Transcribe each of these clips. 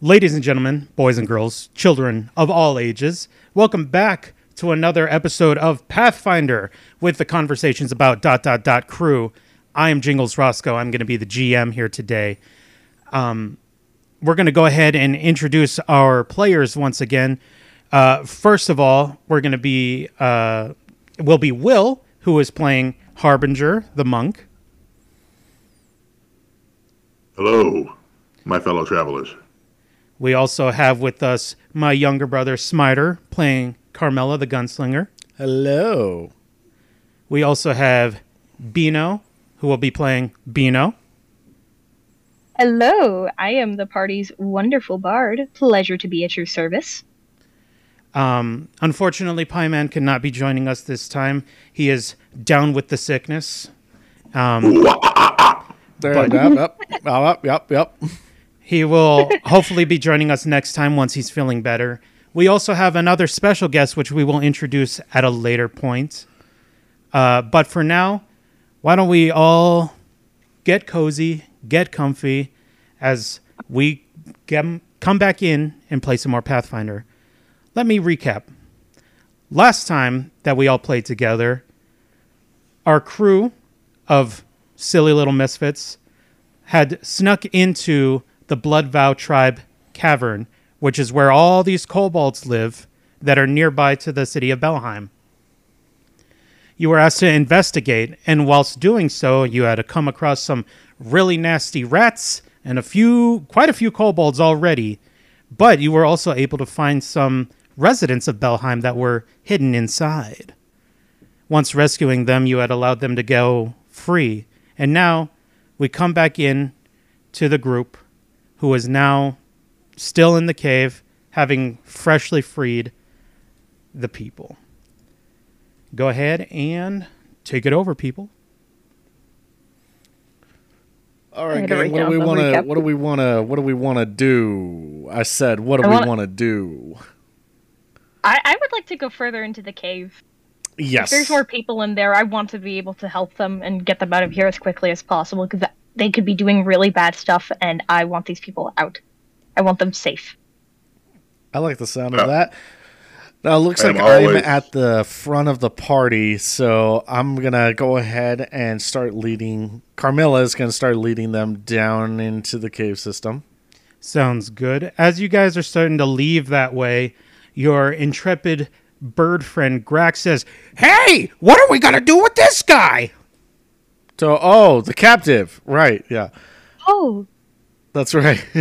Ladies and gentlemen, boys and girls, children of all ages, welcome back to another episode of Pathfinder with the conversations about dot dot dot crew. I am Jingles Roscoe. I'm going to be the GM here today. Um, we're going to go ahead and introduce our players once again. Uh, first of all, we're going to be uh, will be Will, who is playing Harbinger the monk. Hello, my fellow travelers. We also have with us my younger brother Smiter playing Carmela the gunslinger. Hello. We also have Bino, who will be playing Bino. Hello, I am the party's wonderful bard. Pleasure to be at your service. Unfortunately, Pieman cannot be joining us this time. He is down with the sickness. There, yep, yep, yep, yep, yep. He will hopefully be joining us next time once he's feeling better. We also have another special guest, which we will introduce at a later point. Uh, but for now, why don't we all get cozy, get comfy, as we get, come back in and play some more Pathfinder. Let me recap. Last time that we all played together, our crew of silly little misfits had snuck into the Blood Vow tribe cavern, which is where all these kobolds live that are nearby to the city of Belheim. You were asked to investigate, and whilst doing so, you had to come across some really nasty rats and a few, quite a few kobolds already. But you were also able to find some residents of Belheim that were hidden inside. Once rescuing them, you had allowed them to go free. And now we come back in to the group who is now still in the cave, having freshly freed the people. Go ahead and take it over, people. All I right, had to gang. write What do down we my want to? recap. What do we want to? What do we want to do? I said, what do I we wanna- want to do? I, I would like to go further into the cave. Yes. If there's more people in there, I want to be able to help them and get them out of here as quickly as possible because they could be doing really bad stuff, and I want these people out. I want them safe. I like the sound of that. Now it looks I am like I'm always- at the front of the party, so I'm gonna go ahead and start leading. Carmilla is gonna start leading them down into the cave system. Sounds good. As you guys are starting to leave that way, your intrepid bird friend Grax says, Hey, what are we going to do with this guy? So, oh, the captive, right? Yeah, Oh, that's right.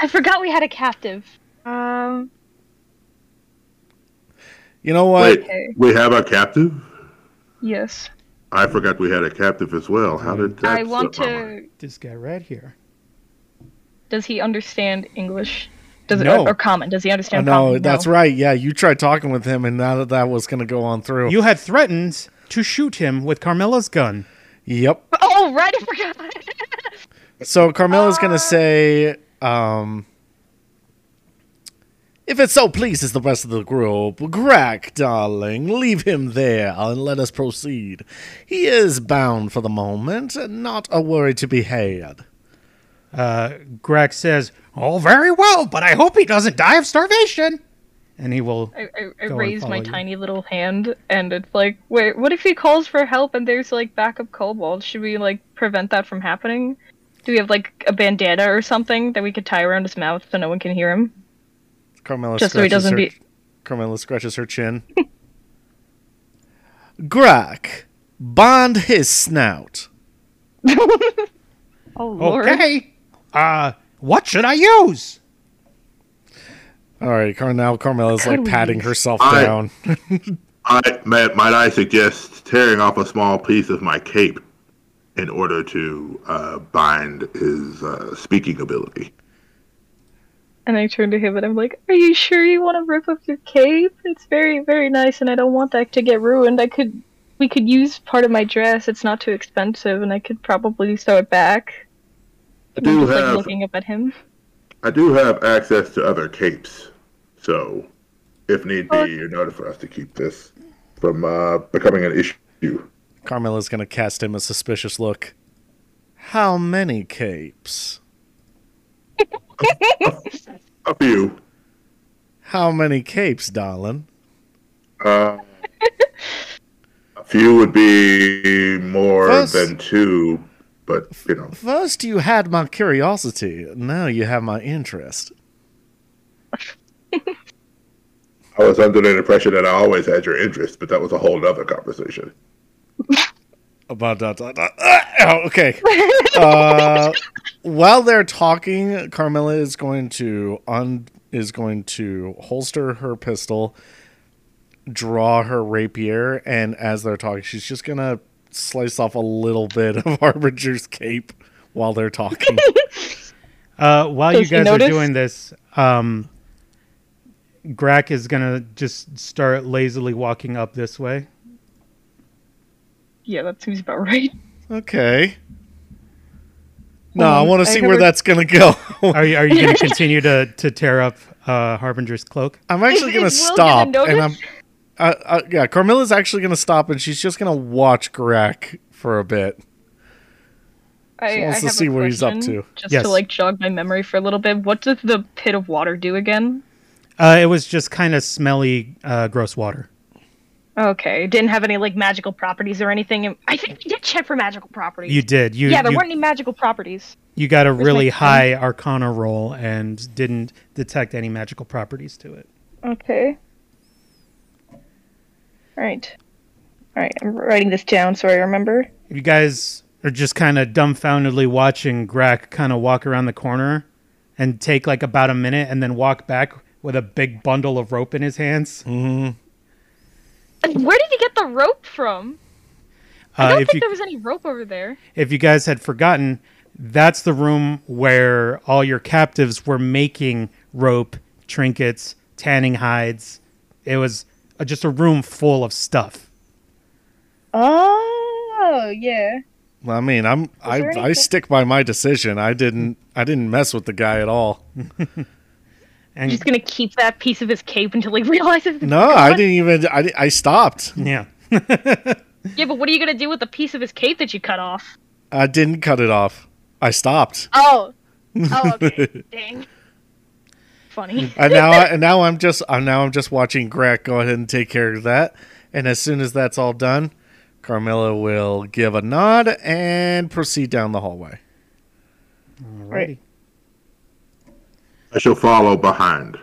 I forgot we had a captive. Um, you know what? Wait, we have a captive? yes. I forgot we had a captive as well. How did that I want slip my mind? to. This guy right here. Does he understand English? Does No. it, or, or common? Does he Oh, understand? no, common? that's right. Yeah, you tried talking with him, and now that that was going to go on through. You had threatened to shoot him with Carmela's gun. yep. Oh, right, I forgot. So Carmela's going Uh, to say, um, if it so pleases the rest of the group, Grack, darling, leave him there and let us proceed. He is bound for the moment, and not a worry to be had. Grax says, Oh, very well, but I hope he doesn't die of starvation. And he will. I, I, I Go and raise my follow you. tiny little hand, and it's like, wait, what if he calls for help and there's like backup kobolds? Should we like prevent that from happening? Do we have like a bandana or something that we could tie around his mouth so no one can hear him? Carmela Just so he scratches doesn't her, be- Carmela scratches her chin. Grack, bond his snout. Oh lord. Okay. Uh, what should I use? All right, Car- now Carmela's like patting herself I- down. I, might, might I suggest tearing off a small piece of my cape in order to uh, bind his uh, speaking ability? And I turn to him and I'm like, Are you sure you want to rip up your cape? It's very, very nice, and I don't want that to get ruined. I could, we could use part of my dress. It's not too expensive, and I could probably sew it back. I I'm do just, like, have looking up at him. I do have access to other capes, so if need be, in order for us to keep this from uh, becoming an issue. Carmela's gonna cast him a suspicious look. How many capes? few. How many capes, darling? Uh, a few would be more First- than two, but you know. First, you had my curiosity. Now you have my interest. I was under the impression that I always had your interest, but that was a whole other conversation. About dot, dot, dot. Ah, ow, okay. Uh, while they're talking, Carmilla is going to un is going to holster her pistol, draw her rapier, and as they're talking, she's just gonna slice off a little bit of Harbinger's cape while they're talking. Uh, while Does you he guys are notice? doing this, um, Grack is gonna just start lazily walking up this way. yeah, that seems about right. okay. No, Um, I want I to see where heard- that's gonna go. Are you are you gonna continue to to tear up uh, Harbinger's cloak? I'm actually Is gonna Will gonna stop, and notice? I'm, uh, uh, yeah, Carmilla's actually gonna stop, and she's just gonna watch Garak for a bit. I, She wants I to have a see what he's up question, to. Just Yes. to like jog my memory for a little bit. What does the pit of water do again? Uh, it was just kind of smelly, uh, gross water. Okay, it didn't have any like magical properties or anything. I think we did check for magical properties. You did. You yeah, there you, weren't any magical properties. you got a my really phone? high Arcana roll and didn't detect any magical properties to it. Okay. All right. All right, I'm writing this down so I remember. You guys are just kind of dumbfoundedly watching Grack kind of walk around the corner and take like about a minute and then walk back with a big bundle of rope in his hands. Where did he get the rope from? I Uh, don't if think you there was any rope over there. if you guys had forgotten, that's the room where all your captives were making rope, trinkets, tanning hides. It was uh, just a room full of stuff. Oh, yeah. Well, I mean, I'm I, there I anything- stick by my decision. I didn't I didn't mess with the guy at all. And Just gonna keep that piece of his cape until he realizes. No, I didn't even I, di- I stopped. yeah. Yeah, but what are you gonna do with the piece of his cape that you cut off? I didn't cut it off. I stopped. Oh. Oh, okay. Dang. Funny. And now I, and now I'm just I'm now I'm just watching Grack go ahead and take care of that. And as soon as that's all done, Carmilla will give a nod and proceed down the hallway. Alrighty. I shall follow behind.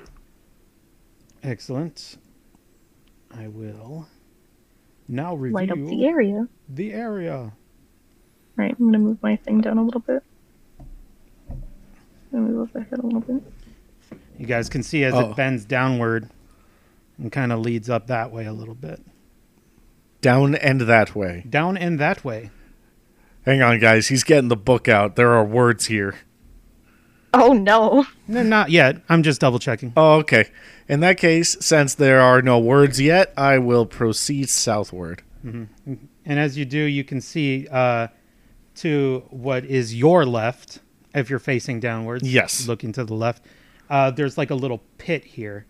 Excellent. I will now Light up the review area. the area. Right, I'm gonna move my thing down a little bit. I'm gonna move up the head a little bit. You guys can see as Oh. it bends downward and kind of leads up that way a little bit. Down and that way. Down and that way. Hang on, guys. He's getting the book out. There are words here. Oh no. No, not yet. I'm just double checking. Oh, okay. In that case, since there are no words yet, I will proceed southward. And as you do, you can see uh, to what is your left, if you're facing downwards. Yes. Looking to the left. Uh, there's like a little pit here.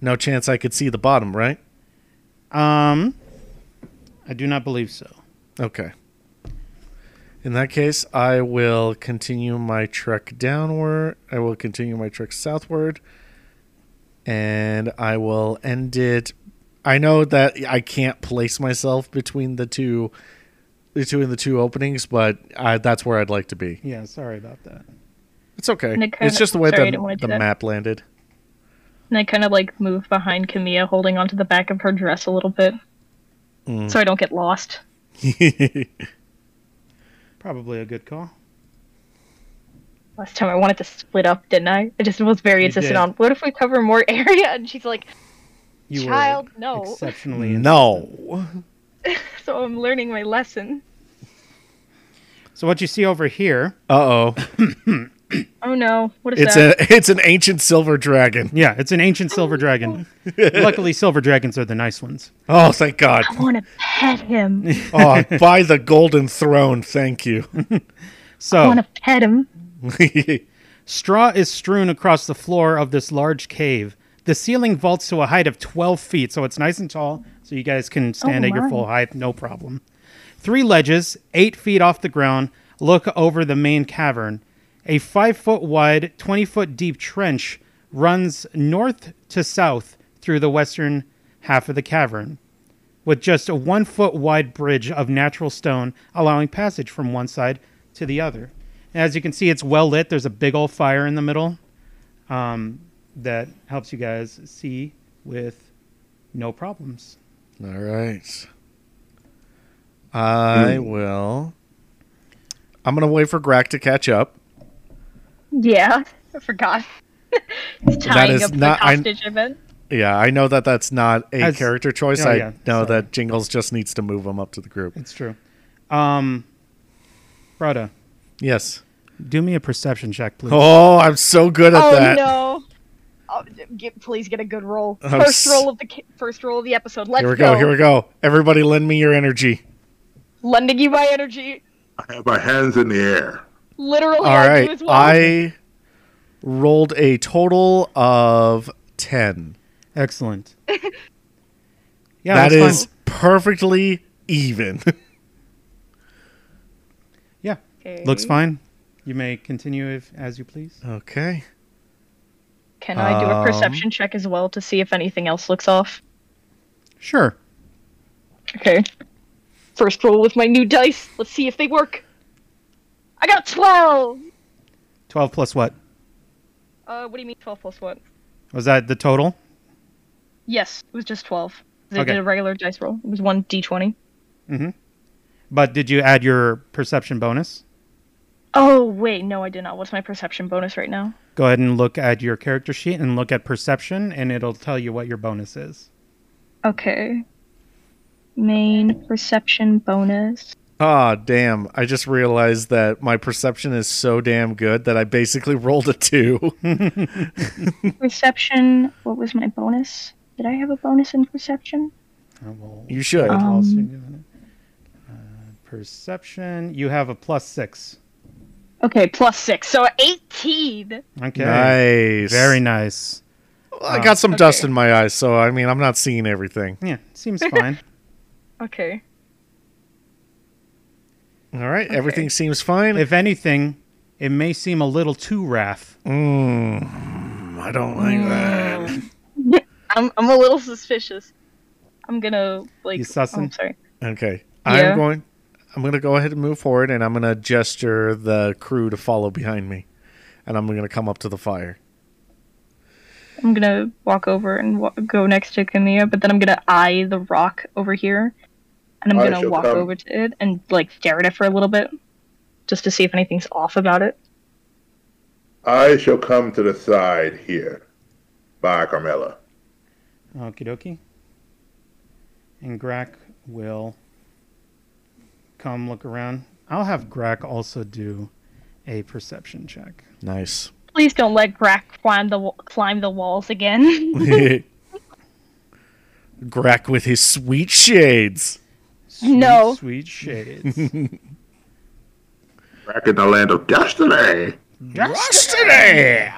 No chance I could see the bottom, right? Um, I do not believe so. Okay. In that case, I will continue my trek downward. I will continue my trek southward. And I will end it. I know that I can't place myself between the two the two and the two openings, but I, that's where I'd like to be. Yeah, sorry about that. It's okay. Nick, It's kinda- just the way sorry, I the, didn't wanna do the that. map landed. And I kind of like move behind Camilla, holding onto the back of her dress a little bit, so I don't get lost. Probably a good call. Last time I wanted to split up, didn't I? I just was very You insistent did. on what if we cover more area, and she's like, You Child, were no. exceptionally no. so I'm learning my lesson. So what you see over here? Uh oh. Oh no, what is It's that? a it's an ancient silver dragon. Yeah, it's an ancient silver dragon. Luckily, silver dragons are the nice ones. Oh, thank God. I want to pet him. Oh, by the golden throne, thank you. I So want to pet him. Straw is strewn across the floor of this large cave. The ceiling vaults to a height of 12 feet, so it's nice and tall, so you guys can stand Oh, at your my. full height, no problem. Three ledges, eight feet off the ground, look over the main cavern. A five foot wide, 20 foot deep trench runs north to south through the western half of the cavern, with just a one foot wide bridge of natural stone allowing passage from one side to the other. And as you can see, it's well lit. There's a big old fire in the middle um, that helps you guys see with no problems. All right. I Hmm. will. I'm gonna wait for Grack to catch up. Yeah, I forgot. it's tying is up the not- I- hostage event. Yeah, I know that that's not a As- character choice. Oh, I yeah, know sorry. that Jingles just needs to move him up to the group. It's true. Um, Brada, Yes. do me a perception check, please. Oh, I'm so good at Oh that. no! Oh, d- get, please get a good roll. I'm first s- roll of the ca- first roll of the episode. Let's Here we go. Here we go. Everybody, lend me your energy. Lending you my energy. I have my hands in the air. Literally, All Oh, I right. do as well. I rolled a total of ten. Excellent. Yeah, that that's fine. is perfectly even. Yeah, Okay. looks fine. You may continue if, as you please. okay. Can I do a Um, perception check as well to see if anything else looks off? Sure. Okay. First roll with my new dice. Let's see if they work. I got twelve. Twelve plus what? Uh, what do you mean twelve plus what? Was that the total? Yes, it was just twelve. They Okay. did a regular dice roll. It was one d twenty. But did you add your perception bonus? Oh wait, no, I did not. What's my perception bonus right now? Go ahead and look at your character sheet and look at perception, and it'll tell you what your bonus is. Okay. Main perception bonus. Ah, damn. I just realized that my perception is so damn good that I basically rolled a two. Perception. What was my bonus? Did I have a bonus in perception? I will- You should. I'll Um, soon do it. Uh, perception. You have a plus six. Okay, plus six, so eighteen. Okay. Nice. Very nice. I got some Okay. dust in my eyes, so I mean, I'm not seeing everything. Yeah, seems fine. Okay. All right, everything seems fine. if anything, it may seem a little too raff. mm, I don't like Hmm. that. I'm I'm a little suspicious. I'm gonna like. You sussing? oh, I'm sorry. Okay, Yeah. I'm going. I'm going to go ahead and move forward, and I'm going to gesture the crew to follow behind me, and I'm going to come up to the fire. I'm gonna walk over and wa- go next to Camilla, but then I'm gonna eye the rock over here, and I'm I gonna shall walk come. over to it and like stare at it for a little bit, just to see if anything's off about it. I shall come to the side here. Bye, Carmela. Okie dokie. And Grack will come look around. I'll have Grack also do a perception check. Nice. Please don't let Grack climb the wa- climb the walls again. Grack with his sweet shades. Sweet, No. Sweet shades. Back in the land of destiny. Yesterday.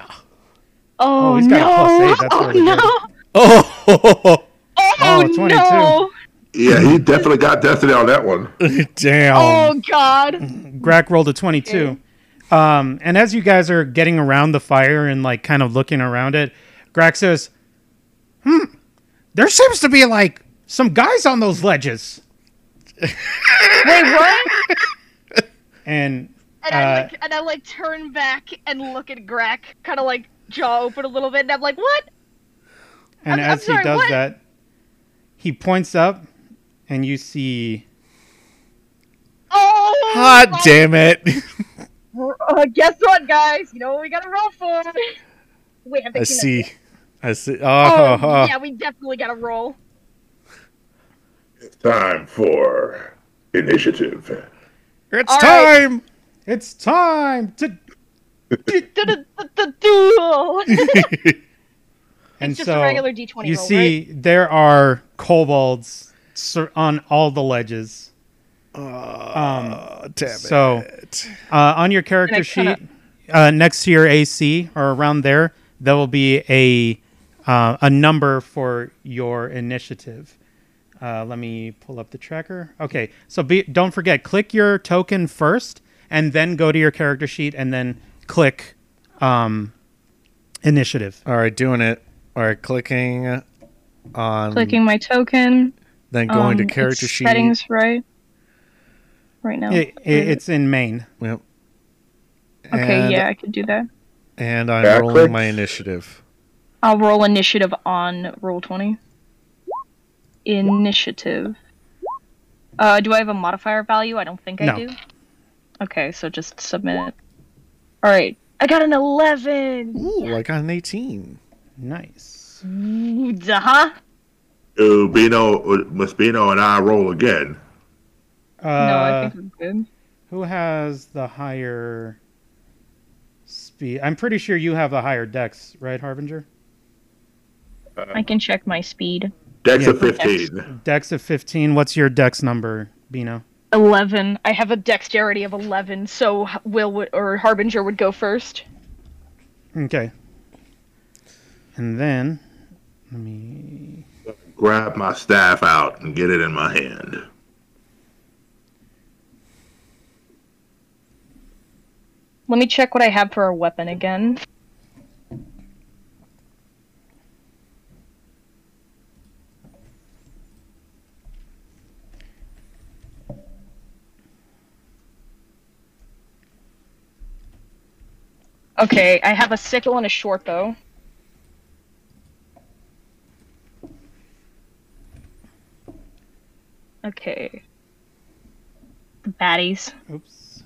oh, Oh, he's no! got a plus eight, that's oh really no! good. Oh, Oh, Oh, 22. no! Yeah, he definitely got destiny on that one. Um, damn. Oh uh, god! Grack rolled a 22. Um, and as you guys are getting around the fire and like kind of looking around it, Grack says, Hmm, there seems to be like some guys on those ledges. Wait, what? And And I Uh, like and I like turn back and look at Grack, kind of like jaw open a little bit, and I'm like, "What? And I'm- I'm as sorry, he does what? that, he points up, and you see Oh, Hot damn it. Uh, guess what, guys? You know what we gotta roll for? Wait, I'm I thinking see. I see. Oh, Oh, oh. yeah, we definitely gotta roll. It's time for initiative. it's All right. time. it's time to. The duel. It's And just so a regular D20 you roll, right? see there are kobolds sur- on all the ledges. Oh, damn it. So uh, on your character And I kinda- sheet, uh, next to your AC or around there, there will be a uh, a number for your initiative. Uh, let me pull up the tracker. Okay, so be, don't forget, click your token first, and then go to your character sheet, and then click um, initiative. All right, doing it. All right, clicking on. Clicking my token. Then going to um, character it's sheet. Settings right. Right now. It, it, it's in Maine. Yep. okay, And- yeah, I could do that. And I'm rolling Backwards. my initiative. I'll roll initiative on roll twenty. Initiative. Uh, do I have a modifier value? I don't think No. I do. Okay, so just submit. All right, I got an eleven. Ooh, I got an 18. Nice. Uh huh. Ooh, Bino, Muspino and I roll again. Uh, no, I think I'm good. Who has the higher speed? I'm pretty sure you have the higher dex, right, Harbinger? I can check my speed. Dex Yeah. of 15. Dex of 15. What's your dex number, Bino? 11. I have a dexterity of 11, so Will would, or Harbinger would go first. Okay. And then, let me. Grab my staff out and get it in my hand. Let me check what I have for a weapon again. Okay, I have a sickle and a short bow. Okay. The baddies. Oops.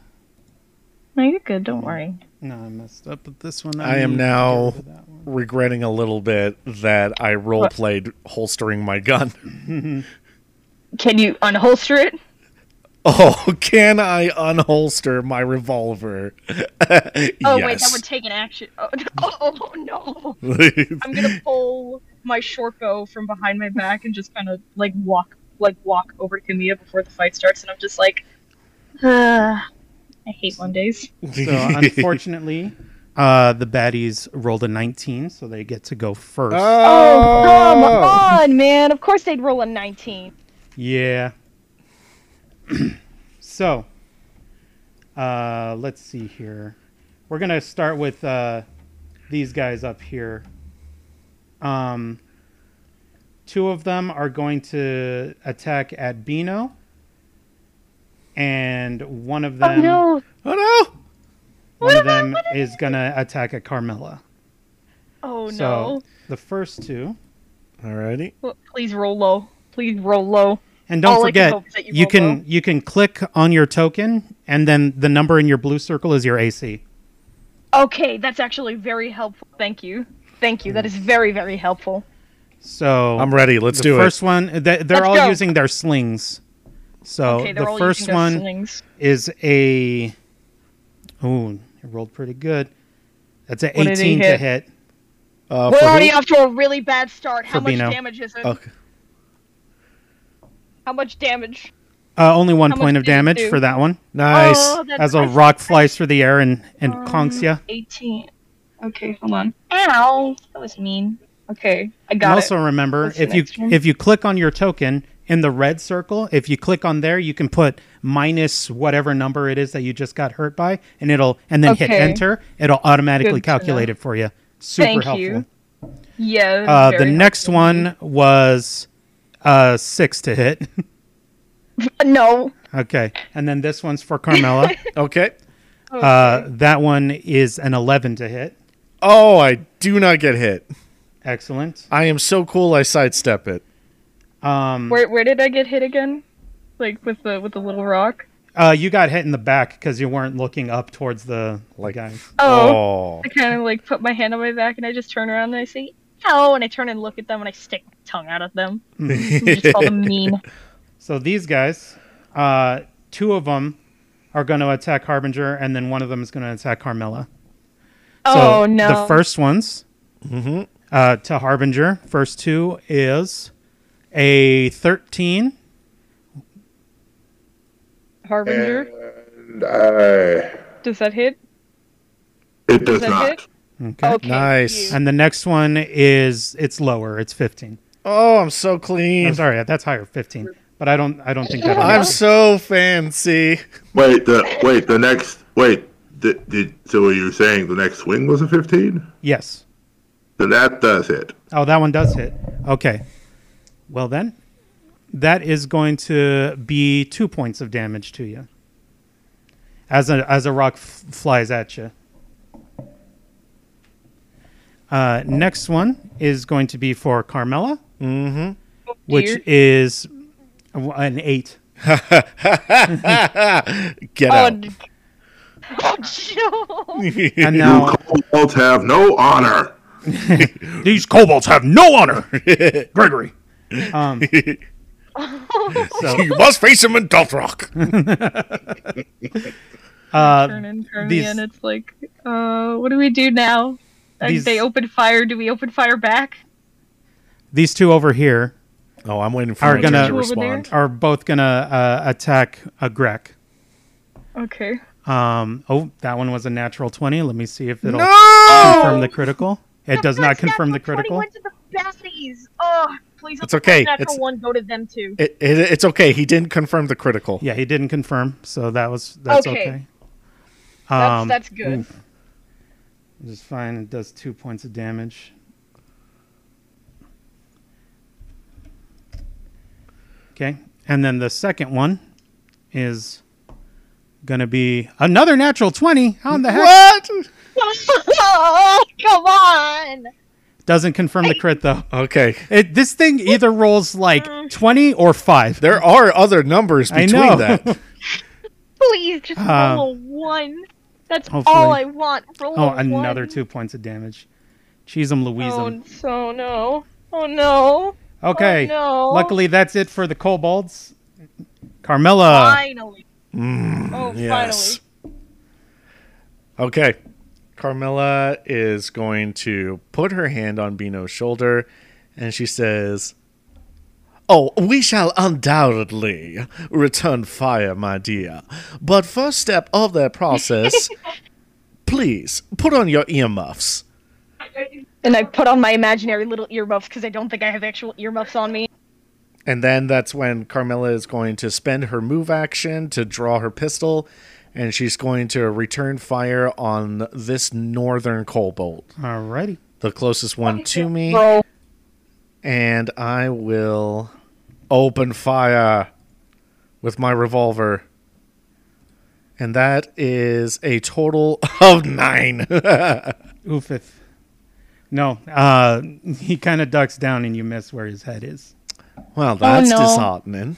No, you're good, don't worry. No, I messed up with this one. I am need to now- get rid of that one. Regretting a little bit that I role played holstering my gun. Can you unholster it? Oh, can I unholster my revolver? Oh wait, that yes. would take an action. Oh, oh, no! I'm gonna pull my short bow from behind my back and just kind of like walk, like walk over to Camilla before the fight starts, and I'm just like, Ugh, I hate Mondays. So, unfortunately, uh, the baddies rolled a 19, so they get to go first. Oh come on, man! Of course they'd roll a 19. Yeah. so, uh, let's see here. We're gonna start with uh, these guys up here. Um, two of them are going to attack at Bino, and one Oh, of them, Oh no! one of them is gonna attack at Carmilla. Oh so no! the first two, Alrighty. Well, Please roll low. Please roll low. and don't All I can forget hope is that you you roll can low. you can click on your token, and then the number in your blue circle is your AC. Okay, that's actually very helpful. Thank you. Thank Mm. you. That is very very helpful. So I'm ready. Let's the do first one th- they're Let's all go. using their slings so Okay, they're the all first using their one slings. is a ooh it rolled pretty good that's a What did he 18 to hit? hit it. Uh, We're for already who? off to a really bad start. How For much Bino. Oh. damage is it? Okay. How much damage? uh, only one How much point of did you damage do? for that one Nice. Oh, that's Um, as a nice. rock flies through the air and, and conks ya. 18. Okay, hold on. Ow! That was mean. Okay, I got And it. also remember What's the if you next one? if you click on your token in the red circle if you click on there you can put minus whatever number it is that you just got hurt by and it'll and then hit Okay. enter it'll automatically Good to know. calculate it for you super Thank helpful you. Yeah. Uh, the very next helpful. one was uh, six to hit. No. okay. And then this one's for Carmela. Okay. uh, that one is an 11 to hit. Oh, I do not get hit. Excellent. I am so cool. I sidestep it. Um, Where where did I get hit again? Like with the with the little rock? uh, you got hit in the back because you weren't looking up towards the Like- guys. Oh. Oh. I kind of like put my hand on my back and I just turn around and I say, "Ow!" and I turn and look at them and I stick my tongue out at them. I just call them mean. So these guys, uh, two of them are going to attack Harbinger, and then one of them is going to attack Carmela. oh no. The first ones Mm-hmm. uh, to Harbinger, first two is a 13. Harbinger. And I. Does that hit? It does that not. it? Okay. Okay. Nice. you. And the next one is it's lower. It's 15. Oh, I'm so clean. I'm sorry, that's higher, 15. But I don't I don't think that. I'm so fancy. Wait, the wait, the next wait, Did, did, so are you saying the next swing was a 15? Yes. So that does hit. Oh, that one does hit. Okay. Well, then, that is going to be two points of damage to you as a, as a rock f- flies at you. Uh, next one is going to be for Carmela, Mm-hmm. which Oh, Dear. is an eight. Get Oh, out. d- oh, Joe. And You now kobolds have no honor. these kobolds have no honor, Gregory. Um, so you must face him in Dothrock. uh, turn and turn these- me and it's like, uh, what do we do now? And These- they open fire. Do we open fire back? these two over here Oh, I'm waiting for Are my turn gonna- to Over there? respond. are both gonna uh, attack a Grek. Okay. Um, oh, that one was a natural twenty. Let me see if it'll No! confirm Oh. the critical. It does not confirm the critical. Went to the besties. Oh, please. let It's the okay. Natural It's- one go to them too. It, it, it's okay. He didn't confirm the critical. Yeah, he didn't confirm, so that was that's okay. Okay. That's, Um, that's good. Which is fine. It does two points of damage. Okay. And then the second one is going to be another natural 20. How in the heck? What? oh, come on. Doesn't confirm the crit, though. Okay. It, this thing either rolls like 20 or 5. There are other numbers I between know. that. Please just Uh, roll a one. That's all hopefully. I want. Roll Oh, a another one. two points of damage. Cheese 'em, Louise 'em. Oh, so no. Oh no. Okay. Oh, no. Luckily, that's it for the kobolds. Carmela. finally. mm, oh, yes. Okay. Carmilla is going to put her hand on Bino's shoulder and she says, Oh, we shall undoubtedly return fire, my dear. But first step of that process, please put on your earmuffs. And I put on my imaginary little earmuffs because I don't think I have actual earmuffs on me. And then that's when Carmilla is going to spend her move action to draw her pistol, and she's going to return fire on this northern kobold, Alrighty. the closest one to me. Roll. And I will open fire with my revolver. And that is a total of nine. Oofith. No, uh, he kind of ducks down and you miss where his head is. Oh, well, that's no. disheartening.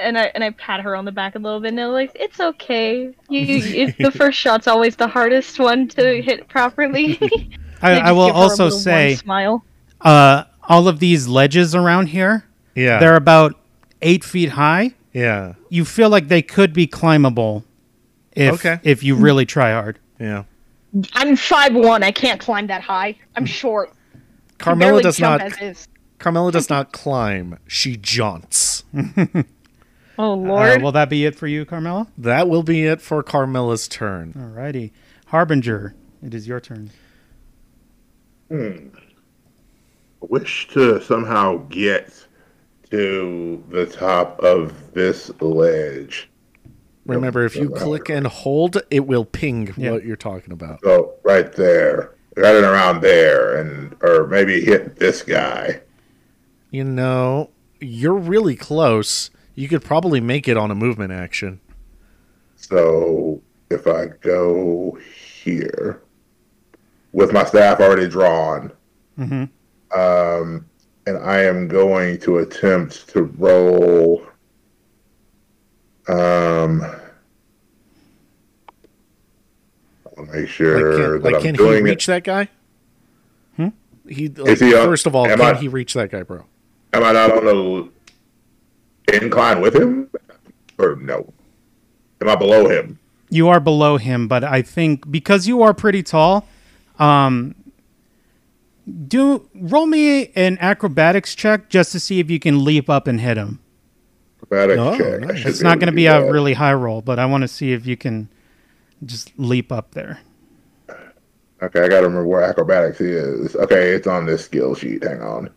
And I and I pat her on the back a little bit and they're like, it's okay. You, you it's, the first shot's always the hardest one to hit properly. I, They I just will give her a also little warm say smile. uh, all of these ledges around here, Yeah. they're about eight feet high. yeah. You feel like they could be climbable if, Okay. if you really try hard. Yeah. I'm five one. I can't climb that high. I'm Mm. short. I can Carmilla barely does jump not As is. Carmilla does not climb. She jaunts. Oh Uh, lord. will that be it for you, Carmela? That will be it for Carmilla's turn. Alrighty. Harbinger, it is your turn. wish to somehow get to the top of this ledge. Remember, if you click and hold, it will ping Yeah. what you're talking about. So right there, right and around there, and or maybe hit this guy. You know, you're really close. You could probably make it on a movement action. So if I go here with my staff already drawn, hmm um, and I am going to attempt to roll. Um, I'll make Like, sure can, like, that I'm can he doing it. reach that guy? Hmm? He, like, he on- first of all, am can I- he reach that guy, bro? Am I not on the incline with him? Or no? Am I below him? You are below him, but I think because you are pretty tall, um, do roll me an acrobatics check just to see if you can leap up and hit him. Acrobatics Oh, check. I nice. should It's not able going to do be a that. really high roll, but I want to see if you can just leap up there. Okay, I gotta remember where acrobatics is. Okay, it's on this skill sheet. Hang on.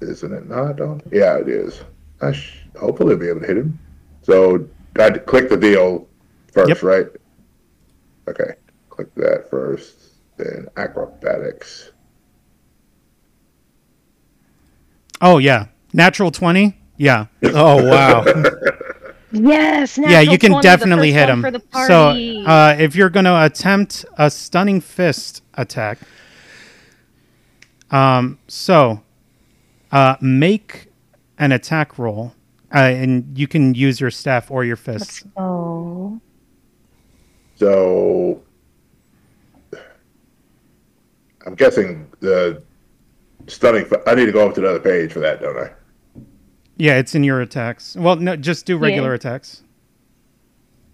Isn't it not on? Yeah, it is. I sh- hopefully be able to hit him. So I d- click the deal first, Yep. right? Okay, click that first, then acrobatics. Oh yeah, natural twenty. Yeah, Oh wow. Yes. yeah, natural you can 20, the definitely first hit one him. For the So party. uh, if you're going to attempt a stunning fist attack, um, so uh, make an attack roll, uh, and you can use your staff or your fist. Oh. So I'm guessing the stunning. I need to go up to another page for that, don't I? Yeah, it's in your attacks. Well, no, just do regular attacks.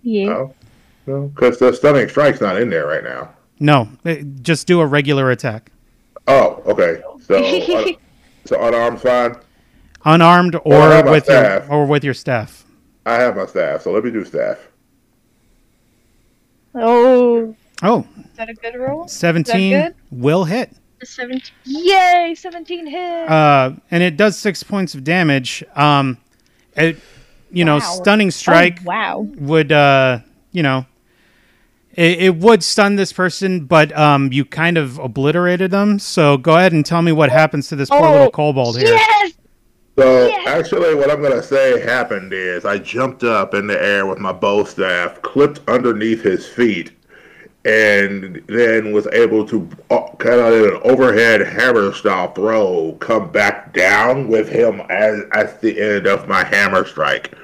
Yeah. No, no, because the stunning strike's not in there right now. No, eh, just do a regular attack, Oh, okay. So, uh, un- so unarmed's fine. unarmed or Well, how about with that? your or with your staff. I have my staff, so let me do staff. Oh. Oh, Is that a good roll? 17 good? will hit. The 17. Yay! 17 hits. uh, and it does six points of damage. Um, it, you know, Wow. stunning strike Oh, wow. would, uh, you know, it, it would stun this person, but um, you kind of obliterated them. So go ahead and tell me what happens to this poor Oh, little kobold here. Yes. So Yes. actually, what I'm gonna say happened is I jumped up in the air with my bow staff, clipped underneath his feet, and then was able to uh, kind of in an overhead hammer style throw, come back down with him as at the end of my hammer strike,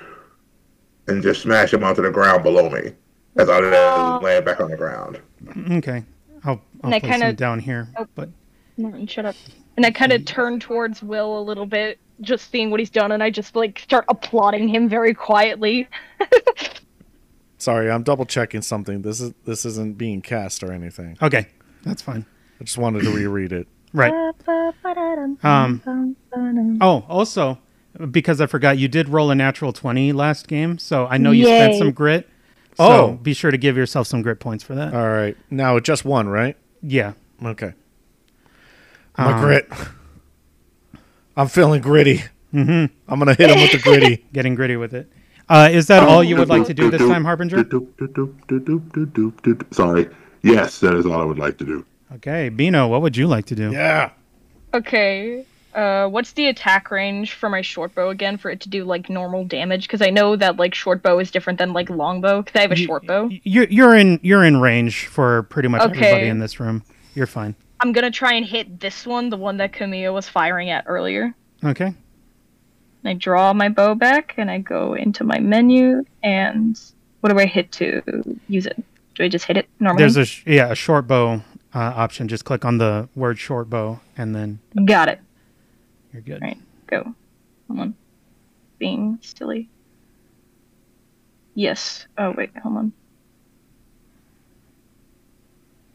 and just smash him onto the ground below me as I Oh. land back on the ground. Okay, I'll, I'll And I place kinda- him down here. Oh. But Martin, shut up. And I kind of turn towards Will a little bit, just seeing what he's done, and I just like start applauding him very quietly. Sorry, I'm double checking something. This is this isn't being cast or anything. okay, that's fine. I just wanted to reread it. Right. Um, Oh, also, because I forgot, you did roll a natural 20 last game, so I know you spent Yay. some grit. So Oh. Uh. be sure to give yourself some grit points for that. All right. Now just one, right? yeah. Okay. My grit. I'm feeling gritty. Mhm. I'm gonna hit him with the gritty. getting gritty with it. Uh, is that all you would like to do this time, Harbinger? Sorry. Yes, that is all I would like to do. Okay, Bino, what would you like to do? yeah. Okay. Uh, what's the attack range for my shortbow again for it to do like normal damage? Because I know that like shortbow is different than like longbow. Because I have a shortbow. You're you're in you're in range for pretty much everybody Okay. in this room. You're fine. I'm gonna try and hit this one, the one that Camille was firing at earlier. Okay. I draw my bow back and I go into my menu and what do I hit to use it? Do I just hit it normally? There's a sh- yeah a short bow uh, option. Just click on the word short bow and then Got it. you're good. Right. Go. Hold on. Being silly. Yes. Oh wait, hold on.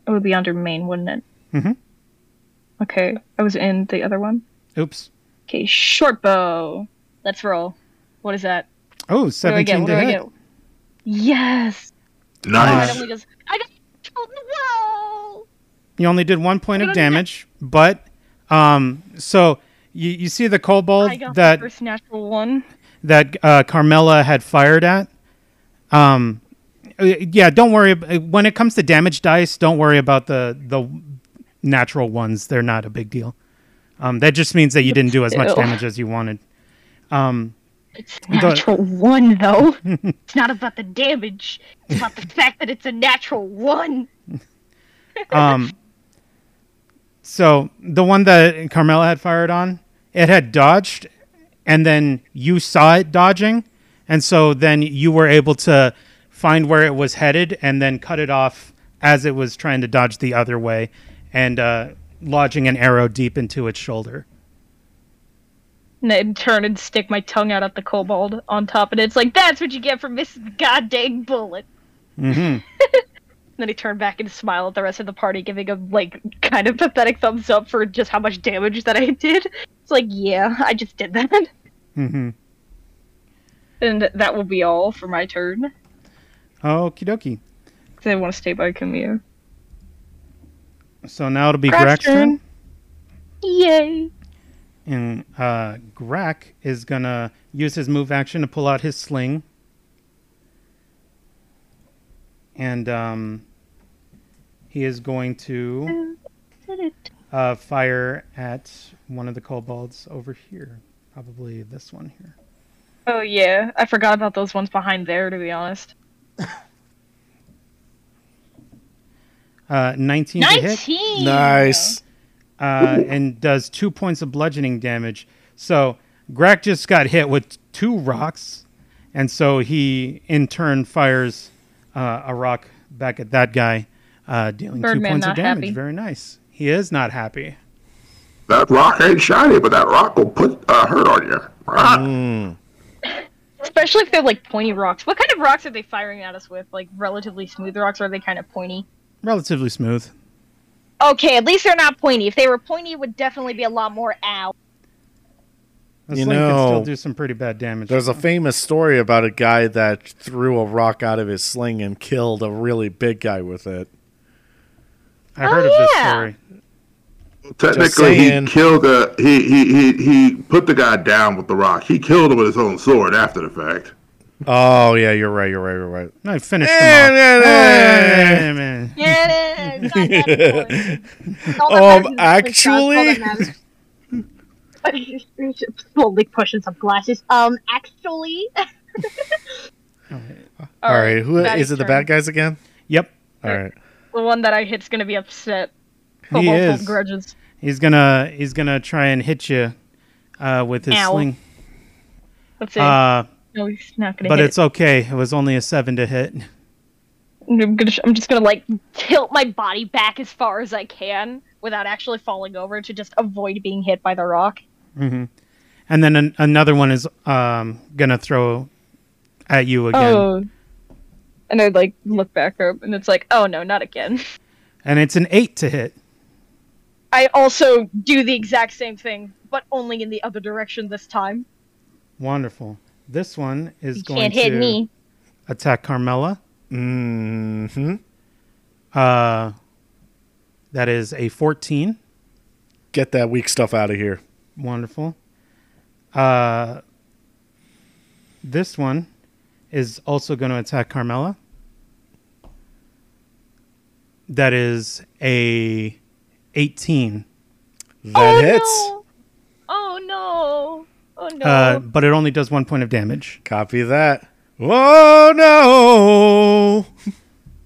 It would be under main, wouldn't it? Mhm. Okay. I was in the other one. Oops. Okay, short bow. Let's roll. What is that? Oh, What do I 17 get? What do to I hit. get? Yes. Nice. I only just I just told no. You only did one point I of got a nat- damage, but um, so you you see the kobold I got that the first natural one. that uh, Carmela had fired at. Um, uh, yeah, don't worry. ab- uh, When it comes to damage dice, don't worry about the the natural ones. They're not a big deal. Um, that just means that you didn't do as much Ew. damage as you wanted. Um, It's The- natural one though. it's not about the damage. It's about the fact that it's a natural one. um, so the one that Carmela had fired on, it had dodged, and then you saw it dodging, and so then you were able to find where it was headed and then cut it off as it was trying to dodge the other way, and uh, lodging an arrow deep into its shoulder. And then turn and stick my tongue out at the kobold on top of it. It's like that's what you get for missing the goddamn bullet. hmm And then he turned back and smiled at the rest of the party, giving a like kind of pathetic thumbs up for just how much damage that I did. It's like, yeah, I just did that. hmm And that will be all for my turn. Okie dokie. Because I want to stay by Camille. So now it'll be Grak's Grak's turn. Yay. And uh, Grak is going to use his move action to pull out his sling. and um, he is going to uh, fire at one of the kobolds over here. Probably this one here. Oh yeah, I forgot about those ones behind there. To be honest, Uh, 19 to hit Nineteen. Nice. uh, and does two points of bludgeoning damage. So Grak just got hit with two rocks, and so he in turn fires uh, a rock back at that guy, uh, dealing two Birdman points of not damage. happy. Very nice. He is not happy. That rock ain't shiny, but that rock will put uh, hurt on you. Ah, Mm, especially if they're like pointy rocks. What kind of rocks are they firing at us with? Like relatively smooth rocks, or are they kind of pointy? Relatively smooth. Okay, at least they're not pointy. If they were pointy, it would definitely be a lot more ow. The You sling can still know, do some pretty bad damage. There's a famous story about a guy that threw a rock out of his sling and killed a really big guy with it. I heard Oh, of this yeah. story. Technically, saying. he killed the he, he he he put the guy down with the rock. He killed him with his own sword after the fact. Oh yeah, you're right. You're right. You're right. No, I finished Eh, him eh, off. eh. Eh, man. Yeah, it's not that important. Um, All that matters is that it's done. All that actually- matters- Slowly pushing some glasses. Um, actually, All right. Who that is it? The bad guys again? Yep. All right. The one that I hit's gonna be upset. He Kobold hold is. grudges. He's gonna he's gonna try and hit you uh, with his Ow. sling. Let's see. Uh, no, he's not gonna. but hit it's okay. It was only a seven to hit. I'm gonna. sh- I'm just gonna like tilt my body back as far as I can without actually falling over to just avoid being hit by the rock. And then an- another one is um, gonna throw at you again, Oh. And I like look back up, and it's like, oh no, not again. and it's an eight to hit. I also do the exact same thing, but only in the other direction this time. Wonderful. This one is you going can't hit to me. attack Carmela. Mm-hmm. Uh, that is a fourteen. Get that weak stuff out of here. Wonderful. Uh, this one is also going to attack Carmela. That is a 18, That hits. Oh, No. Oh no! Oh no! uh, but it only does one point of damage. Copy that. Oh no!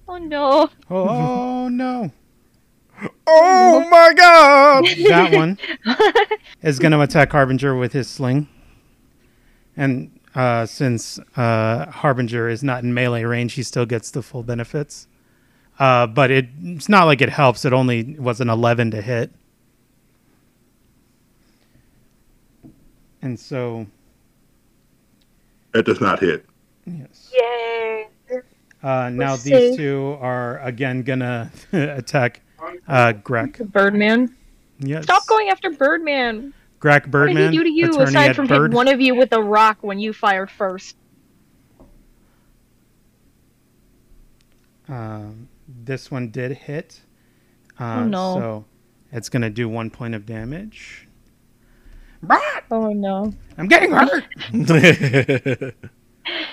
oh no! Oh no! Oh my god! That one is going to attack Harbinger with his sling, and uh, since uh, Harbinger is not in melee range, he still gets the full benefits. Uh, but it, it's not like it helps. It only was an eleven to hit, and so It does not hit. yes. Yay. Uh, now Let's these see. two are again gonna attack uh, Grek. Birdman, Yes. stop going after Birdman. Grek Birdman. what did he do to you attorney aside at from Bird. hitting one of you with a rock when you fired first? Um, this one did hit. Uh, Oh, no. So it's going to do one point of damage. Oh no! I'm getting hurt.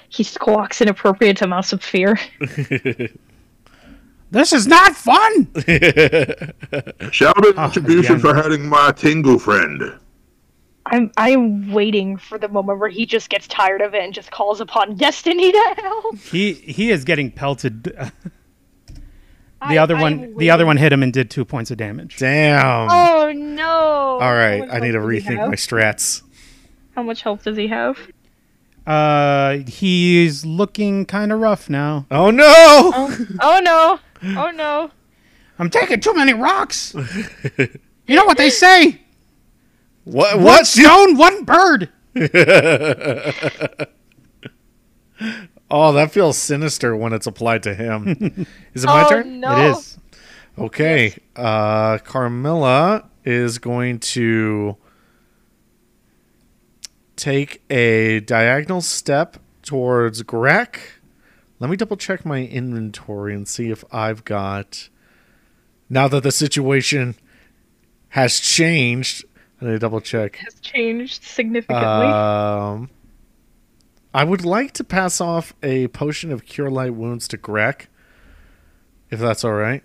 He squawks inappropriate amounts of fear. This is not fun. Shouted Ah, contribution again. for hurting my Tingu friend. I'm I'm waiting for the moment where he just gets tired of it and just calls upon destiny to help. he he is getting pelted. The I- other I'm one the waiting. other one hit him and did 2 points of damage. Damn. Oh no. All right, much I need to health do you rethink have? my strats. How much health does he have? Uh he's looking kind of rough now. Oh no! Oh, oh no! Oh no! I'm taking too many rocks. you know what they say? What? One What? stone, one bird. Oh, that feels sinister when it's applied to him. Is it my oh turn? no! It is. Okay. Uh, Carmilla is going to take a diagonal step towards Grek. Let me double check my inventory and see if I've got. Now that the situation has changed, I need to double check. Has changed significantly. Uh, Um, I would like to pass off a potion of cure light wounds to Grek if that's all right.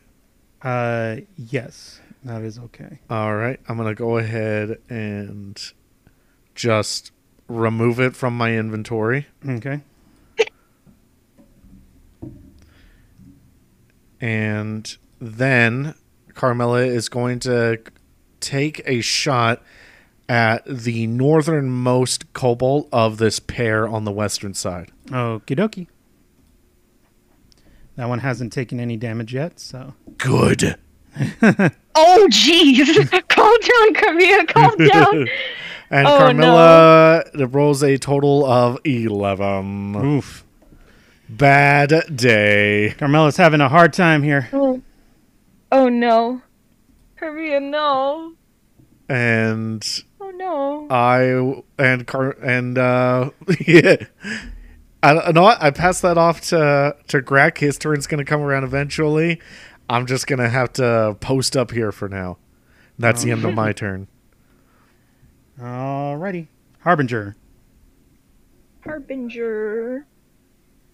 Uh, yes, that is okay. All right, I'm gonna go ahead and just remove it from my inventory, Okay. and then Carmela is going to take a shot at the northernmost cobalt of this pair on the western side. Okie dokie. That one hasn't taken any damage yet, so Good. Oh, jeez. calm down, Camille. Calm down. And Oh, Carmilla Carmela rolls a total of 11. oof. Bad day. Carmela's having a hard time here. Oh, oh no. Korea, no. And Oh no. I and Car and uh yeah. I don't know. what, I pass that off to to Greg. His turn's gonna come around eventually. I'm just gonna have to post up here for now. That's the end of my turn. Alrighty. Harbinger. Harbinger.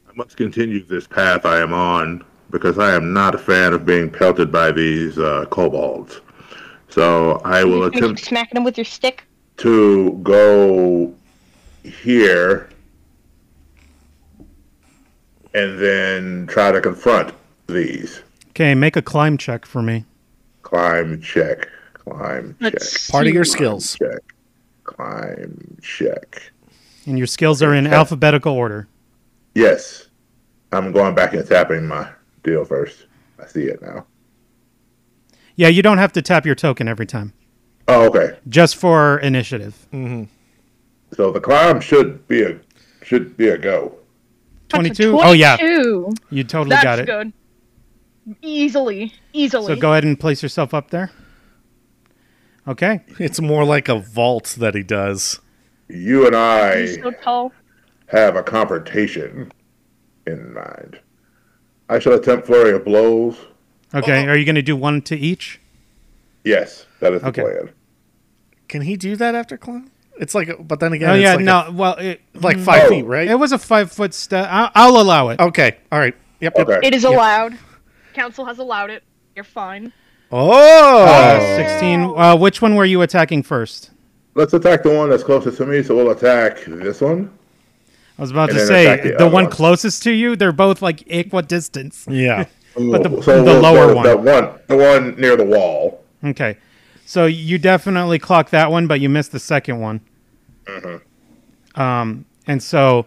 I must continue this path I am on because I am not a fan of being pelted by these uh, kobolds. So I will You keep attempt smacking him with your stick. to go here and then try to confront these. Okay, make a climb check for me. Climb check, climb check, Let's Part of see. your skills. check, climb check. And your skills are in alphabetical order. Yes, I'm going back and tapping my deal first. I see it now. Yeah, you don't have to tap your token every time. Oh, okay. Just for initiative. So the climb should be a should be a go. Twenty That's a two? Oh yeah. 22. You totally That's got it. good. Easily. Easily. So go ahead and place yourself up there. Okay. It's more like a vault that he does. You and I He's so tall. have a confrontation in mind. I shall attempt flurry of blows. Okay. Are you gonna do one to each? Yes, that is the Okay. plan. Can he do that after climb? It's like, but then again, oh it's yeah, like no. well it, a, like five Oh. feet, right? it was a five foot step. I I'll allow it. Okay. All right. Yep. yep. Okay. It is allowed. Council has allowed it. You're fine. Uh, Oh. 16. Uh, which one were you attacking first? Let's attack the one that's closest to me, so we'll attack this one. I was about And to then say attack the the, other one one. closest to you. They're both like equidistant. yeah. But the- the we'll lower go one. with The one. The one near the wall. Okay. So you definitely clocked that one, but you missed the second one. Um, and so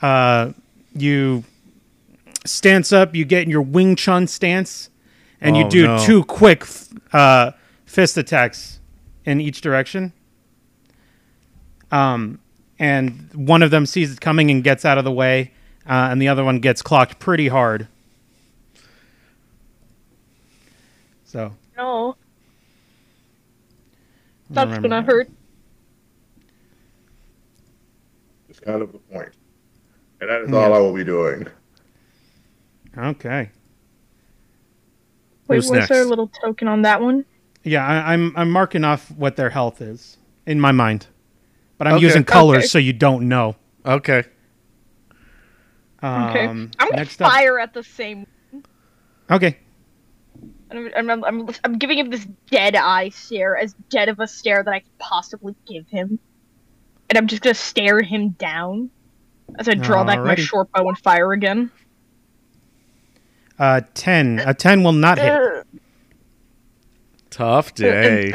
uh, you stance up, you get in your Wing Chun stance, and Oh, you do no. two quick f- uh, fist attacks in each direction. Um, and one of them sees it coming and gets out of the way, uh, and the other one gets clocked pretty hard. So No. I That's remember gonna that. hurt. It's kind of the point, and that is all I will be doing. Okay. Wait, Who's was there a next? little token on that one? Yeah, I, I'm I'm marking off what their health is in my mind, but I'm Okay. using colors Okay. so you don't know. Okay. Um, Okay. I'm gonna next up. fire at the same. Okay. I'm, I'm, I'm, I'm giving him this dead eye stare, as dead of a stare that I could possibly give him. And I'm just gonna stare him down as I draw back my Alrighty. short bow and fire again. Uh, ten. A ten will not hit. Tough day.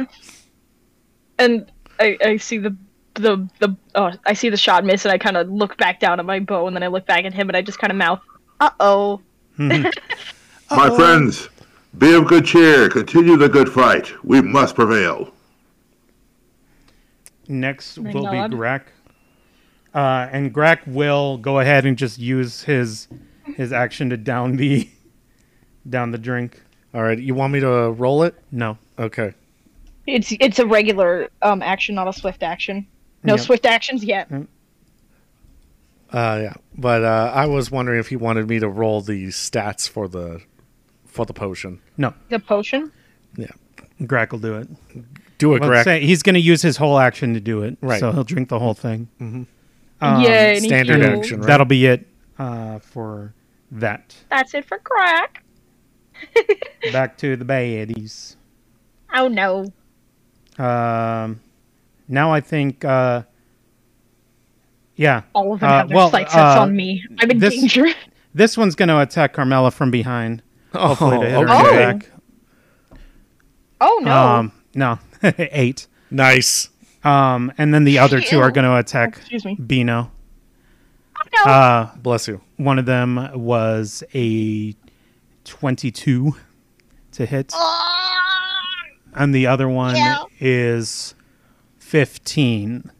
And I, I see the the the oh, I see the shot miss, and I kind of look back down at my bow, and then I look back at him, and I just kind of mouth, Uh oh. My friends, be of good cheer. Continue the good fight. We must prevail. Next My will nod. be Grek. Uh, and Grek will go ahead and just use his his action to down the down the drink. All right. You want me to roll it? No. Okay. It's it's a regular um action, not a swift action. No Yep. swift actions yet. Mm. Uh, yeah. But uh, I was wondering if he wanted me to roll the stats for the for the potion. No. The potion. Grek will do it. Do a Let's Greg. say he's going to use his whole action to do it. Right. So he'll drink the whole thing. Um, "Yay!" and he standard heals. action, right? That'll be it uh, for that. That's it for crack. Back to the baddies. Oh no. Um, now I think, uh, yeah, All of them Uh, have their well, sights sets uh, on me. I'm in this- danger. this one's going to attack Carmela from behind. Oh, Hopefully, to hit her in the okay. back. Oh no. Um, no, eight. Nice. Um, and then the other two are Ew. going to attack Excuse me. Bino. Oh, no. Uh, Bless you. one of them was a 22 to hit, Ah, and the other one Oh. Yeah. is 15.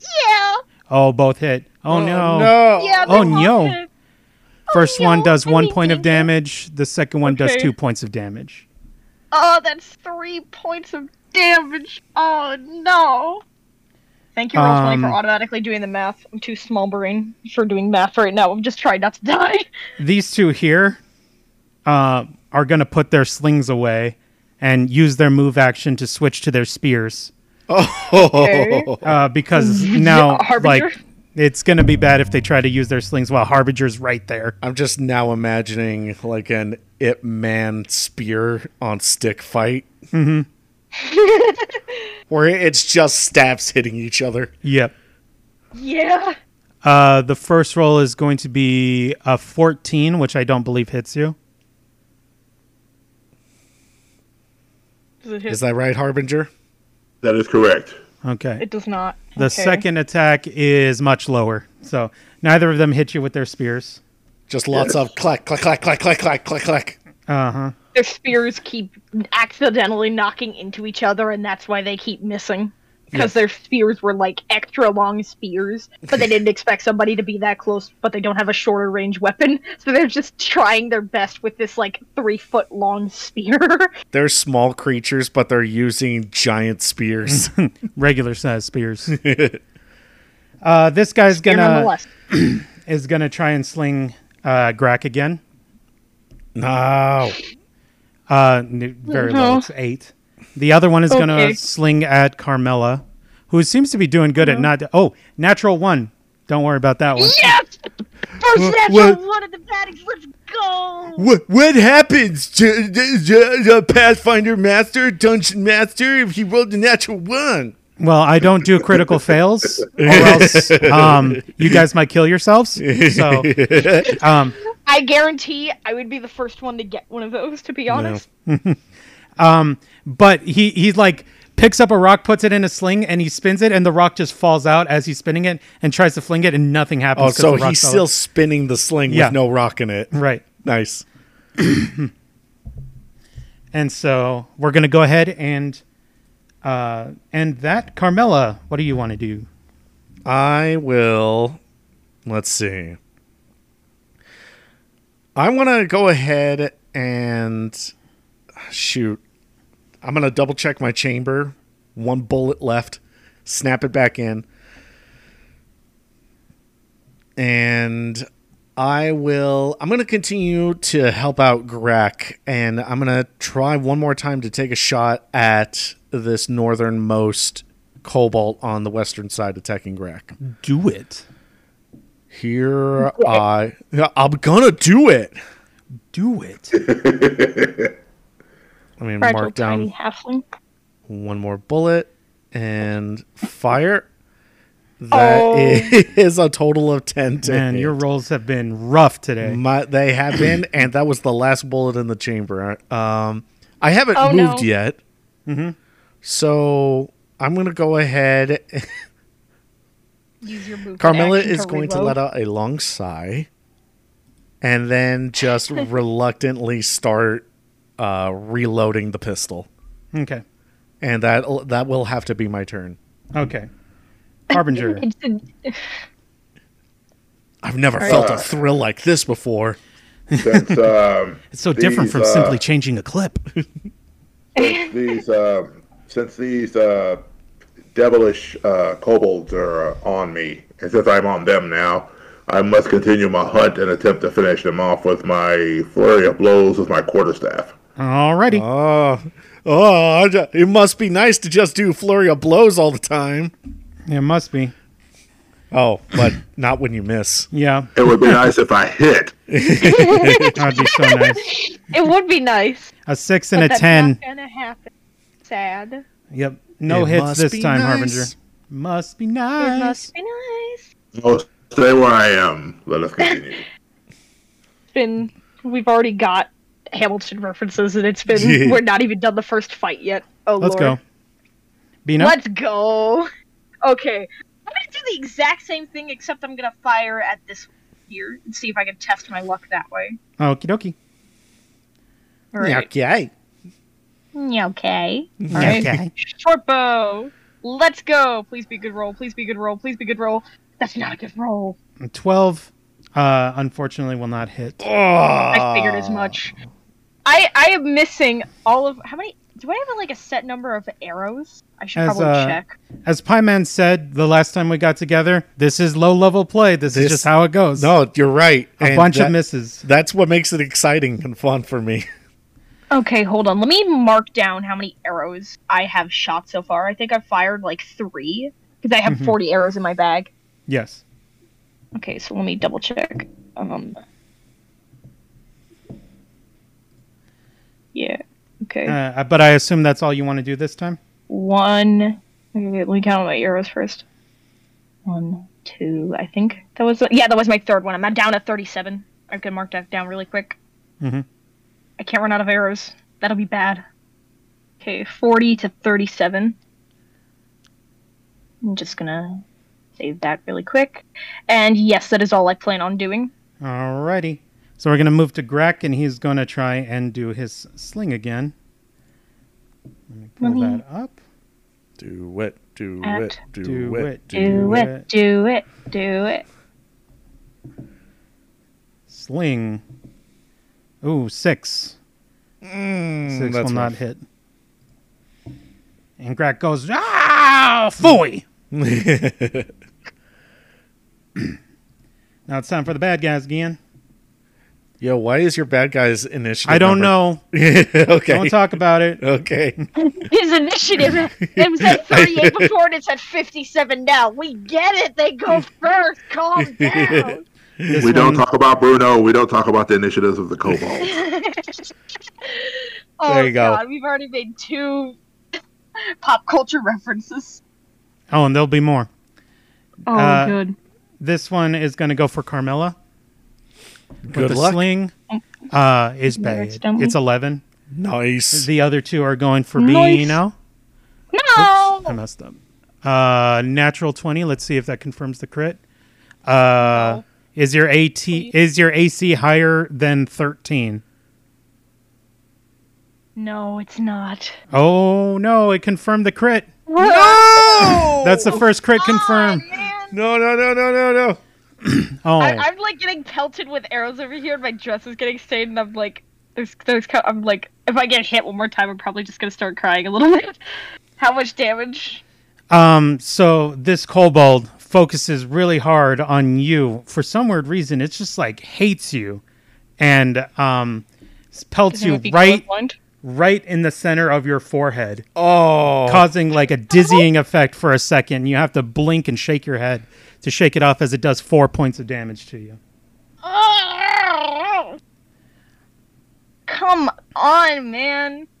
yeah. Oh, both hit. Oh, no. No. Yeah. Oh, they're all no. good. First no, one does I'm one in point of danger. damage, the second one does Okay. two points of damage. Oh, that's three points of damage. Oh no. Thank you, Roll20, Um, for automatically doing the math. I'm too small brain for doing math right now. I'm just trying not to die. These two here uh, are going to put their slings away and use their move action to switch to their spears. Oh. uh, because now like Harbinger? it's gonna be bad if they try to use their slings while Harbinger's right there. I'm just now imagining like an Ip Man spear on stick fight. Mm-hmm. Where it's just staffs hitting each other. Yep. Yeah. Uh, the first roll is going to be a 14, which I don't believe hits you. Does it hit? Is that right, Harbinger? That is correct. Okay. It does not. The Okay. second attack is much lower, so neither of them hit you with their spears. Just lots of clack, clack, clack, clack, clack, clack, clack, clack. Uh huh. Their spears keep accidentally knocking into each other, and that's why they keep missing. Because their spears were like extra long spears, but they didn't expect somebody to be that close, but they don't have a shorter range weapon, so they're just trying their best with this like three foot long spear. They're small creatures, but they're using giant spears. Regular size spears. uh, this guy's gonna Nonetheless, is gonna try and sling uh, Grack again. no. Uh, n- very low. No. It's eight. The other one is going Uh-huh. Okay. to sling at Carmela, who seems to be doing good Uh-huh. at not. Oh, natural one. Don't worry about that one. yes, first Wha- natural what? one of the paddocks. Let's go. What what happens to the, Pathfinder Master, Dungeon Master, if he rolled a natural one? Well, I don't do critical fails, or else um, you guys might kill yourselves. So, um, I guarantee I would be the first one to get one of those. To be honest, but he he like picks up a rock, puts it in a sling, and he spins it, and the rock just falls out as he's spinning it, and tries to fling it, and nothing happens. Oh, 'cause so the rock he's fell still out. spinning the sling Yeah. with no rock in it. right. Nice. And so we're going to go ahead and uh, end that. Carmela, what do you want to do? I will. Let's see. I want to go ahead and shoot. I'm going to double check my chamber. One bullet left. Snap it back in. And I will. I'm going to continue to help out Grek. And I'm going to try one more time to take a shot at this northernmost cobalt on the western side attacking Grek. Do it. Here I I'm gonna do it. Do it. I mean fragile mark down tiny halfling. one more bullet and fire. Oh. That is a total of ten to Man, hit. your rolls have been rough today. My, they have been, and that was the last bullet in the chamber. Um, I haven't Oh, moved no. yet, Mm-hmm. so I'm going to go ahead. Use your movement Carmilla action is going to reload. let out a long sigh, and then just reluctantly start uh, reloading the pistol, Okay. and that that will have to be my turn. Okay. Harbinger. It's a- I've never Alright. felt a thrill like this before. Since um, It's so different these, from uh, simply changing a clip. since these uh, since these uh, devilish uh, kobolds are uh, on me, and since I'm on them now, I must continue my hunt and attempt to finish them off with my flurry of blows with my quarterstaff. Alrighty. Oh, oh! I ju- it must be nice to just do flurry of blows all the time. it must be. Oh, but not when you miss. Yeah, It would be nice if I hit. that'd be so nice. It would be nice. A six and a but that's ten. Not gonna happen. Sad. Yep, no It hits must this be time, nice. Harbinger. Must be nice. It must be nice. Oh, stay where I am. Let us continue. It's been. We've already got Hamilton references, and it's been. Yeah. We're not even done the first fight yet. Oh, Let's Lord. go. Bina, Let's go. Okay. I'm gonna do the exact same thing, except I'm gonna fire at this one here and see if I can test my luck that way. okie dokie. All right. Okay. Yeah, Okay. All right. Short bow. Let's go. Please be good roll. Please be good roll. Please be good roll. That's not a good roll. Twelve, uh, unfortunately, will not hit. Ah. I figured Uh. as much. I I am missing all of how many? Do I have like a set number of arrows? I should As, probably uh, check. As Pie Man said the last time we got together, this is low level play. This, is This- just how it goes. No, you're right. a And bunch that- of misses. That's what makes it exciting and fun for me. Okay, hold on. Let me mark down how many arrows I have shot so far. I think I've fired like three because I have Mhm. forty arrows in my bag. Yes. Okay, so let me double check. Um. Yeah. Okay. Uh, but I assume that's all you want to do this time. one. Let me count my arrows first. One, two. I think that was. Yeah, that was my third one. I'm not down at 37. I can mark that down really quick. Mm-hmm. Mhm. I can't run out of arrows. That'll be bad. Okay, 40 to 37. I'm just gonna save that really quick. And yes, that is all I plan on doing. Alrighty. So we're gonna move to Grek, and he's gonna try and do his sling again. Let me pull Let me- that up. Do it. Do At- it. Do, Do it. it, Do, it. it, do it, do it. Sling. Ooh, six. Mm, Six that's will not rough. hit. And Grek goes, ah, fooey. Now it's time for the bad guys again. Yo, why is your bad guys initiative? I don't know. know. okay. Don't talk about it. Okay. His initiative it was at 38 before and it's at 57 now. We get it. They go first. Calm down. This we don't one- talk about Bruno. We don't talk about the initiatives of the Cobalt. Oh, There you go. God. We've already made two pop culture references. Oh, and there'll be more. Oh, Uh, good. This one is going to go for Carmela. Good the luck. sling uh, is bad. accidentally. It's 11. Nice. The other two are going for Nice. Beano. No. I messed up. Uh, natural 20. Let's see if that confirms the crit. Uh, No. Is your AT is your AC higher than 13? No, it's not. Oh no, it confirmed the crit. no! That's the first crit confirmed. Aw, man. No, no, no, no, no, no. Oh. I, I'm like getting pelted with arrows over here, and my dress is getting stained, and I'm like, there's, there's, co- I'm like, if I get hit one more time, I'm probably just gonna start crying a little bit. How much damage? Um, so this kobold focuses really hard on you for some weird reason. It's just like hates you, and um, s- pelts you right, right in the center of your forehead, Oh. causing like a dizzying effect for a second. You have to blink and shake your head to shake it off, as it does four points of damage to you. Ah! Come on, man. I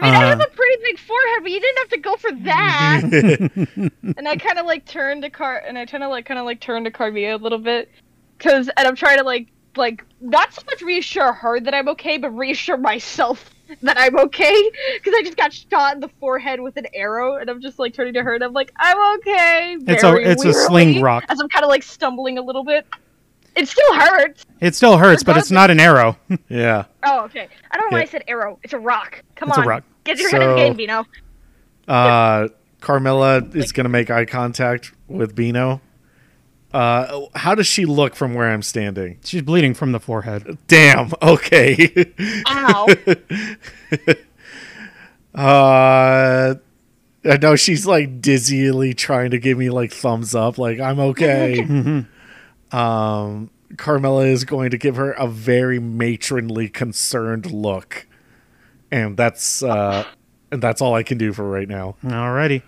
mean, I Uh. have a pretty big forehead, but you didn't have to go for that. and I kind of like turned to car, and I kind of like kind of like turned to Carvia a little bit, cause, and I'm trying to like like not so much reassure her that I'm okay, but reassure myself that I'm okay, cause I just got shot in the forehead with an arrow, and I'm just like turning to her, and I'm like, I'm okay. It's a very it's a sling wearily, rock. As I'm kind of like stumbling a little bit. It still hurts. It still hurts, but it's not an arrow. yeah. Oh, okay. I don't know why Yeah. I said arrow. It's a rock. Come It's a on. rock. Get your head in the So- game, Vino. Uh, Carmela is going to make eye contact with Bino. Uh, how does she look from where I'm standing? She's bleeding from the forehead. Damn. Okay. Ow. uh, I know she's like dizzily trying to give me like thumbs up, like I'm okay. um, Carmela is going to give her a very matronly, concerned look, and that's uh, and that's all I can do for right now. Alrighty.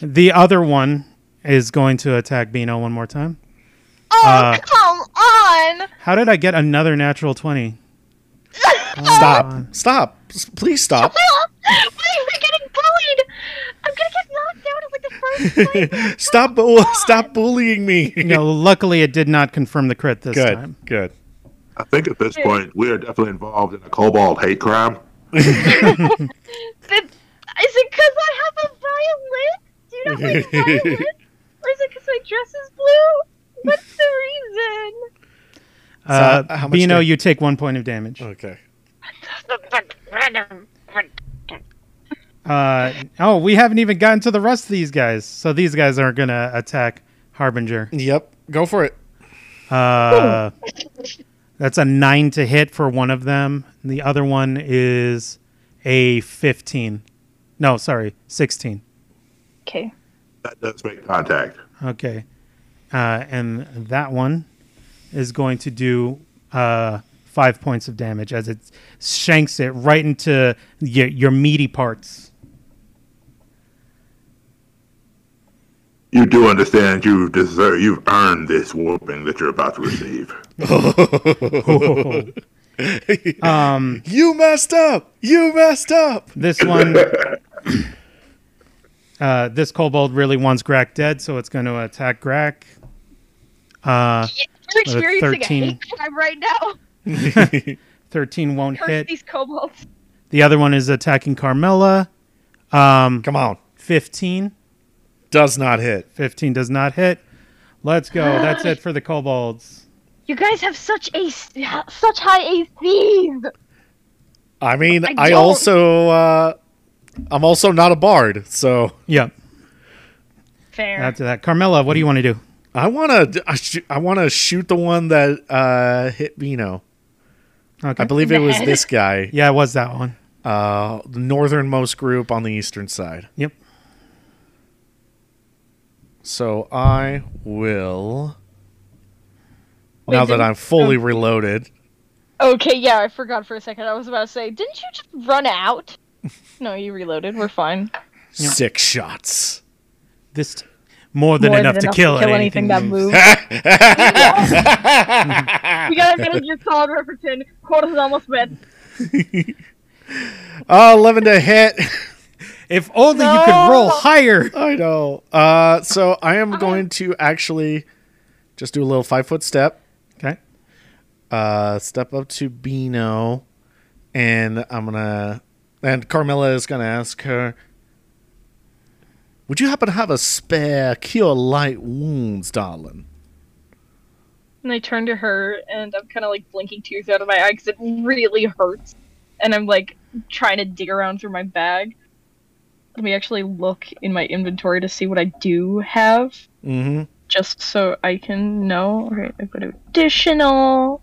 the other one is going to attack Beano one more time. Oh, Uh, come on! How did I get another natural 20? Stop. Stop. S- Please stop. Well, wait, we're getting bullied! I'm gonna get knocked out of like the first place! stop. Bu- stop bullying me. You know, luckily it did not confirm the crit this Good. time. Good. I think at this point we are definitely involved in a cobalt hate crime. But is it because I have a violet? Do you not like violet? Or is it because my dress is blue? What's the reason? Uh, So, how much Oh. Beano, da- you take one point of damage. Okay. Uh, oh, we haven't even gotten to the rest of these guys. So these guys are going to attack Harbinger. Yep. Go for it. Uh, that's a nine to hit for one of them. The other one is a 15. No, sorry, 16. Okay. That does make contact. Okay. Uh, and that one is going to do uh, five points of damage as it shanks it right into your, your meaty parts. You do understand you deserve, you've earned this whooping that you're about to receive. um, You messed up. You messed up. this one, uh, this kobold really wants Grak dead, so it's going to attack Grak. Uh, We're experiencing 13. a hate crime right now. 13 won't Curse hit. these kobolds. The other one is attacking Carmella. Um, Come on. 15. Does not hit. 15 does not hit. Let's go. That's it for the kobolds. You guys have such a such high ACs. I mean, I I, don't- also. Uh, I'm also not a bard, so Yeah. Fair. After that, Carmela, what do you want to do? I want to. I, sh- I want to shoot the one that uh, hit Vino. Okay. I believe it was Ned. this guy, yeah, it was that one. uh, the northernmost group on the eastern side. Yep. So I will. Wait, now that didn't- I'm fully reloaded, Okay, yeah, I forgot for a second. I was about to say, didn't you just run out? no, you reloaded. We're fine. six shots. This t- more than More enough to than kill, anything that moves. we gotta make your solid Ripperton. Court is almost met. Uh, Eleven to hit. If only you could roll No. higher. I know. Uh, so I am going to actually just do a little five foot step. Okay. uh, step up to Beano, and I'm gonna and Carmilla is gonna ask her. Would you happen to have a spare cure light wounds, darling? And I turn to her, and I'm kind of like blinking tears out of my eye because it really hurts. And I'm like trying to dig around through my bag. Let me actually look in my inventory to see what I do have, Mm-hmm. just so I can know. Alright, I've got additional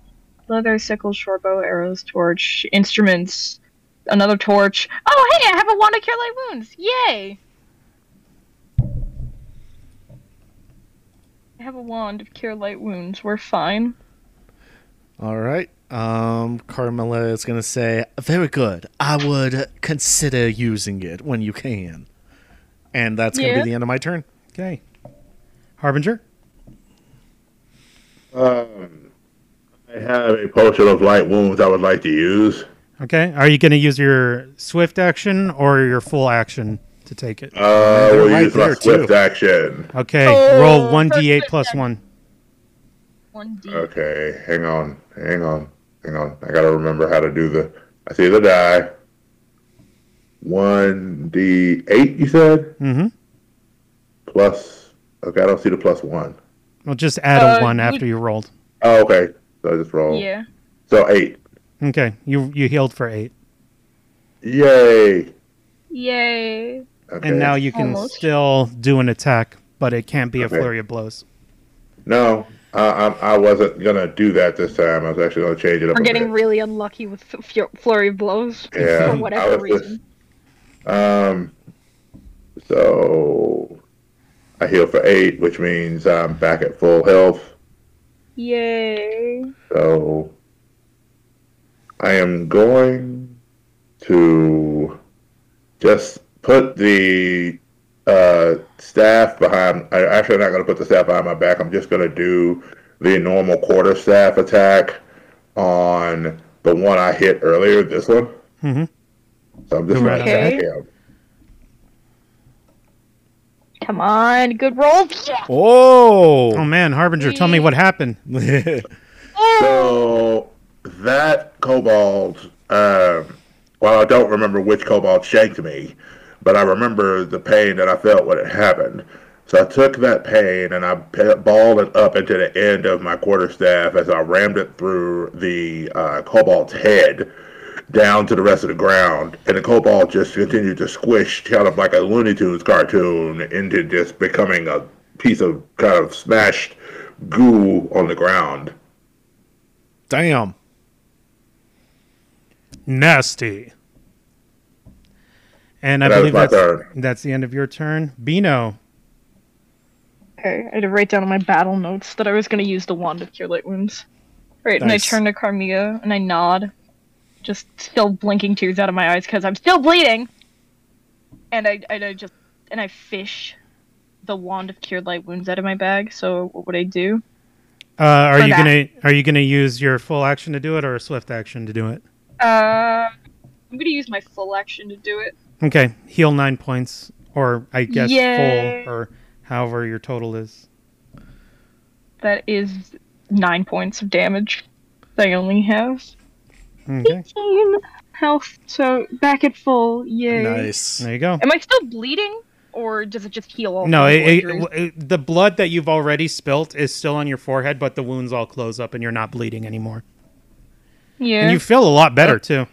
leather, sickle, short bow, arrows, torch, instruments, another torch. Oh, hey, I have a wand to cure light wounds. Yay! I have a wand of cure light wounds. We're fine. All right. Um, Carmilla is gonna say, "Very good. I would consider using it when you can." And that's gonna Yeah. be the end of my turn. Okay. Harbinger. Um, I have a potion of light wounds I would like to use. Okay. Are you going to use your swift action or your full action to take it? Uh, we'll right use my there, too. swift action. Okay. Oh, roll first 1d8 swift plus action. 1. One D. Uh, Okay, hang on, hang on, hang on. I gotta remember how to do the. I see the die. One D eight, you said Mm-hmm. plus. Okay, I don't see the plus one. Well, just add a Uh, 1 you- after you rolled. Oh, okay. So I just roll. Yeah. So eight. Okay. You you healed for 8. Yay. Okay. Yay. And now you can Almost. still do an attack, but it can't be a Okay. flurry of blows. No, I, I, I wasn't gonna do that this time. I was actually gonna change it up. We're a getting bit. really unlucky with f- fu- flurry of blows Yeah, I for whatever was just- reason. Um, so I heal for eight, which means I'm back at full health. Yay. So I am going to just put the uh, staff behind. I actually I'm not going to put the staff behind my back. I'm just going to do the normal quarter staff attack on the one I hit earlier. This one. Mhm. So I'm just Go going right to ahead. attack him. Come on, good rolls. Yeah. Oh Oh. man, Harbinger, tell me what happened. So that kobold, um, well, I don't remember which kobold shanked me, but I remember the pain that I felt when it happened. So I took that pain and I pe- balled it up into the end of my quarterstaff as I rammed it through the uh, kobold's head down to the rest of the ground. And the kobold just continued to squish kind of like a Looney Tunes cartoon into just becoming a piece of kind of smashed goo on the ground. Damn. Nasty. And I That was believe my that's turn. that's the end of your turn, Bino. Okay, I had to write down on my battle notes that I was gonna use the wand of cure light wounds. Right, and I Nice. turn to Carmia and I nod, just still blinking tears out of my eyes because I'm still bleeding. And I, and I just and I fish the wand of cure light wounds out of my bag. So what would I do? Uh, are For you that. gonna are you gonna use your full action to do it or a swift action to do it? Uh, I'm gonna use my full action to do it. Okay, heal nine points, or I guess Yay. full, or however your total is. That is nine points of damage. that I only have Okay, 18 health, so back at full. Yay. Nice. there you go. Am I still bleeding, or does it just heal all? No, the it, it, injuries? it- the blood that you've already spilt is still on your forehead, but the wounds all close up and you're not bleeding anymore. yeah, And you feel a lot better too.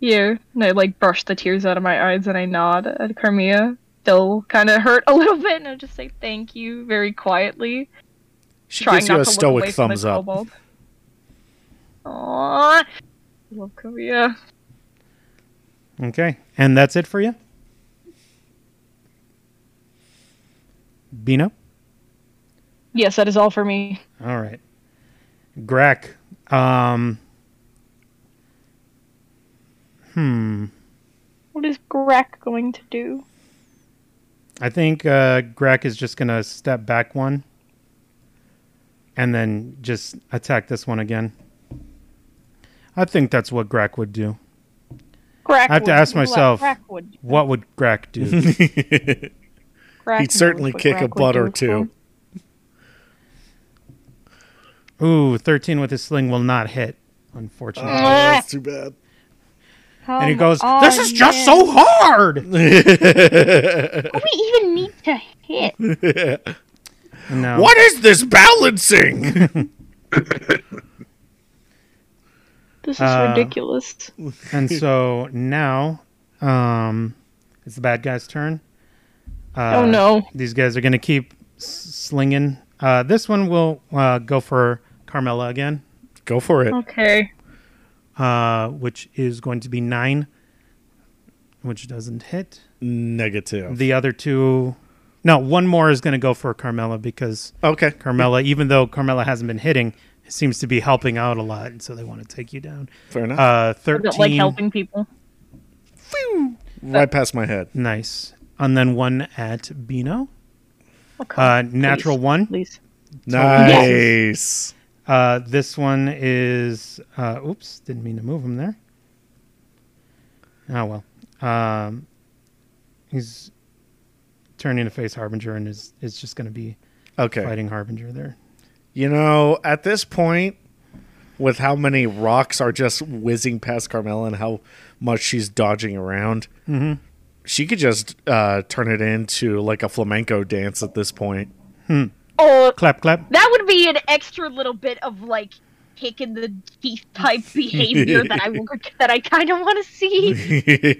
yeah. And I like brush the tears out of my eyes, and I nod at Carmia, still kind of hurt a little bit, and I just say thank you very quietly, She trying gives you not a to look stoic away from thumbs the up. kobold. Aww, love Carmia. Okay, and that's it for you, Bino. Yes, that is all for me. All right, Grek. Um, hmm. What is Grack going to do? I think uh, Grek is just gonna step back one, and then just attack this one again. I think that's what Grek would do. Grack I have to would- ask what myself- Grack would- What would Grek do? Grack He'd certainly knows what kick a Grack would butt do or with two. them. Ooh, thirteen with his sling will not hit, unfortunately. Oh, that's too bad. and he Come goes, Ah, on, "This is just yeah. so hard." Do we even need to hit? No. What is this balancing? This is Uh, ridiculous. And so now, um, it's the bad guy's turn. Uh, oh no. These guys are going to keep s- slinging. Uh, this one will uh, go for Carmela again, Go for it. Okay. uh, which is going to be nine, which doesn't hit. Negative. The other two, no, one more is going to go for Carmela because Okay. Carmela, even though Carmela hasn't been hitting, seems to be helping out a lot, and so they want to take you down. Fair enough. Uh, I Thirteen, don't like helping people. right past my head. nice, and then one at Bino, uh, natural one. Oh, Please. Nice. Uh, this one is. Uh, oops, didn't mean to move him there. Oh well. Um, he's turning to face Harbinger and is is just going to be Okay. fighting Harbinger there. You know, at this point, with how many rocks are just whizzing past Carmela and how much she's dodging around, she could just uh, turn it into like a flamenco dance at this point. Oh, Clap, clap. that would be an extra little bit of like kick in the teeth type behavior that I that I kind of want to see.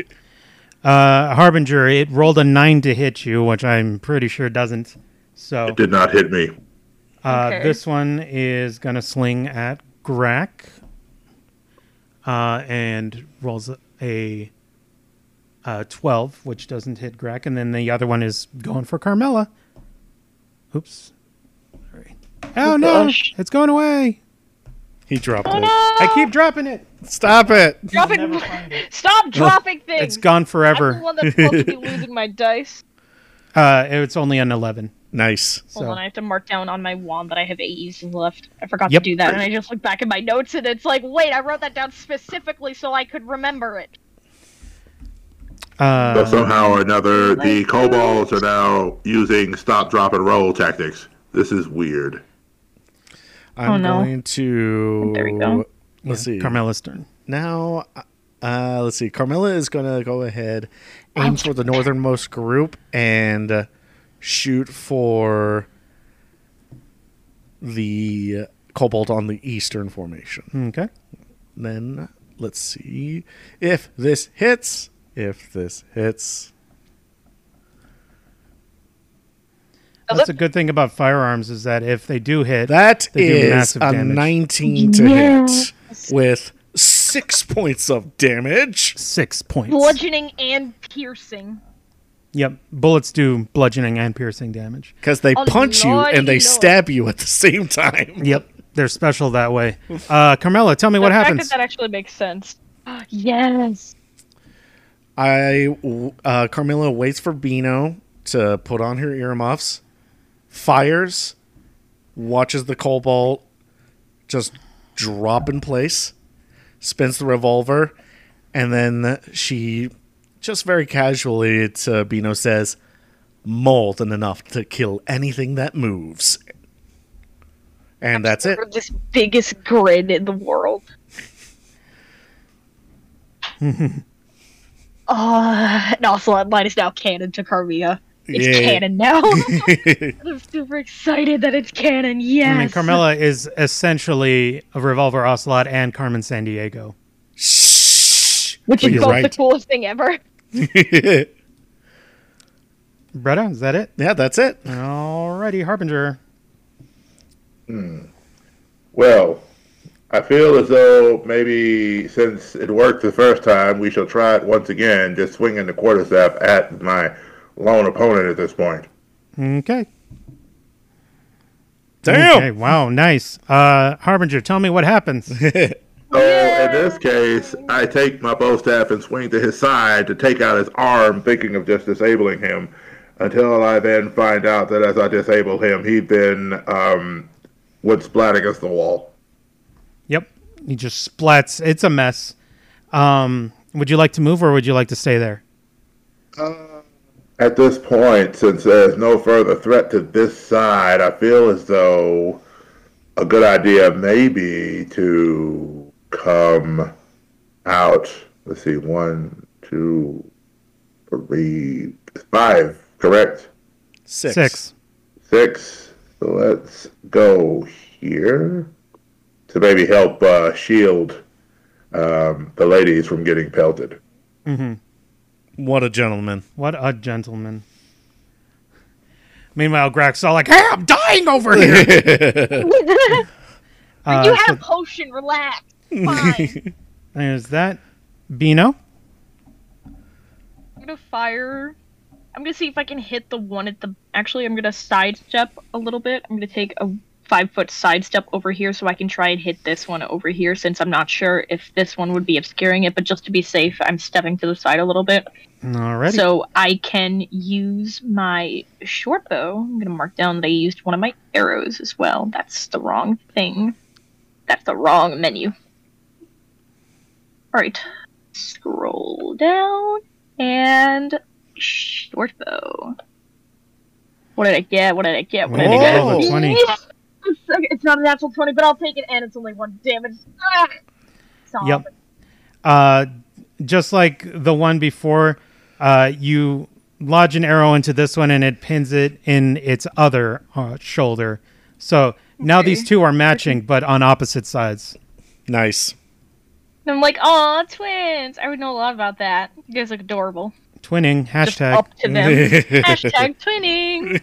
Uh, Harbinger, it rolled a nine to hit you, which I'm pretty sure doesn't. So Did not hit me. uh, Okay. this one is going to sling at Grack uh, and rolls a uh, 12, which doesn't hit Grack. And then the other one is going for Carmella. Oops. Sorry. Oh, no. gosh. Oh. It's going away. he dropped Oh, it. I keep dropping it. Stop it. Dropping. Stop dropping things. It's gone I'm the forever. one that's supposed to be losing my dice. Uh, it's only an eleven. Nice. So. Hold on, I have to mark down on my wand that I have AEs left. I forgot Yep. to do that, and I just look back at my notes, and it's like, wait, I wrote that down specifically so I could remember it. Uh, But somehow or another, the kobolds are now using stop, drop, and roll tactics. This is weird. I'm Oh, no. going to. There we go. Let's see. Carmela's turn. now, uh, let's see. Carmela is going to go ahead, aim for the northernmost group, and uh, shoot for the cobalt on the eastern formation. Okay. Then let's see if this hits. If this hits. That's a good thing about firearms is that if they do hit, That They do is massive a damage. 19 to Yes. hit with six points of damage. six points. Bludgeoning and piercing. Yep. Bullets do bludgeoning and piercing damage. Because they Oh, punch you lordy and they lord. stab you at the same time. Yep. They're special that way. Uh, Carmela, tell me what the fact happens. that that actually makes sense. Yes. I uh, Carmilla waits for Beano to put on her earmuffs, fires, watches the cobalt just drop in place, spins the revolver, and then she just very casually to Beano says, "More than enough to kill anything that moves." And that's it. We're this biggest grin in the world. uh, and also, mine is now canon to Carmia. It's Yeah. canon now. I'm super excited that it's canon. Yes. I mean, Carmela is essentially a Revolver Ocelot and Carmen San Diego. Shh. Which is You're both the right. coolest thing ever. Bretta, is that it? yeah, that's it. Alrighty, Harbinger. Well, I feel as though maybe since it worked the first time, we shall try it once again, just swinging the quarterstaff at my lone opponent at this point. Okay. Damn. Okay. Wow. Nice. Uh, Harbinger, tell me what happens. So in this case, I take my bow staff and swing to his side to take out his arm, thinking of just disabling him, until I then find out that as I disable him, he then um, would splat against the wall. yep. He just splats. It's a mess. Um, would you like to move or would you like to stay there? At this point, since there's no further threat to this side, I feel as though a good idea may be to come out. Let's see, one, two, three, five, correct? Six. Six. So let's go here to maybe help uh, shield um, the ladies from getting pelted. What a gentleman. Mm-hmm. What a gentleman. Meanwhile, Grax all like, "Hey, I'm dying over here." Uh, you have potion, relax. Fine. There's that. Bino. I'm gonna fire. I'm gonna see if I can hit the one at the. Actually, I'm gonna sidestep a little bit. I'm gonna take a five foot sidestep over here so I can try and hit this one over here since I'm not sure if this one would be obscuring it, but just to be safe, I'm stepping to the side a little bit. Alrighty. So I can use my short bow. I'm gonna mark down that I used one of my arrows as well. That's the wrong thing. That's the wrong menu. Alright. Scroll down and short bow. What did I get? What did I get? What did I get? Whoa. Roll a 20. Yes! It's, it's not a natural 20, but I'll take it and it's only one damage. Ah! Solid. Yep. Uh, just like the one before, uh, you lodge an arrow into this one and it pins it in its other uh, shoulder. So now these two are matching, but on opposite sides. Nice. And I'm like, oh, twins. I would know a lot about that. You guys look adorable. Twinning. Just Hashtag. up to them. Hashtag twinning.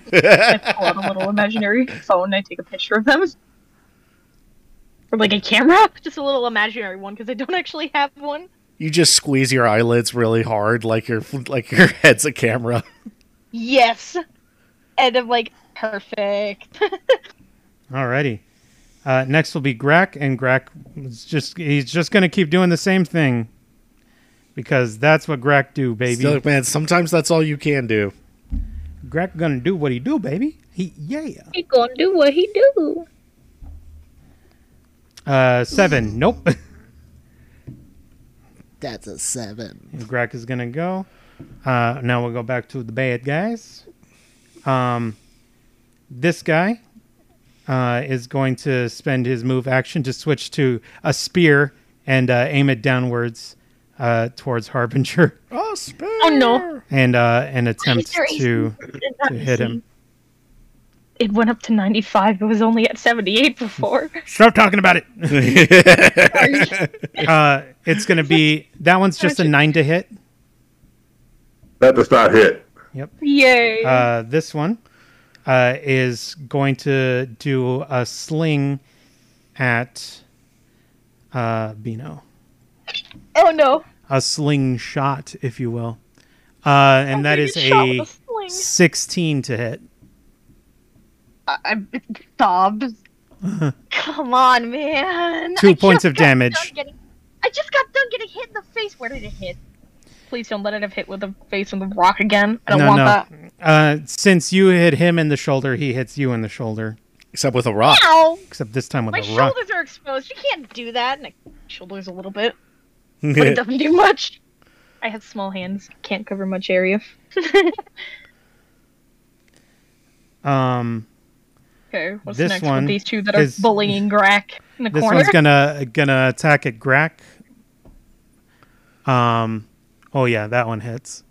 I pull out a little imaginary phone. I take a picture of them. Or like a camera, just a little imaginary one because I don't actually have one. you just squeeze your eyelids really hard, like your like your head's a camera. Yes. And I'm like, perfect. Alrighty. Uh, next will be Grack, and Grack is just he's just gonna keep doing the same thing. Because that's what Grack do, baby. Still, man, sometimes that's all you can do. Greg gonna do what he do, baby. He yeah. He gonna do what he do. Uh, seven. Nope. Hmm. That's a seven. Greg is gonna go. Uh, now we'll go back to the bad guys. Um, this guy uh, is going to spend his move action to switch to a spear and uh, aim it downwards uh, towards Harbinger Oh, spear. Oh, no. and uh, and attempt There is- to I did not to hit him. It went up to 95. It was only at 78 before. Stop talking about it. uh, it's gonna be that one's just a nine to hit. That does not hit. Yay. Uh, this one uh, is going to do a sling at uh, Bino. oh no. A slingshot, if you will. Uh, and that You is shot with a sling. 16 to hit. I, I'm sobs. Come on, man. Two I points just of got done damage. getting- I just got done getting hit in the face. Where did it hit? Please don't let it have hit with a Face on the rock again. I don't No, want no. that. Uh, since you hit him in the shoulder, he hits you in the shoulder. Except with a rock. Ow! Except this time with My a rock. shoulders are exposed. You can't do that. And I, shoulders a little bit, but it That's doesn't do much. I have small hands. Can't cover much area. Um, Okay, what's This next one with these two that are is- bullying Grack in the this corner? one's gonna gonna attack at Grack. Um, oh yeah, that one hits.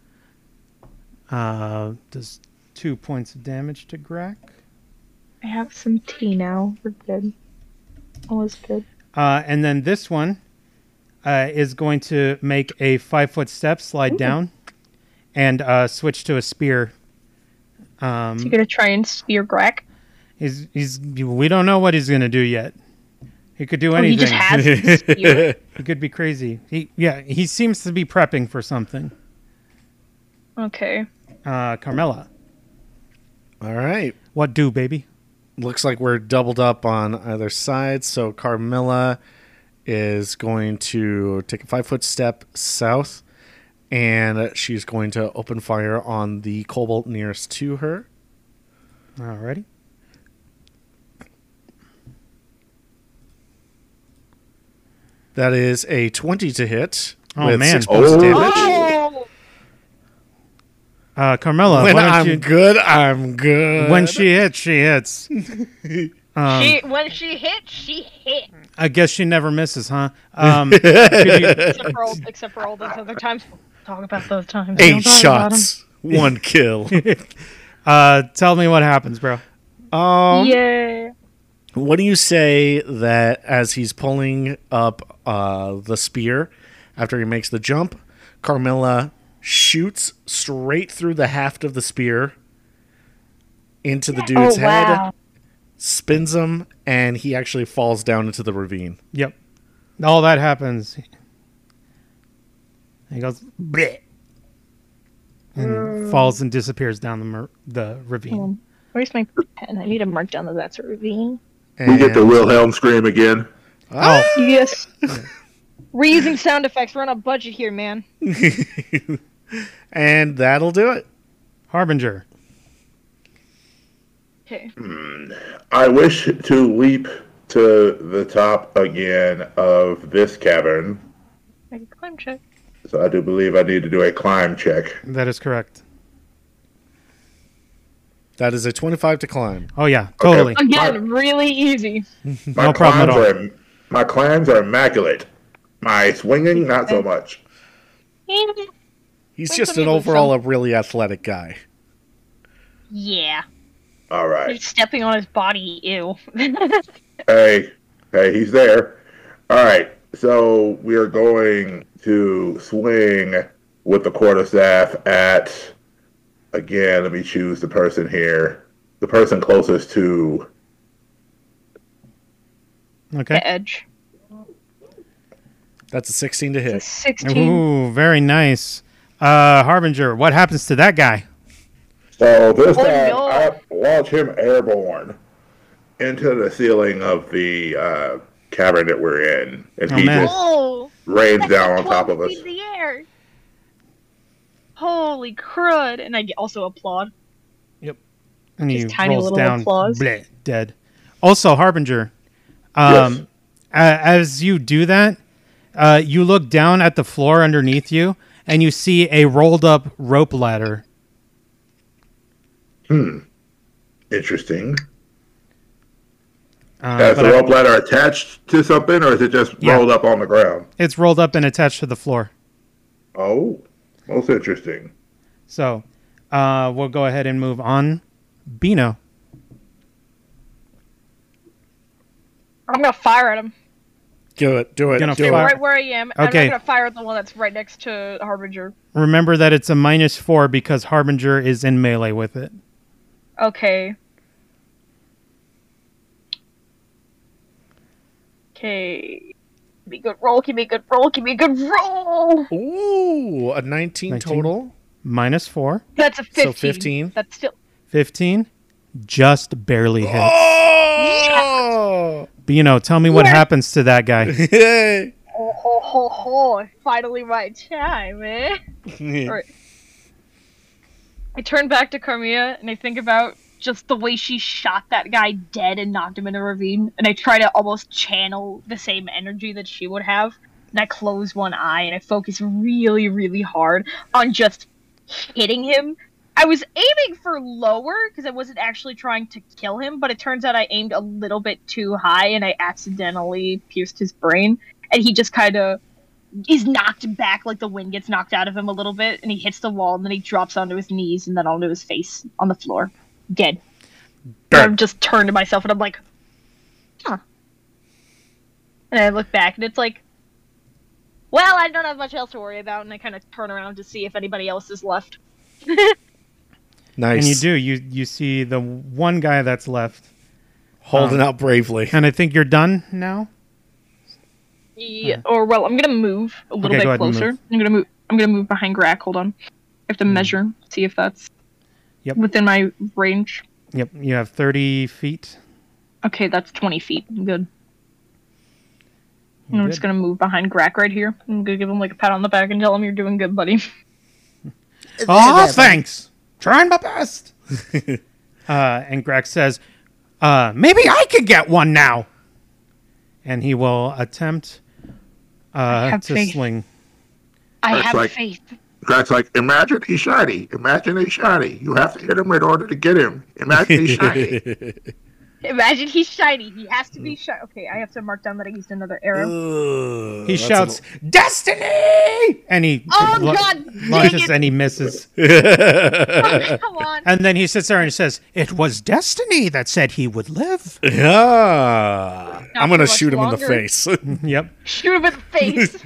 Uh, does two points of damage to Grack. I have some tea now. We're good. All is good. Uh, and then this one uh, is going to make a five foot step, slide down, and uh, switch to a spear. So Um, you're gonna try and spear Grack? he's, he's we don't know what he's gonna do yet. He could do Oh, he anything. just has the spear. He could be crazy. He yeah, he seems to be prepping for something. Okay. Uh, Carmela, All right. what do baby? Looks like we're doubled up on either side. So Carmilla is going to take a five foot step south and she's going to open fire on the cobalt nearest to her. Alrighty. That is a 20 to hit. Oh, with man. Six points of Oh. damage. Oh! Uh, Carmela, When why don't I'm you- good, I'm good. when she hits, she hits. Um, she when she hit, she hit. I guess she never misses, huh? Um, could you- Except for all, except for all those other times. Talk about those times. eight Don't talk about them. shots, one kill. uh, tell me what happens, bro. Um, Yay. What do you say that as he's pulling up uh, the spear after he makes the jump, Carmilla shoots straight through the haft of the spear into the Oh, dude's head, spins him, and he actually falls down into the ravine. Yep. All that happens. He goes bleh, and falls and disappears down the mer- the ravine. Where's my pen? I need to mark down that that's a ravine. We get the And- Wilhelm scream again. Oh, Yes. We're using sound effects. We're on a budget here, man. and that'll do it. Harbinger. I wish to leap to the top again of this cavern. Make a climb check. So I do believe I need to do a climb check. That is correct. That is a 25 to climb. Oh yeah, totally. Again, really easy. My No problem at climbs all. Are, my climbs are immaculate. My swinging, not so much. He's Wait just till an we lose overall a really athletic guy. Yeah. All right. He's stepping on his body. Ew. Hey, hey, he's there. All right. So we are going to swing with the quarterstaff at. Again, let me choose the person here. The person closest to. Okay. The edge. That's a 16 to hit. 16. Ooh, very nice. Uh, Harbinger, what happens to that guy? So this Oh, time, no. I launch him airborne into the ceiling of the uh, cavern that we're in, and Oh, he man. just oh, rains that's down a on top 12 of us. feet in the air. Holy crud! And I also applaud. and he His tiny rolls little down, claws. bleh, dead. Also, Harbinger, um, a- as you do that, uh, you look down at the floor underneath you, and you see a rolled up rope ladder. Interesting. Uh, Is but the I- rope ladder attached to something, or is it just Yeah. rolled up on the ground? it's rolled up and attached to the floor. Oh, most interesting. So uh, we'll go ahead and move on. Bino. I'm gonna fire at him. Do it. Do it. Gonna fire- do it. Fire- Right where I am. and Okay. I'm not gonna fire at the one that's right next to Harbinger. Remember that it's a minus four because Harbinger is in melee with it. Okay. Okay. Give me a good roll, give me a good roll, give me a good roll! Ooh, a 19, 19. total. Minus four. That's a 15. 15. That's still. 15. Just barely hit. Oh! Bino, tell me what happens to that guy. Yay! Oh, ho, ho, ho. Finally my time, eh? Alright. I turn back to Carmilla and I think about just the way she shot that guy dead and knocked him in a ravine, and I try to almost channel the same energy that she would have. And I close one eye and I focus really, really hard on just hitting him. I was aiming for lower because I wasn't actually trying to kill him, but it turns out I aimed a little bit too high and I accidentally pierced his brain, and he just kind of is knocked back, like the wind gets knocked out of him a little bit, and he hits the wall, and then he drops onto his knees and then onto his face on the floor, dead. And I'm just turned to myself, and I'm like, huh. And I look back, and it's like, well, I don't have much else to worry about, and I kind of turn around to see if anybody else is left. Nice. And you do. You you see the one guy that's left. Holding Uh. out bravely. And I think you're done now. Yeah, or well, I'm gonna move a little Okay, go ahead bit and closer. move. Hmm. I'm gonna move. I'm gonna move behind Grack. Hold on, I have to measure, see if that's Yep. within my range. Yep. You have 30 feet. Okay, that's 20 feet. I'm good. You're I'm just good. gonna move behind Grack right here. I'm gonna give him like a pat on the back and tell him you're doing good, buddy. Oh, thanks. Trying my best. uh, and Greg says, uh, maybe I could get one now. And he will attempt uh, have to faith. sling. Oh, I That's have like- faith. Crack's like, imagine he's shiny. Imagine he's shiny. You have to hit him in order to get him. Imagine he's shiny. Imagine he's shiny. He has to be shiny. Okay, I have to mark down that I used another arrow. Ugh, He that's shouts, Destiny! And he Oh, lo- God dang launches it. and he misses. a- Come on. And then he sits there and says, It was destiny that said he would live. yeah. I'm going to much shoot him in the longer. face. yep. Shoot him in the face.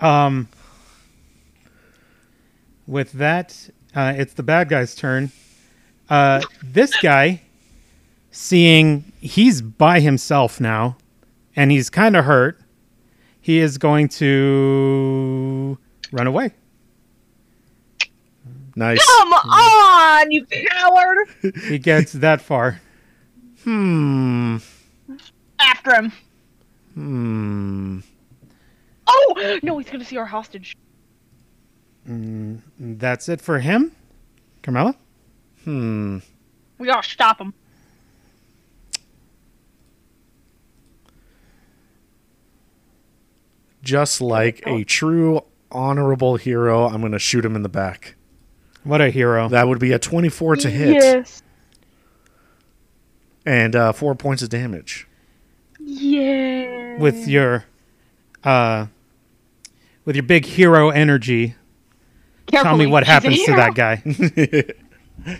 Um, with that, uh, it's the bad guy's turn. Uh, this guy, seeing he's by himself now, and he's kind of hurt, he is going to run away. nice. Come on, you coward. He gets that far. Hmm. After him. Hmm. Oh, no, he's gonna see our hostage. That's it for him. Carmela? Hmm. We gotta stop him. Just like a true honorable hero, I'm going to shoot him in the back. What a hero. That would be a 24 to hit Yes. and uh, four points of damage. Yeah. with your uh with your big hero energy. Tell me Carefully, what he's a happens to hero. that guy.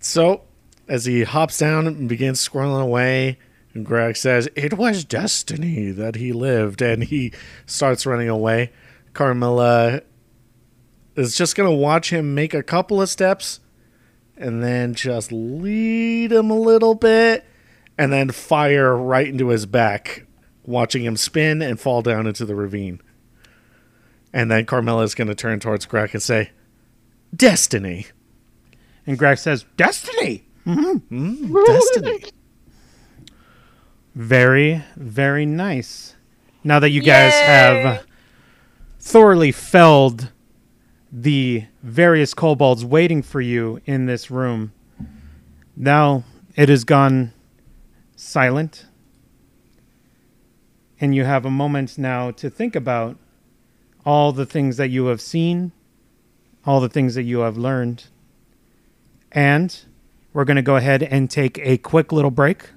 So, as he hops down and begins squirreling away, and Greg says, It was destiny that he lived, and he starts running away. Carmilla is just going to watch him make a couple of steps and then just lead him a little bit and then fire right into his back, watching him spin and fall down into the ravine. And then Carmilla is going to turn towards Greg and say, Destiny. And Greg says, Destiny. Mm-hmm. Destiny. Very, very nice. Now that you guys have thoroughly felled the various kobolds waiting for you in this room, Now it has gone silent. And you have a moment now to think about all the things that you have seen, all the things that you have learned. And we're going to go ahead and take a quick little break.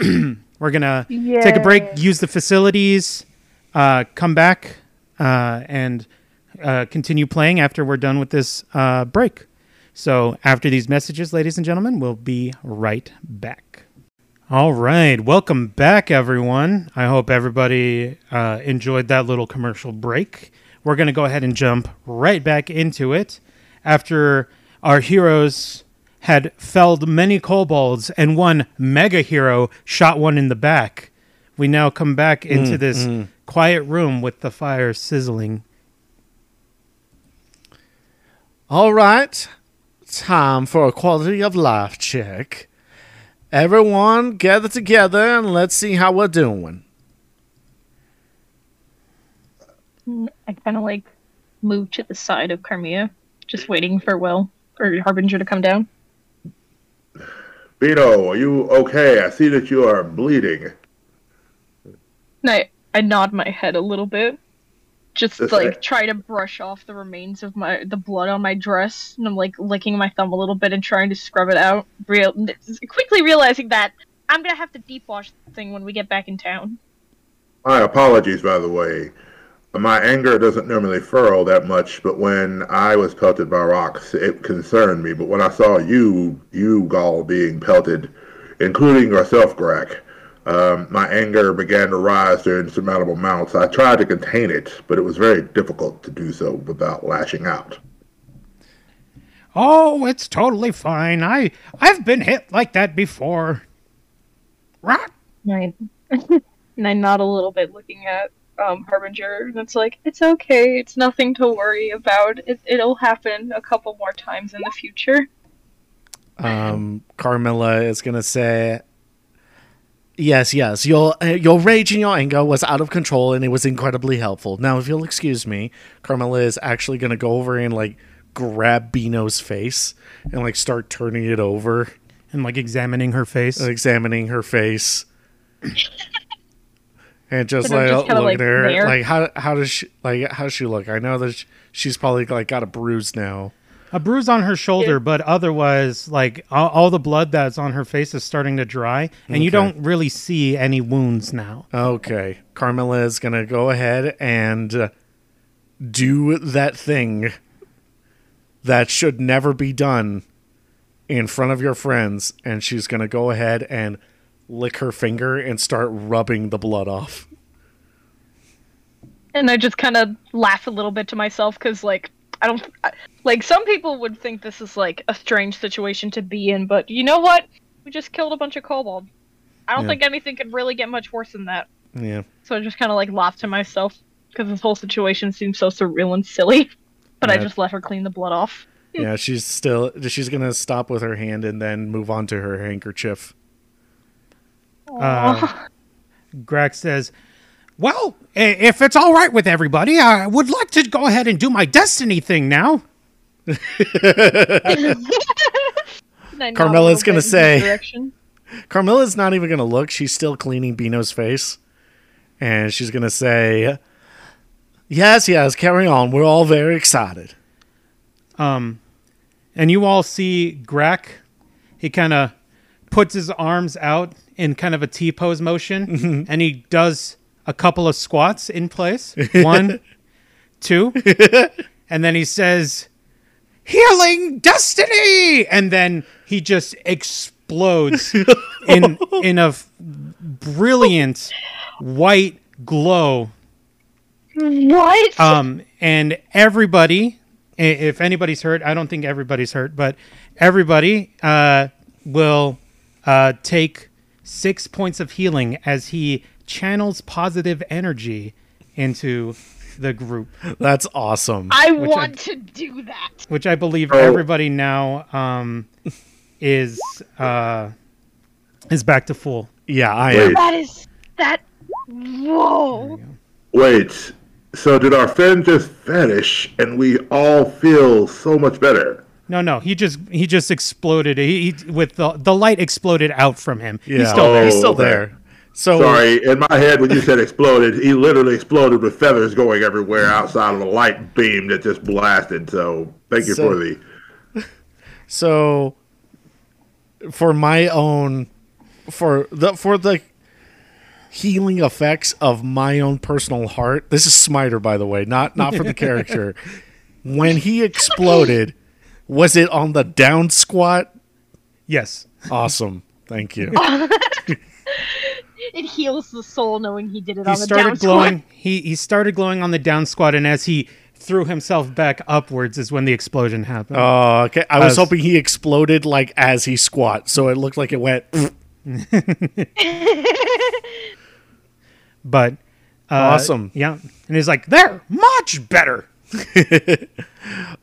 we're going to take a break, use the facilities, uh, come back, uh, and uh, continue playing after we're done with this uh, break. So, after these messages, ladies and gentlemen, we'll be right back. All right. Welcome back, everyone. I hope everybody uh, enjoyed that little commercial break. We're going to go ahead and jump right back into it after our heroes had felled many kobolds and one mega hero shot one in the back. We now come back into this quiet room with the fire sizzling. All right, time for a quality of life check. Everyone gather together and let's see how we're doing. I kind of like move to the side of Carmia, just waiting for Will or Harbinger to come down. Beto, are you okay? I see that you are bleeding. And I, I nod my head a little bit, just That's like right. try to brush off the remains of my the blood on my dress, and I'm like licking my thumb a little bit and trying to scrub it out. Real quickly realizing that I'm gonna have to deep wash the thing when we get back in town. My apologies, by the way. My anger doesn't normally furl that much, but when I was pelted by rocks, it concerned me. But when I saw you, you all being pelted, including yourself, Grack, um, my anger began to rise to insurmountable amounts. I tried to contain it, but it was very difficult to do so without lashing out. Oh, it's totally fine. I I've been hit like that before. Right? Right. and I nod a little bit looking at um, Harbinger, and it's like, it's okay, it's nothing to worry about. It, it'll happen a couple more times in the future. Um, Carmilla is gonna say, "Yes, yes, your uh, your rage and your anger was out of control, and it was incredibly helpful. Now, if you'll excuse me, Carmilla is actually gonna go over and like grab Bino's face and like start turning it over, And like examining her face. and examining her face." And just And I'm like just kinda, looking like, at her, there. like how how does she like how does she look? I know that sh she's probably like got a bruise now. a bruise on her shoulder, but otherwise, like all, all the blood that's on her face is starting to dry, and you Okay. don't really see any wounds now. Okay. Carmela is going to go ahead and uh, do that thing that should never be done in front of your friends. And she's going to go ahead and lick her finger and start rubbing the blood off. And I just kind of laugh a little bit to myself because, like, I don't. I, like, some people would think this is, like, a strange situation to be in, but you know what? We just killed a bunch of kobold. I don't Yeah. think anything could really get much worse than that. Yeah. So I just kind of, like, laugh to myself because this whole situation seems so surreal and silly. But I Yeah. just let her clean the blood off. Yeah. She's still, she's going to stop with her hand and then move on to her handkerchief. Uh, Grax says, "Well, i- if it's all right with everybody, I would like to go ahead and do my destiny thing now." And I nod a Carmella's little gonna bit in his say- direction. Carmilla's not even going to look. She's still cleaning Bino's face. And she's going to say, Yes, yes, carry on. We're all very excited. and you all see Grack. He kind of puts his arms out in kind of a T pose motion, and he does a couple of squats in place. One, two, and then he says, "Healing destiny!" And then he just explodes in in a f- brilliant white glow What? Uh, um, and everybody, i- if anybody's hurt, I don't think everybody's hurt, but everybody uh, will uh, take six points of healing as he channels positive energy into the group, That's awesome. I which want to do that. which I believe Oh. everybody now um, is uh, is back to full. yeah, I am. Wait, That is that. Whoa! wait. So did our friend just vanish, and we all feel so much better? No, no, he just he just exploded. He, he with the the light exploded out from him. Yeah. Oh. He's still there. He's still okay. there. So Sorry, in my head when you said exploded, he literally exploded with feathers going everywhere outside of the light beam that just blasted. So thank you So- for the so for my own for the for the healing effects of my own personal heart this is smiter by the way not not for the character when he exploded was it on the down squat Yes. awesome thank you It heals the soul knowing he did it He on the down started squat. glowing. He he started glowing on the down squat, and as he threw himself back upwards, is when the explosion happened. oh okay i was As- hoping he exploded like as he squat so it looked like it went but uh, Awesome. Yeah, and he's like, "There, much better."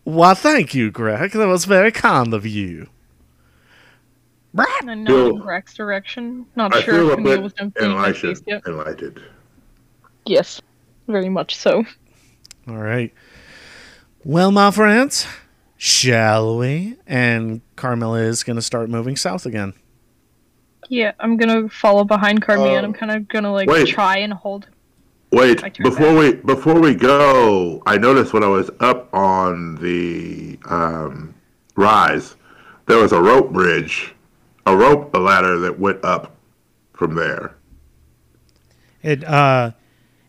well thank you greg that was very kind of you And then not in Yo. Greg's direction. Not I sure feel if a Camille was bit done playing that enlightened. face yet. Enlightened. Yes, very much so. All right. Well, my friends, shall we? And Carmela is going to start moving south again. Yeah, I'm gonna follow behind Carmi and I'm kind of gonna like wait. try and hold. Wait, I turned before we before we go, I noticed when I was up on the um, rise, there was a rope bridge, a rope ladder that went up from there. It uh,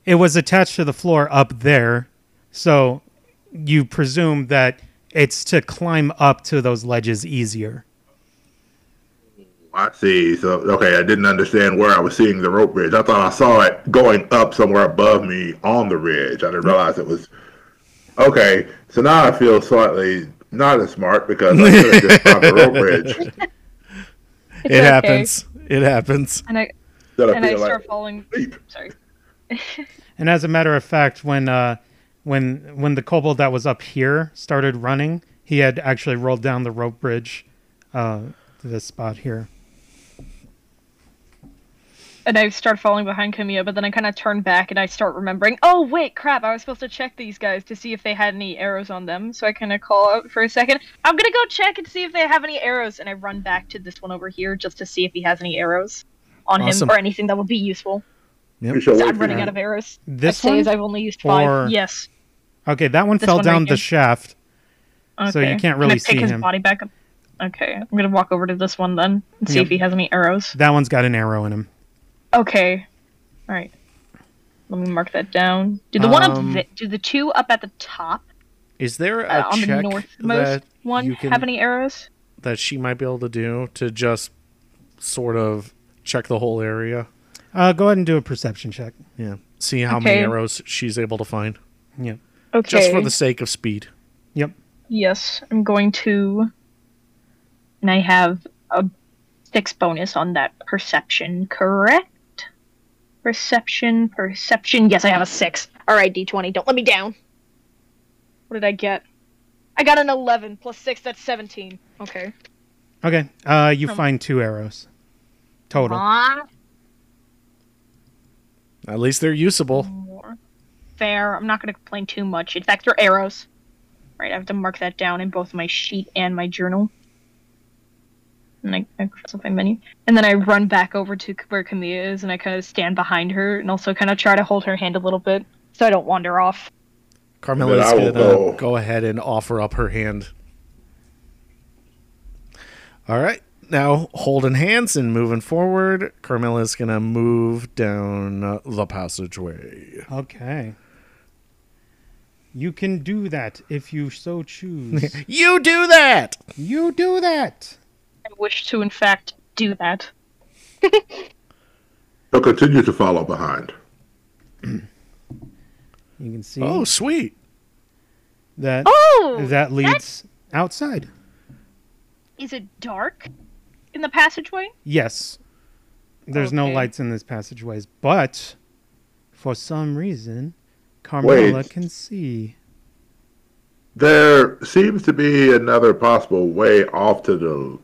it was attached to the floor up there, so you presume that it's to climb up to those ledges easier. I see. So okay, I didn't understand where I was seeing the rope bridge. I thought I saw it going up somewhere above me on the ridge. I didn't realize it was. Okay, so now I feel slightly not as smart because I could have just found the rope bridge. It's it okay. happens. It happens. And I Instead of and I being like, start following. "Leap." Sorry. And as a matter of fact, when uh, when when the kobold that was up here started running, he had actually rolled down the rope bridge uh, to this spot here. And I start falling behind Camille, but then I kind of turn back and I start remembering. Oh wait, crap! I was supposed to check these guys to see if they had any arrows on them. So I kind of call out for a second. I'm gonna go check and see if they have any arrows. And I run back to this one over here just to see if he has any arrows on Awesome. him or anything that would be useful. "You shall So wait I'm for running me." out of arrows. This I say one? is I've only used five. Or- Yes. Okay, that one This fell one right down the here? shaft. Okay. So you can't Can I really pick see his him. body back up? Okay, I'm gonna walk over to this one then and see Yep. if he has any arrows. That one's got an arrow in him. Okay. All right. Let me mark that down. Do the one Um, up? Th- do the two up at the top Is there a uh, on the check northmost that, one you can- have any arrows? that she might be able to do to just sort of check the whole area? Uh, go ahead and do a perception check. Yeah. See how many Okay. arrows she's able to find. Yep. Okay. Just for the sake of speed. Yep. Yes, I'm going to. And I have a six bonus on that perception, correct? Perception, perception. Yes, I have a six. Alright, D20, don't let me down. What did I get? I got an 11 plus 6, that's 17. Okay. Okay. Uh, you find two arrows total. Ah, At least they're usable. more. Fair. I'm not going to complain too much. In fact, they're arrows. Right, I have to mark that down in both my sheet and my journal. And I, I cross off my menu. And then I run back over to where Camilla is, and I kind of stand behind her and also kind of try to hold her hand a little bit so I don't wander off. Carmela Then is I will going to go. go ahead and offer up her hand. All right. Now, holding hands and moving forward, Carmela is going to move down uh, the passageway. Okay. You can do that if you so choose. You do that! you do that. I wish to, in fact, do that. He'll continue to follow behind. You can see Oh, sweet. that Oh! that leads outside. Is it Dark? In the passageway? Yes. There's no Okay. lights in these passageways, but for some reason, Carmela Wait. can see. There seems to be another possible way off to the.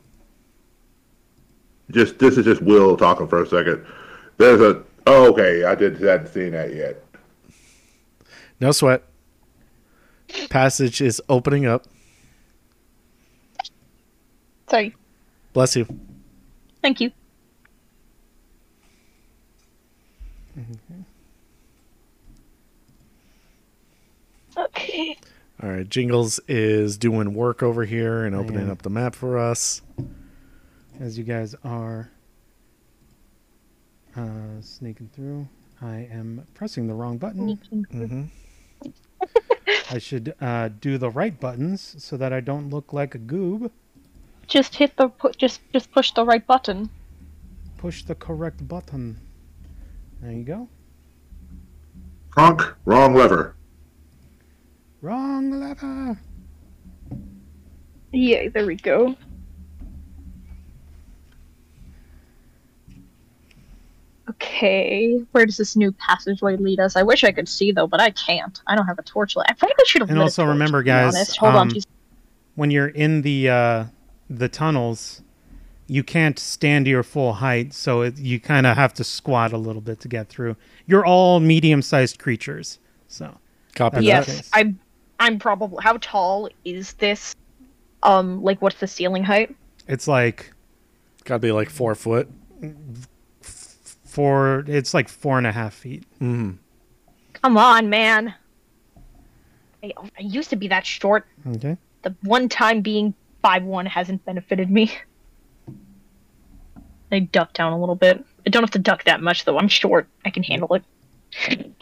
Just this is just Will talking for a second. There's a. Oh, okay, I did hadn't seen that yet. No sweat. Passage is opening up. Sorry. Bless you. Thank you. Okay. All right, Jingles is doing work over here and opening up the map for us. as you guys are uh, sneaking through. I am pressing the wrong button. Mm-hmm. I should uh, do the right buttons so that I don't look like a goob. Just hit the pu- just just push the right button. Push the correct button. There you go. Honk, wrong lever. Wrong lever. Yeah, there we go. Okay, where does this new passageway lead us? I wish I could see though, but I can't. I don't have a torchlight. I probably should have. And lit a also torch, remember, to be guys, honest. Hold on, um, just- When you're in the uh, the tunnels, you can't stand to your full height, so it, you kind of have to squat a little bit to get through. You're all medium-sized creatures, so Copy Yeah. that. case. Yes, I'm. I'm probably. How tall is this? Um, like what's the ceiling height? it's like Got to be like four foot. four. It's like four and a half feet. Come on, man. I, I used to be that short. Okay. The one time being five one hasn't benefited me. I duck down a little bit. I don't have to duck that much though. I'm short. I can handle it.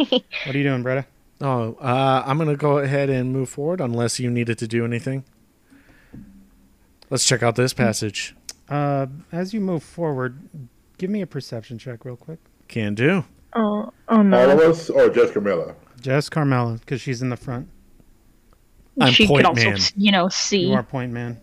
What are you doing, Bretta? Oh, uh, I'm gonna go ahead and move forward unless you needed to do anything. Let's check out this passage. Uh, as you move forward, give me a perception check real quick. Can do. oh, oh All no, of us or just Camilla? Just Carmela, because she's in the front. I'm she point could also, man. you know, You see. are point man.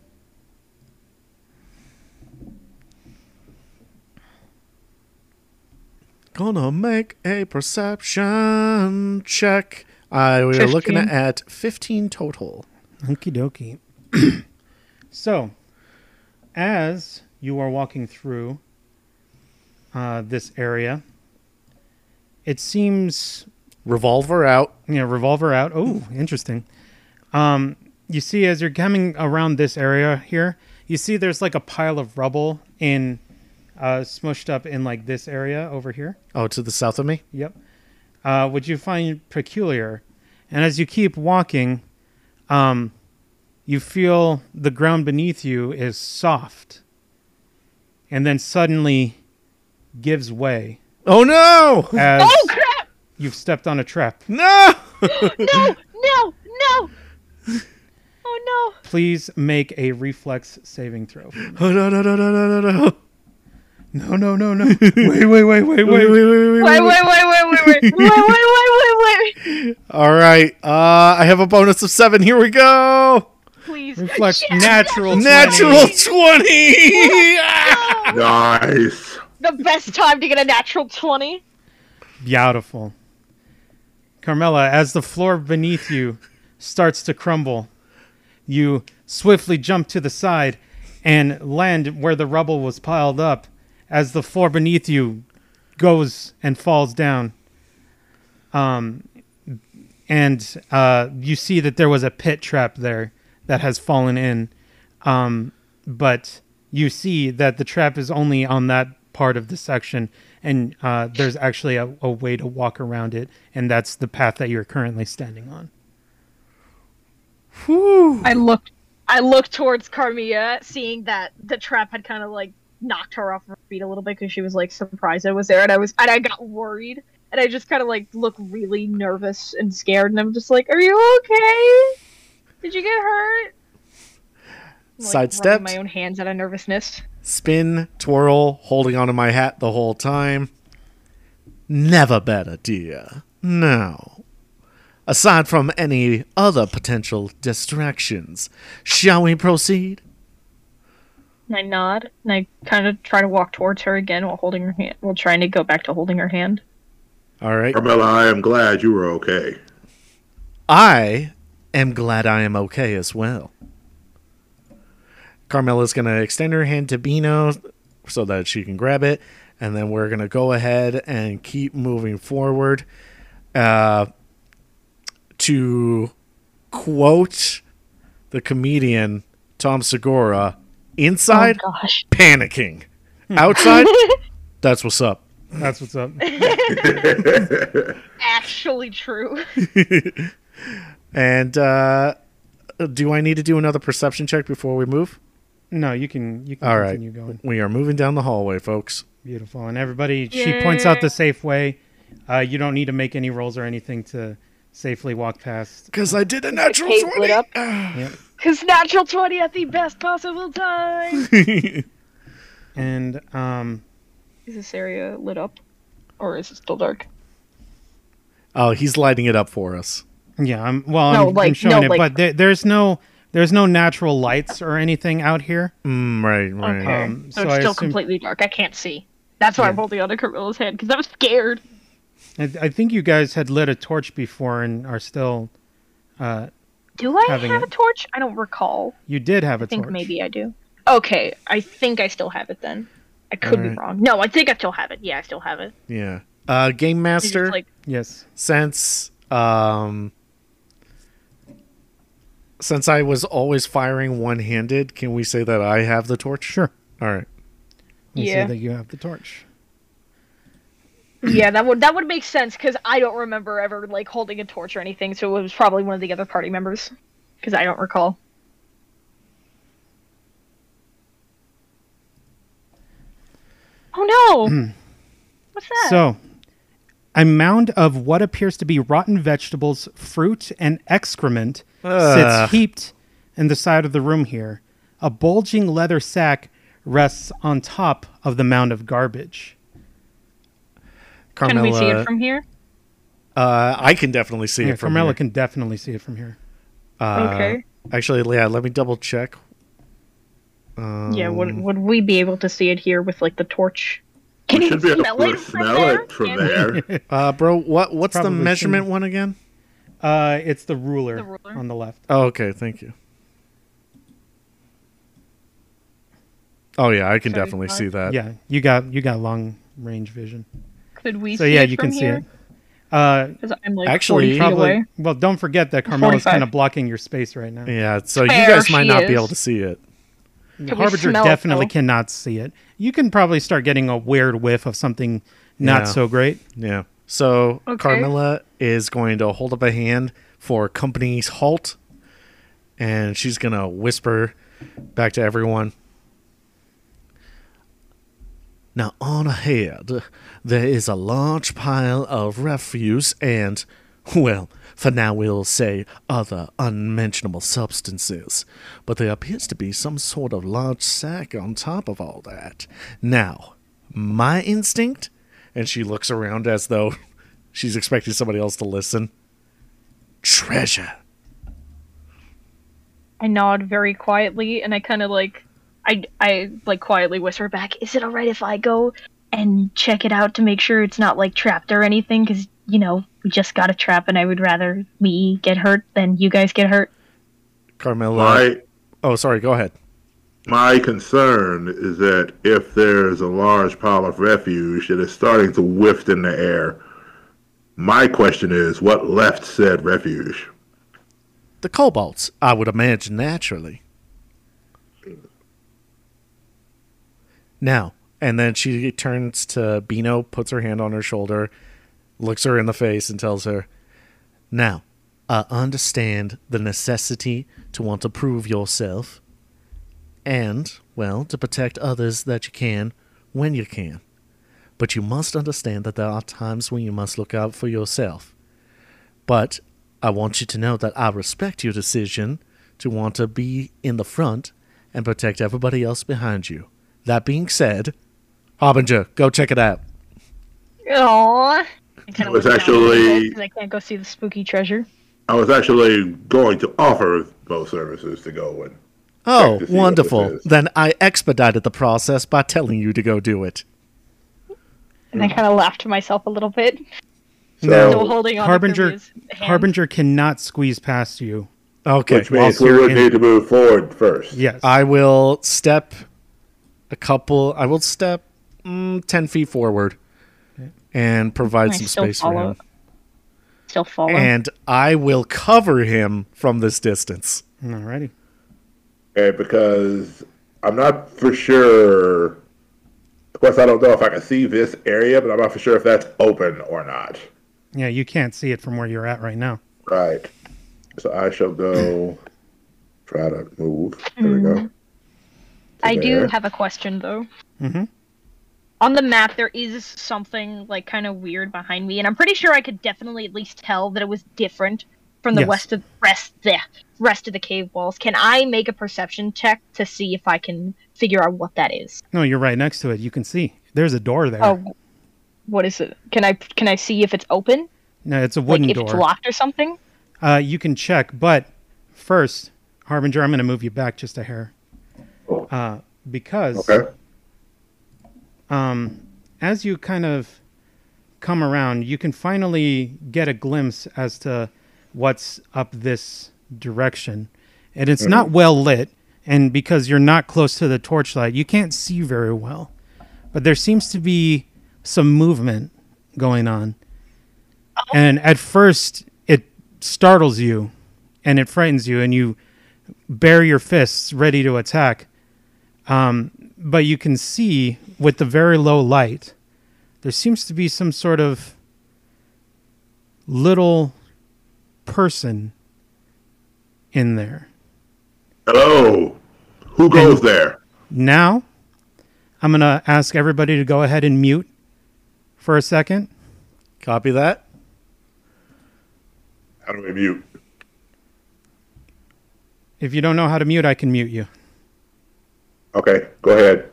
Gonna make a perception check. I we are looking 15. at 15 total. Hunky dokie. so, as you are walking through uh, this area, it seems Revolver out. you know, revolver out. Oh, interesting. Um, you see, as you're coming around this area here, you see there's like a pile of rubble in, uh, smushed up in like this area over here. Oh, to the south of me. Yep. Uh, which you find peculiar. And as you keep walking, um, you feel the ground beneath you is soft and then suddenly gives way Oh no! as Oh crap! you've stepped on a trap. No! No! No! No! Oh no! Please make a reflex saving throw. Oh, no! No! No! No! No! No! no. No, no, no, no. wait, wait, wait, wait, wait. Wait! Wait! Wait! Wait! Wait! Wait! Wait! Wait! Wait! Wait! Wait! Wait! Wait! Wait! wait. All right. Uh, I have a bonus of seven. Here we go. Please. Reflex Shit. natural. 20. Natural twenty. Ah! Nice. The best time to get a natural twenty. Beautiful. Carmela, as the floor beneath you starts to crumble, you swiftly jump to the side and land where the rubble was piled up as the floor beneath you goes and falls down. Um, and uh, you see that there was a pit trap there that has fallen in. Um, but you see that the trap is only on that part of the section, and uh, there's actually a, a way to walk around it, and that's the path that you're currently standing on. I looked I looked towards Carmia, seeing that the trap had kind of like knocked her off her feet a little bit because she was like surprised I was there, and I was and I got worried, and I just kind of like look really nervous and scared, and I'm just like, "Are you okay? Did you get hurt?" I'm, like, rubbing Sidestepped. my own hands out of nervousness. Spin, twirl, holding onto my hat the whole time. Never bad idea. No. Aside from any other potential distractions, shall we proceed? and I nod and I kind of try to walk towards her again while holding her hand, while trying to go back to holding her hand. All right. Carmela, I am glad you were okay. I am glad I am okay as well. Carmela's going to extend her hand to Bino so that she can grab it, and then we're going to go ahead and keep moving forward. Uh, to quote the comedian Tom Segura, Inside, Oh gosh. Hmm. panicking. Outside, that's what's up. That's what's up. Actually, true. And uh, do I need to do another perception check before we move? No, you can you can All right. continue going. We are moving down the hallway, folks. Beautiful. And everybody, she points out the safe way. Uh, you don't need to make any rolls or anything to safely walk past. Because I did a natural Kate lit 20. up. Yep. Cause natural twenty at the best possible time. And um, Is this area lit up? Or is it still dark? Oh, he's lighting it up for us. yeah, I'm well. No, I'm- I'm, like, showing no, it, like- but there, there's no there's no natural lights or anything out here. Mm, right, right. Okay. Oh, Um, So, so, it's I still assume, completely dark. I can't see. That's why I rolled the other gorilla's head because I was scared. I, I think you guys had lit a torch before and are still. Uh, Do I Having have it. a torch? I don't recall. you did have a I think torch. maybe I do. Okay, I think I still have it then. I could be Alright. wrong. No, I think I still have it. Yeah, I still have it. Yeah. Uh, Game It's Master, just like Yes. since um, since I was always firing one-handed, can we say that I have the torch? Sure. All right. You Yeah. say that you have the torch. yeah, that would that would make sense because I don't remember ever like holding a torch or anything. So it was probably one of the other party members because I don't recall. Oh no! What's that? So, a mound of what appears to be rotten vegetables, fruit, and excrement Ugh. sits heaped in the side of the room here. A bulging leather sack rests on top of the mound of garbage. Carmella, Can we see it from here? uh, I can definitely see Yeah, it from Carmela here. can definitely see it from here. Uh, okay. Actually, yeah, let me double check. yeah. um, Would would we be able to see it here with like the torch? Can We you should be able smell to it smell from there? it from Yeah. there. Uh, bro, what what's Probably the measurement shouldn't. one again? Uh, it's the ruler, The ruler. on the left. Oh, okay, thank you. Oh yeah, I can definitely see that. yeah, you got you got long range vision. Could we So see yeah, it you from can see here? it. Uh, Because I'm like Actually, 40 feet probably. away. Well, don't forget that Carmela's 45. kind of blocking your space right now. Yeah, so you Fair, guys might she not be is. able to see it. The Can we Harbinger smell it, definitely though? cannot see it. You can probably start getting a weird whiff of something not Yeah. so great. Yeah. So Carmilla is going to hold up a hand for company's halt, and she's gonna whisper back to everyone. Now on ahead, there is a large pile of refuse and, well, for now we'll say other unmentionable substances. But there appears to be some sort of large sack on top of all that. Now, my instinct, and she looks around as though she's expecting somebody else to listen. Treasure. I nod very quietly and I kind of like I I like quietly whisper back, "Is it all right if I go?" and check it out to make sure it's not like trapped or anything because you know we just got a trap and i would rather me get hurt than you guys get hurt Carmilla. My Oh, sorry. Go ahead. my concern is that if there's a large pile of refuge that is starting to whiff in the air, my question is what left said refuge? The kobolds, I would imagine naturally. Now, and then she turns to Bino, puts her hand on her shoulder, looks her in the face, and tells her, Now, I understand the necessity to want to prove yourself and, well, to protect others that you can when you can. But you must understand that there are times when you must look out for yourself. But I want you to know that I respect your decision to want to be in the front and protect everybody else behind you. That being said, Harbinger, go check it out. Aww. I was actually i can't go see the spooky treasure I was actually going to offer both services to go and Check to see Oh, what this wonderful. is. Then I expedited the process by telling you to go do it. and i Mm. kind of laughed to myself a little bit Oh, still so, holding on Harbinger, to Kirby's hand. Harbinger cannot squeeze past you. Okay. which means whilst we you're would in- need to move forward first. Yes, I will step a couple, I will step mm, 10 feet forward and provide I some still space for follow. him. still follow And I will cover him from this distance. Alrighty. Okay, because I'm not for sure. Of course, I don't know if I can see this area, but I'm not for sure if that's open or not. Yeah, you can't see it from where you're at right now. Right. So I shall go try to move. There we go. To I do there. have a question though. Mhm. On the map, there is something like kind of weird behind me, and I'm pretty sure I could definitely at least tell that it was different from the Yes. west of rest the rest of the cave walls. Can I make a perception check to see if I can figure out what that is? No, you're right next to it. You can see. There's a door there. Oh, what is it? Can I can I see if it's open? no, it's a wooden like if it's door. locked or something? Uh, you can check, but first, Harbinger, I'm going to move you back just a hair. Uh, because Okay. um, as you kind of come around, you can finally get a glimpse as to what's up this direction. And it's not well lit, and because you're not close to the torchlight, you can't see very well. But there seems to be some movement going on. And at first, it startles you and it frightens you, and you bare your fists ready to attack but you can see with the very low light, there seems to be some sort of little person in there. Hello. Who goes there? Now, I'm going to ask everybody to go ahead and mute for a second. Copy that. How do we mute? If you don't know how to mute, I can mute you. Okay, go ahead.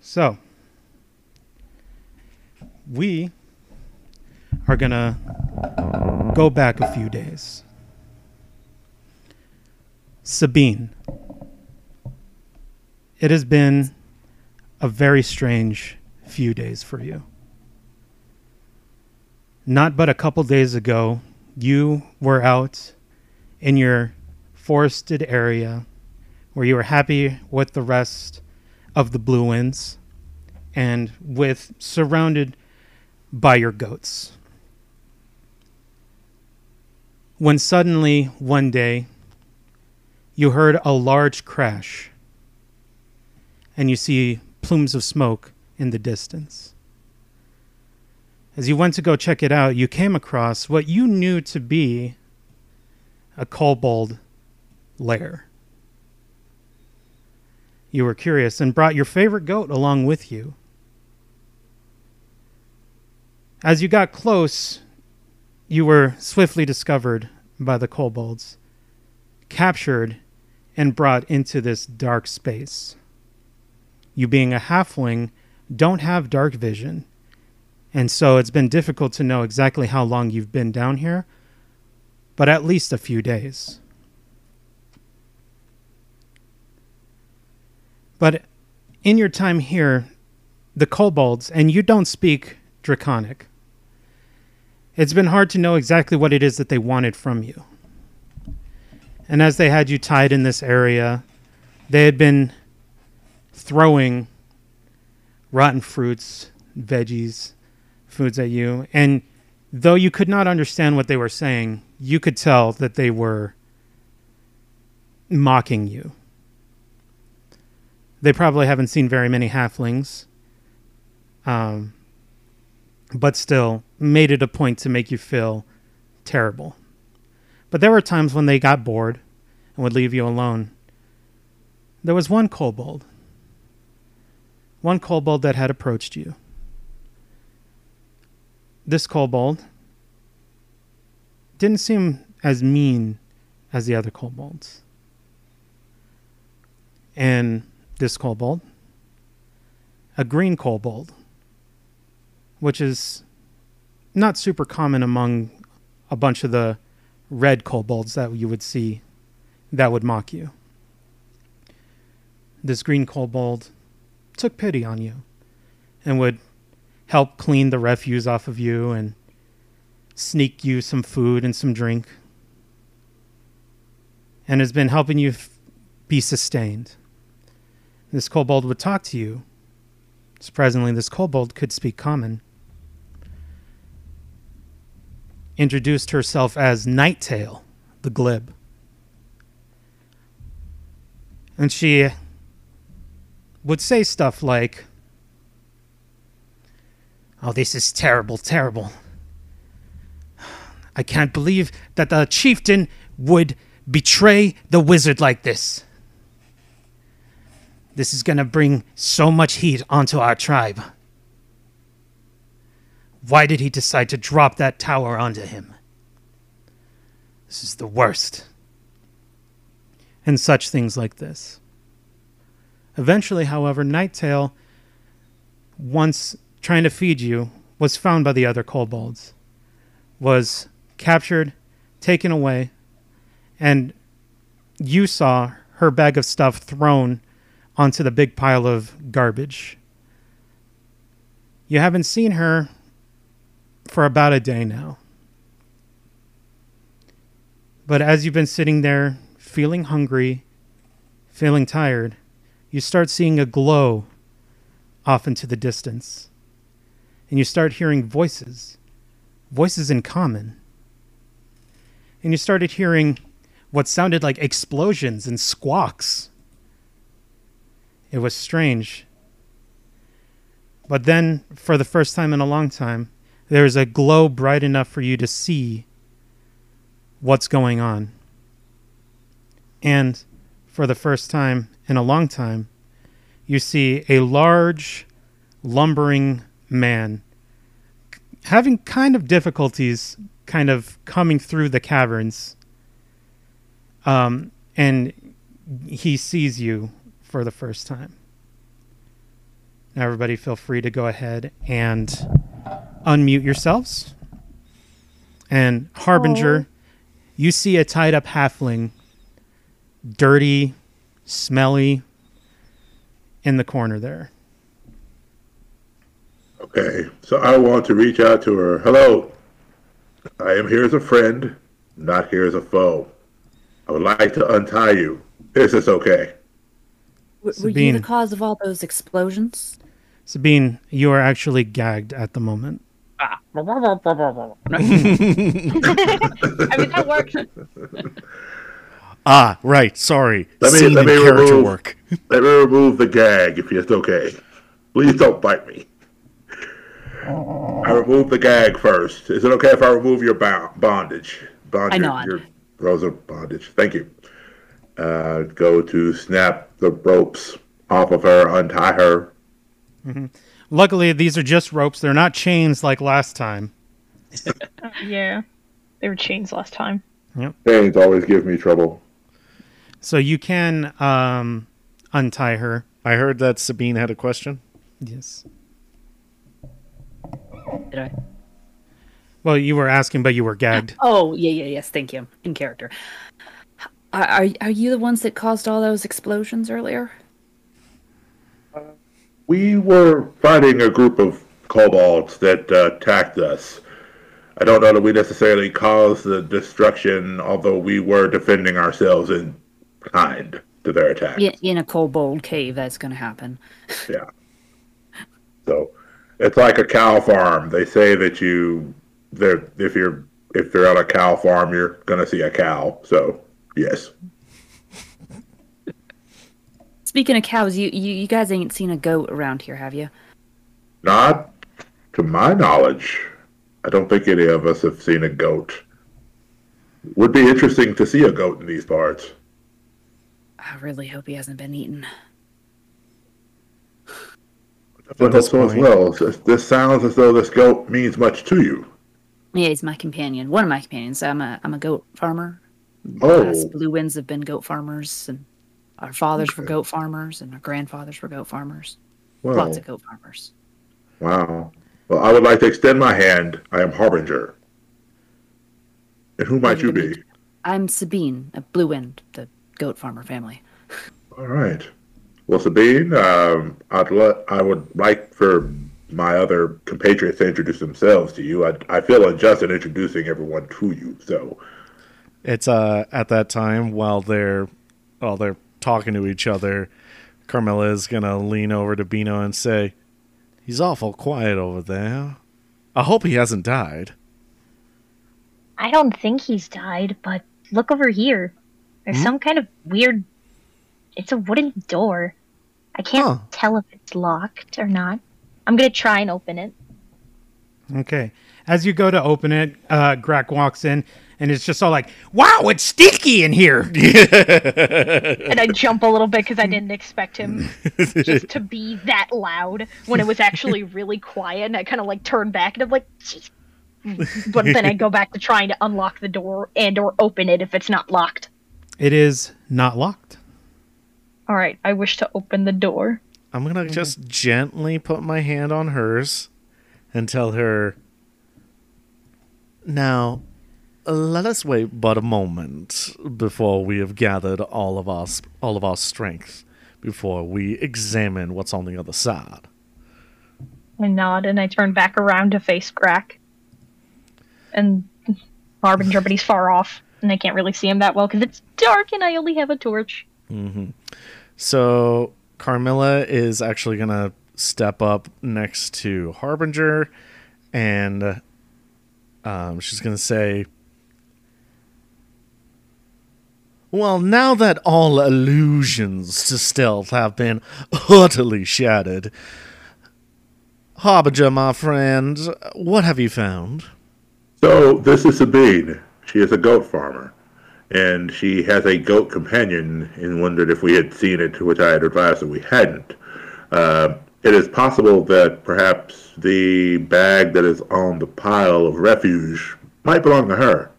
So, we are going to go back a few days. Sabine, it has been a very strange few days for you. Not but a couple days ago, you were out in your forested area where you were happy with the rest of the Blue Winds and with surrounded by your goats. When suddenly, one day, you heard a large crash and you see plumes of smoke in the distance. As you went to go check it out, you came across what you knew to be a kobold lair. You were curious and brought your favorite goat along with you. As you got close, you were swiftly discovered by the kobolds, captured and brought into this dark space. You, being a halfling, don't have dark vision, and so it's been difficult to know exactly how long you've been down here, but at least a few days. But in your time here, the kobolds, and you don't speak Draconic, it's been hard to know exactly what it is that they wanted from you. And as they had you tied in this area, they had been throwing rotten fruits, veggies, foods at you. And though you could not understand what they were saying, you could tell that they were mocking you they probably haven't seen very many halflings. Um, but still, made it a point to make you feel terrible. But there were times when they got bored and would leave you alone. There was one kobold. One kobold that had approached you. This kobold didn't seem as mean as the other kobolds. And this kobold, a green kobold, which is not super common among a bunch of the red kobolds that you would see that would mock you. This green kobold took pity on you and would help clean the refuse off of you and sneak you some food and some drink and has been helping you f- be sustained this kobold would talk to you. Surprisingly, this kobold could speak common. introduced herself as Nighttail, the glib. And she would say stuff like, Oh, this is terrible, terrible. I can't believe that the chieftain would betray the wizard like this. This is going to bring so much heat onto our tribe. Why did he decide to drop that tower onto him? This is the worst. And such things like this. Eventually, however, Nighttail, once trying to feed you, was found by the other kobolds, was captured, taken away, and you saw her bag of stuff thrown onto the big pile of garbage. You haven't seen her for about a day now. But as you've been sitting there feeling hungry, feeling tired, you start seeing a glow off into the distance. And you start hearing voices, voices in common. And you started hearing what sounded like explosions and squawks. It was strange. But then, for the first time in a long time, there is a glow bright enough for you to see what's going on. And for the first time in a long time, you see a large, lumbering man having kind of difficulties kind of coming through the caverns. Um, and he sees you for the first time. Now, everybody, feel free to go ahead and unmute yourselves. And Harbinger, Oh. you see a tied up halfling, dirty, smelly, in the corner there. Okay, so I want to reach out to her. Hello. I am here as a friend, not here as a foe. I would like to untie you. Is this okay? Were, were you Sabine. the cause of all those explosions? Sabine, you are actually gagged at the moment. I mean, that works. Ah, right. Sorry. Let me- Scene let and me character remove- work. Let me remove the gag if it's okay. Please don't bite me. I remove the gag first. Is it okay if I remove your bo- bondage? Bondage. I nod. Your throws of bondage. Thank you. Uh, go to snap the ropes off of her, untie her. Luckily, these are just ropes. They're not chains like last time. Yeah. They were chains last time. Chains always give me trouble. So you can um, untie her. I heard that Sabine had a question. Yes. Did I? Well, you were asking, but you were gagged. Oh, yeah, yeah, yes. Thank you. In character. Are, are, are you the ones that caused all those explosions earlier? We were fighting a group of kobolds that uh, attacked us. I don't know that we necessarily caused the destruction, although we were defending ourselves in kind to their attack. In, in a kobold cave, that's going to happen. Yeah. So it's like a cow farm. They say that you that if you're if you're on a cow farm, you're gonna see a cow. So yes, Speaking of cows, you, you, you guys ain't seen a goat around here, have you? not to my knowledge. I don't think any of us have seen a goat. Would be interesting to see a goat in these parts. I really hope he hasn't been eaten. But this also as point- well, this, this sounds as though this goat means much to you. Yeah, he's my companion. One of my companions. I'm a I'm a goat farmer. Us Oh, Blue Winds have been goat farmers, and our fathers were goat farmers, and our grandfathers were goat farmers. well, Lots of goat farmers. wow. Well, I would like to extend my hand. I am Harbinger. And who might Pleasure you to be? meet I'm Sabine of Blue Wind, the goat farmer family. All right. Well, Sabine, um, I'd le- I would like for my other compatriots to introduce themselves to you. I, I feel unjust in introducing everyone to you. So, It's uh at that time while they're while they're talking to each other, Carmela is gonna lean over to Bino and say, "He's awful quiet over there. I hope he hasn't died." I don't think he's died, but look over here. There's some kind of weird. It's a wooden door. I can't Huh. tell if it's locked or not. I'm gonna try and open it. Okay. As you go to open it, uh, Grack walks in and it's just all like, wow, it's stinky in here. and I jump a little bit because I didn't expect him just to be that loud when it was actually really quiet. And I kind of like turn back and I'm like, "Jeez." but then I go back to trying to unlock the door and or open it if it's not locked. It is not locked. All right, I wish to open the door. I'm gonna just gently put my hand on hers and tell her now let us wait but a moment before we have gathered all of our s- all of our strength before we examine what's on the other side. I nod and I turn back around to face Grack. And Marvin Gerbity's far off, and I can't really see him that well because it's dark and I only have a torch. So Carmilla is actually gonna step up next to Harbinger, and um, she's gonna say, "Well, now that all allusions to stealth have been utterly shattered, Harbinger, my friend, what have you found?" So this is Sabine. She is a goat farmer, and she has a goat companion. And wondered if we had seen it, to which I had advised that we hadn't. Uh, it is possible that perhaps the bag that is on the pile of refuge might belong to her.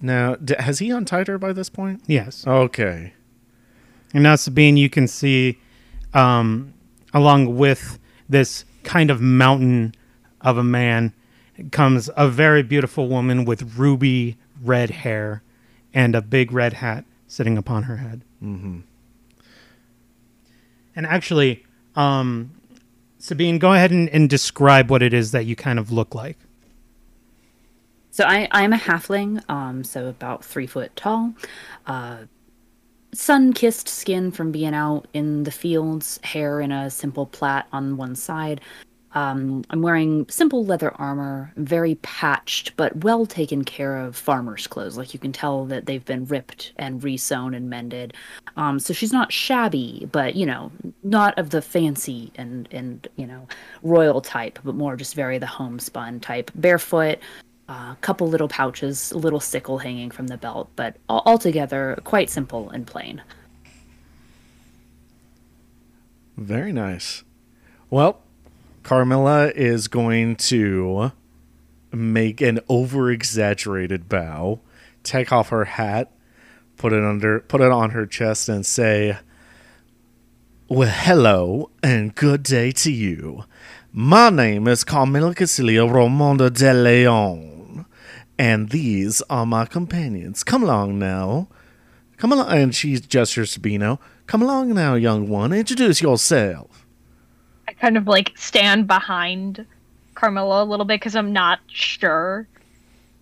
Now, d- has he untied her by this point? Yes. Okay. And now, Sabine, you can see um, along with this kind of mountain of a man comes a very beautiful woman with ruby red hair and a big red hat sitting upon her head. Mm-hmm. And actually, um, Sabine, go ahead and, and describe what it is that you kind of look like. So I, I'm a halfling, um, so about three foot tall. Uh, sun kissed skin from being out in the fields, hair in a simple plait on one side. Um, I'm wearing simple leather armor, very patched but well taken care of farmer's clothes. Like you can tell that they've been ripped and resewn and mended. Um, so she's not shabby, but you know, not of the fancy and and you know royal type, but more just very the homespun type. Barefoot, a couple little pouches, a little sickle hanging from the belt, but al- altogether quite simple and plain. Very nice. Well, Carmilla is going to make an over exaggerated bow, take off her hat, put it under put it on her chest and say Well hello and good day to you. My name is Carmilla Casilia Romanda de Leon and these are my companions. Come along now. Come along and she gestures to Bino. Come along now, young one, introduce yourself. I kind of like stand behind Carmilla a little bit because I'm not sure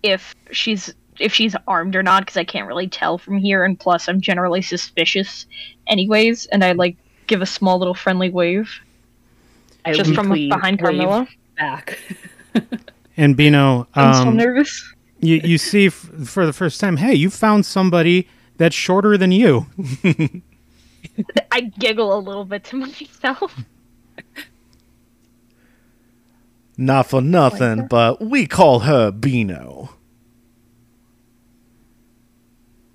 if she's if she's armed or not because I can't really tell from here and plus I'm generally suspicious anyways and I like give a small little friendly wave I just from weakly behind wave Carmilla. back. And Bino, I'm so um, nervous. you, you see f- for the first time, hey, you found somebody that's shorter than you. I giggle a little bit to myself. Not for nothing, but we call her Beano.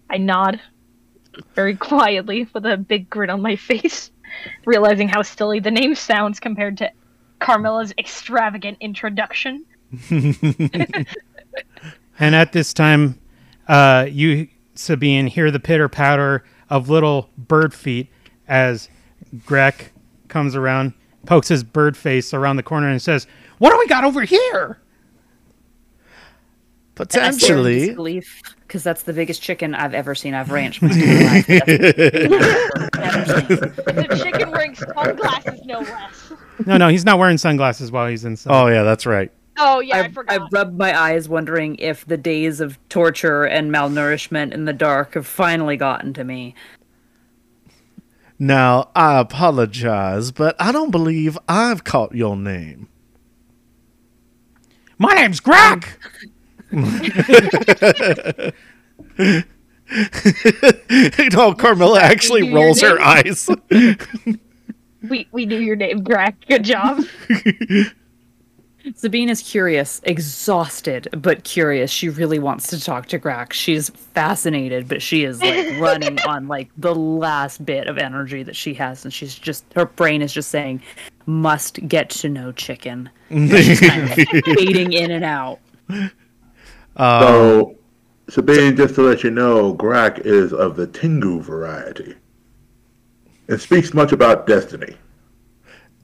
I nod very quietly with a big grin on my face, realizing how silly the name sounds compared to Carmilla's extravagant introduction. And at this time, uh, you, Sabine, hear the pitter patter of little bird feet as Greg comes around, pokes his bird face around the corner, and says, What do we got over here? Potentially, because that's the biggest chicken I've ever seen. I've ranched my entire life. That's the biggest bird I've ever seen. The chicken wearing sunglasses, no less. No, no, he's not wearing sunglasses while he's inside. oh yeah, that's right. Oh yeah, I, I, I forgot. rubbed my eyes, wondering if the days of torture and malnourishment in the dark have finally gotten to me. Now I apologize, but I don't believe I've caught your name. My name's Greg. no, Carmilla actually your rolls her name. eyes. We we knew your name, Drac. Good job. Sabine is curious, exhausted, but curious. She really wants to talk to Grack. She's fascinated, but she is like running on like the last bit of energy that she has. And she's just, her brain is just saying, must get to know chicken. Fading in and out. so, Sabine, just to let you know, Grak is of the Tengu variety and speaks much about destiny.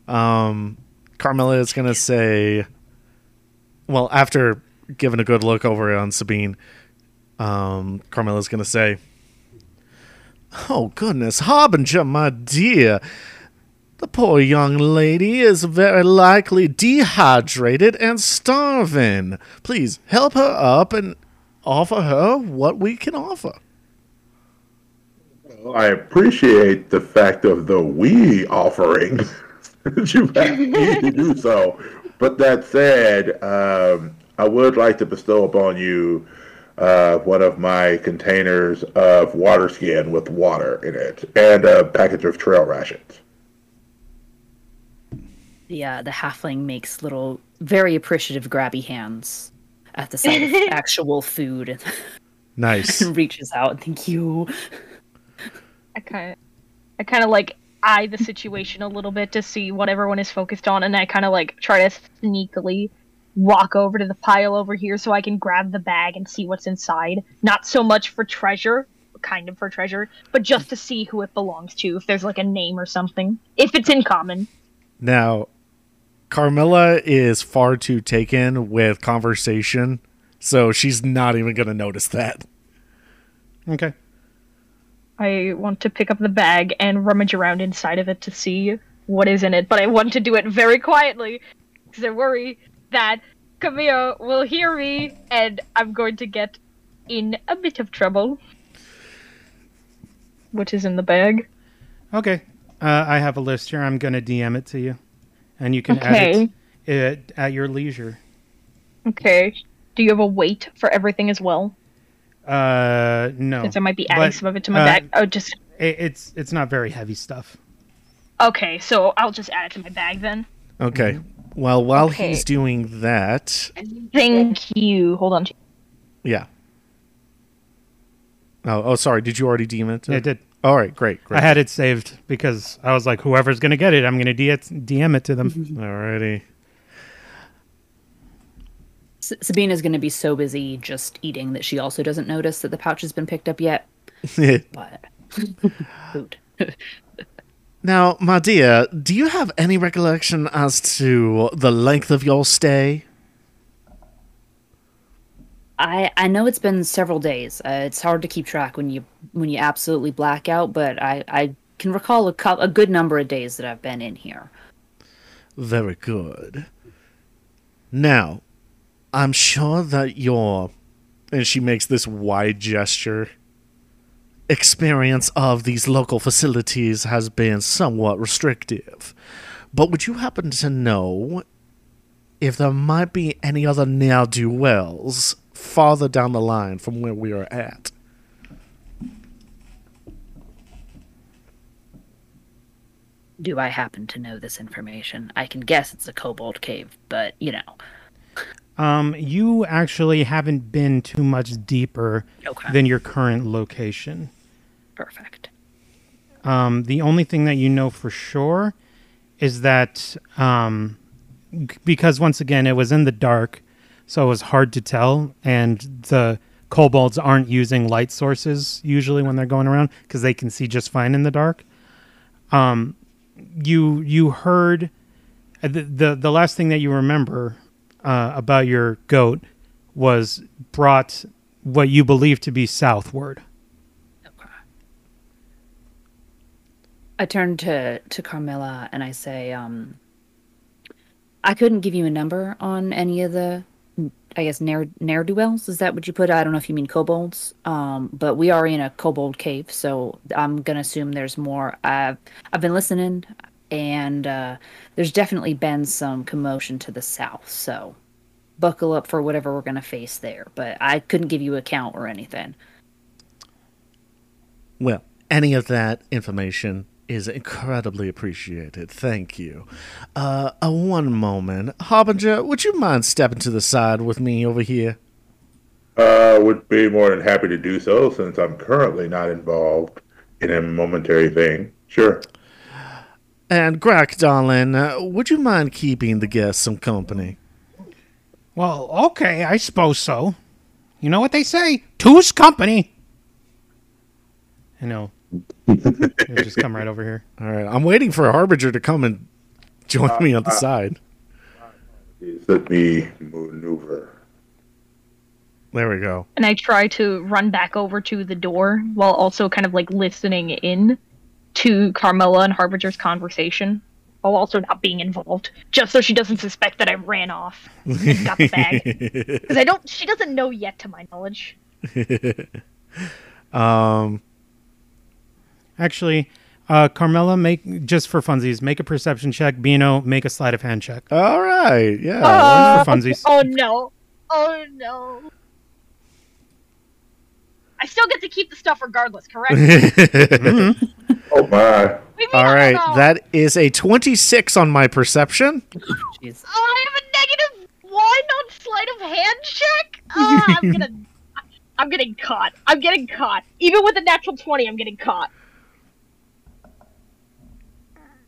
Um, Carmilla is going to say, well, after giving a good look over on Sabine, um, Carmilla is going to say, Oh, goodness, Harbinger, my dear. The poor young lady is very likely dehydrated and starving. Please help her up and offer her what we can offer. I appreciate the fact of the we offering that you have me to do so. But that said, um, I would like to bestow upon you uh, one of my containers of water skin with water in it and a package of trail rations. The, uh, the halfling makes little, very appreciative grabby hands at the sight of actual food Nice. and reaches out. Thank you. I kind of, I kind of like eye the situation a little bit to see what everyone is focused on, and I kind of like try to sneakily walk over to the pile over here so I can grab the bag and see what's inside. Not so much for treasure, kind of for treasure, but just to see who it belongs to, if there's like a name or something, if it's in common. Now, Carmilla is far too taken with conversation, so she's not even going to notice that. Okay. I want to pick up the bag and rummage around inside of it to see what is in it, but I want to do it very quietly because I worry that Camille will hear me and I'm going to get in a bit of trouble. What is in the bag? Okay. Uh, I have a list here. I'm going to DM it to you. And you can add it, it at your leisure. Okay. Do you have a weight for everything as well? Uh, no. Since I might be adding But, some of it to my uh, bag. Oh, just It, it's, it's not very heavy stuff. okay. So I'll just add it to my bag then. Okay. Well, while Okay. he's doing that, Thank you. Hold on. to- yeah. Oh, oh, sorry. Did you already deem it? It did. All right, great, great. I had it saved because I was like, whoever's going to get it, I'm going to DM it to them. Alrighty. S- Sabina's going to be so busy just eating that she also doesn't notice that the pouch has been picked up yet. But food. now, my dear, do you have any recollection as to the length of your stay? I I know it's been several days. Uh, it's hard to keep track when you when you absolutely black out, but I I can recall a cou- a good number of days that I've been in here. Very good. Now, I'm sure that your, and she makes this wide gesture, experience of these local facilities has been somewhat restrictive. But would you happen to know if there might be any other ne'er do wells farther down the line from where we are at? Do I happen to know this information? I can guess it's a kobold cave, but you know, Um, you actually haven't been too much deeper Okay. than your current location. perfect. Um, the only thing that you know for sure is that um, g- because once again it was in the dark, so it was hard to tell, and the kobolds aren't using light sources usually when they're going around because they can see just fine in the dark. Um, you you heard uh, the, the the last thing that you remember uh, about your goat was brought what you believe to be southward. I turn to to Carmilla and I say, um, I couldn't give you a number on any of the, I guess ne'er ne'er do wells. Is that what you put? I don't know if you mean kobolds. Um, but we are in a kobold cave, so I'm gonna assume there's more. I've I've been listening, and uh, there's definitely been some commotion to the south. So buckle up for whatever we're going to face there. But I couldn't give you a count or anything. Well, any of that information is incredibly appreciated. Thank you. Uh, uh one moment. Harbinger, would you mind stepping to the side with me over here? Uh, would be more than happy to do so since I'm currently not involved in a momentary thing. Sure. And Grack, darling, uh, would you mind keeping the guests some company? Well, okay, I suppose so. You know what they say? Two's company. I know. It'll just come right over here. All right, I'm waiting for Harbinger to come and join me on the side. Let me maneuver. There we go. and I try to run back over to the door while also kind of like listening in to Carmela and Harbinger's conversation while also not being involved, just so she doesn't suspect that I ran off and got the bag. Because I don't. She doesn't know yet, to my knowledge. um, Actually, uh, Carmela, make just for funsies, make a perception check. Bino, make a sleight of hand check all right, yeah. for funsies. Oh no! Oh no! I still get to keep the stuff regardless, correct? we Oh my. may all not right, know. that is a 26 on my perception. Jeez. Oh, I have a negative one on sleight of hand check. Oh, I'm gonna. I'm getting caught. I'm getting caught. Even with a natural twenty, I'm getting caught.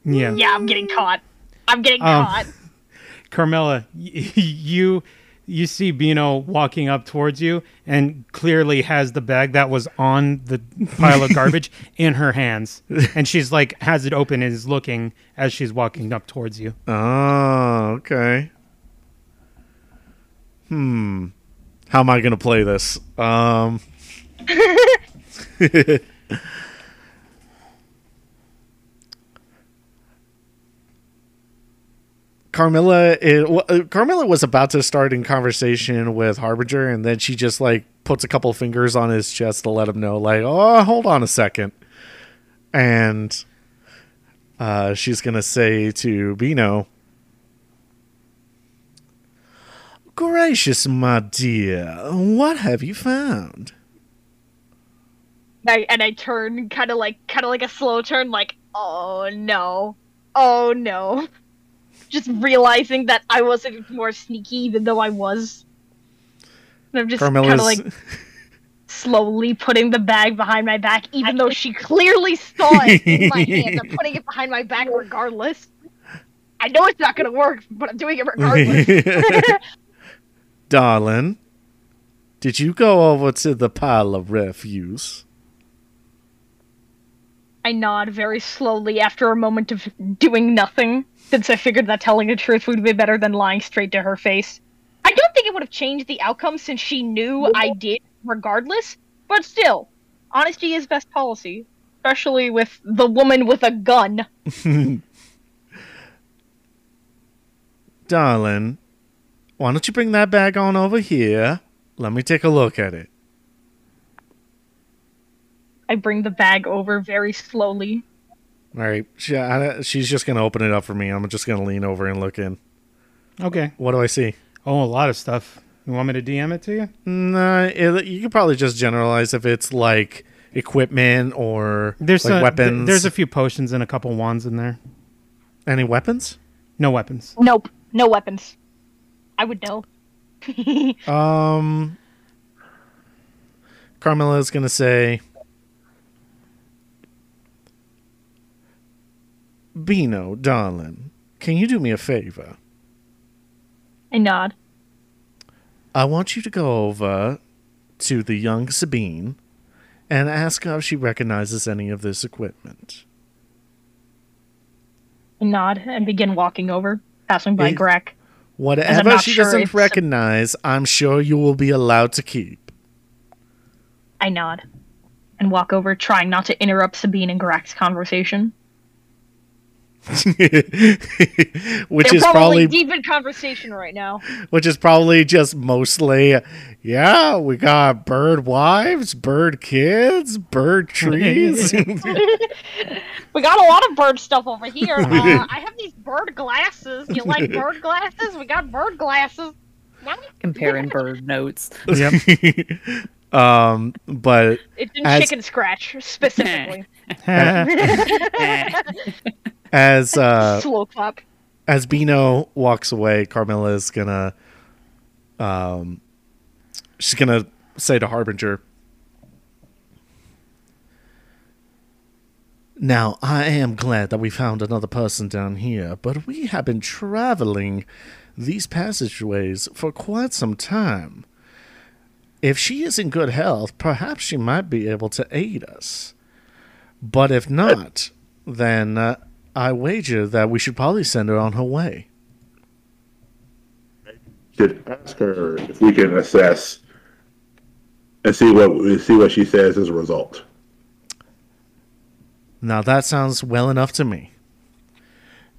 Yeah. Yeah, I'm getting caught. I'm getting Um, caught. Carmela, y- you you see Bino walking up towards you and clearly has the bag that was on the pile of garbage in her hands. And she's like has it open and is looking as she's walking up towards you. Oh, okay. Hmm. How am I going to play this? Um. Carmilla, is, well, uh, Carmilla was about to start in conversation with Harbinger, and then she just like puts a couple fingers on his chest to let him know, like, "Oh, hold on a second. and uh, she's gonna say to Bino, "Gracious, my dear, what have you found?" And I, and I turn kind of like kind of like a slow turn, like oh no, oh no, just realizing that I wasn't more sneaky, even though I was. And I'm just kind of Carmilla's like slowly putting the bag behind my back, even though she clearly saw it in my hands. I'm putting it behind my back regardless. I know it's not gonna work, but I'm doing it regardless. darling. Did you go over to the pile of refuse? I nod very slowly after a moment of doing nothing, since I figured that telling the truth would be better than lying straight to her face. I don't think it would have changed the outcome since she knew I did, regardless, but still, honesty is best policy, especially with the woman with a gun. Darling, why don't you bring that bag on over here? Let me take a look at it. I bring the bag over very slowly. All right, she, I, she's just gonna open it up for me. I'm just gonna lean over and look in. Okay. What do I see? Oh, a lot of stuff. You want me to DM it to you? No, it, you could probably just generalize if it's like equipment or There's like a, weapons. There's a few potions and a couple wands in there. any weapons? No weapons. Nope, no weapons. I would know. Um, Carmela's gonna say, "Bino, darling, can you do me a favor? I nod. I want you to go over to the young Sabine and ask her if she recognizes any of this equipment." I nod and begin walking over, passing by Is- Grek. Whatever not she sure doesn't if- recognize, I'm sure you will be allowed to keep. I nod and walk over, trying not to interrupt Sabine and Grak's conversation. which They're is probably, deep in conversation right now. which is probably just mostly yeah, we got bird wives, bird kids, bird trees. We got a lot of bird stuff over here. Uh, I have these bird glasses. You like bird glasses? We got bird glasses. comparing bird notes. Yep. um, but It didn't As- chicken scratch specifically. as uh, Slow clap. as Bino walks away, Carmela is gonna, um, she's gonna say to Harbinger, "Now I am glad that we found another person down here, but we have been traveling these passageways for quite some time. If she is in good health, perhaps she might be able to aid us. But if not, then." Uh, I wager that we should probably send her on her way. Should ask her if we can assess and see what see what she says as a result. Now that sounds well enough to me.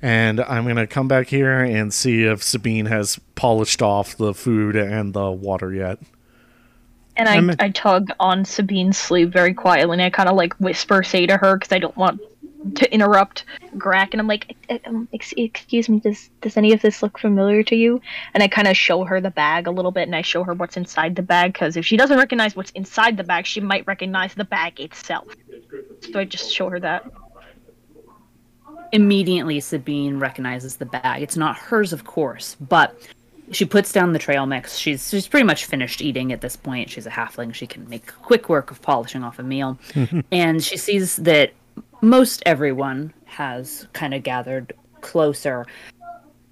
And I'm going to come back here and see if Sabine has polished off the food and the water yet. And I'm a- I, I tug on Sabine's sleeve very quietly, and I kind of like whisper say to her because I don't want to interrupt Grack. And I'm like, "E-, Uh, um, ex- excuse me, does does any of this look familiar to you? and I kind of show her the bag a little bit, and I show her what's inside the bag because if she doesn't recognize what's inside the bag, she might recognize the bag itself. So I just show her that. Immediately, Sabine recognizes the bag. It's not hers, of course, but she puts down the trail mix. She's she's pretty much finished eating at this point. She's a halfling. She can make quick work of polishing off a meal, and she sees that most everyone has kind of gathered closer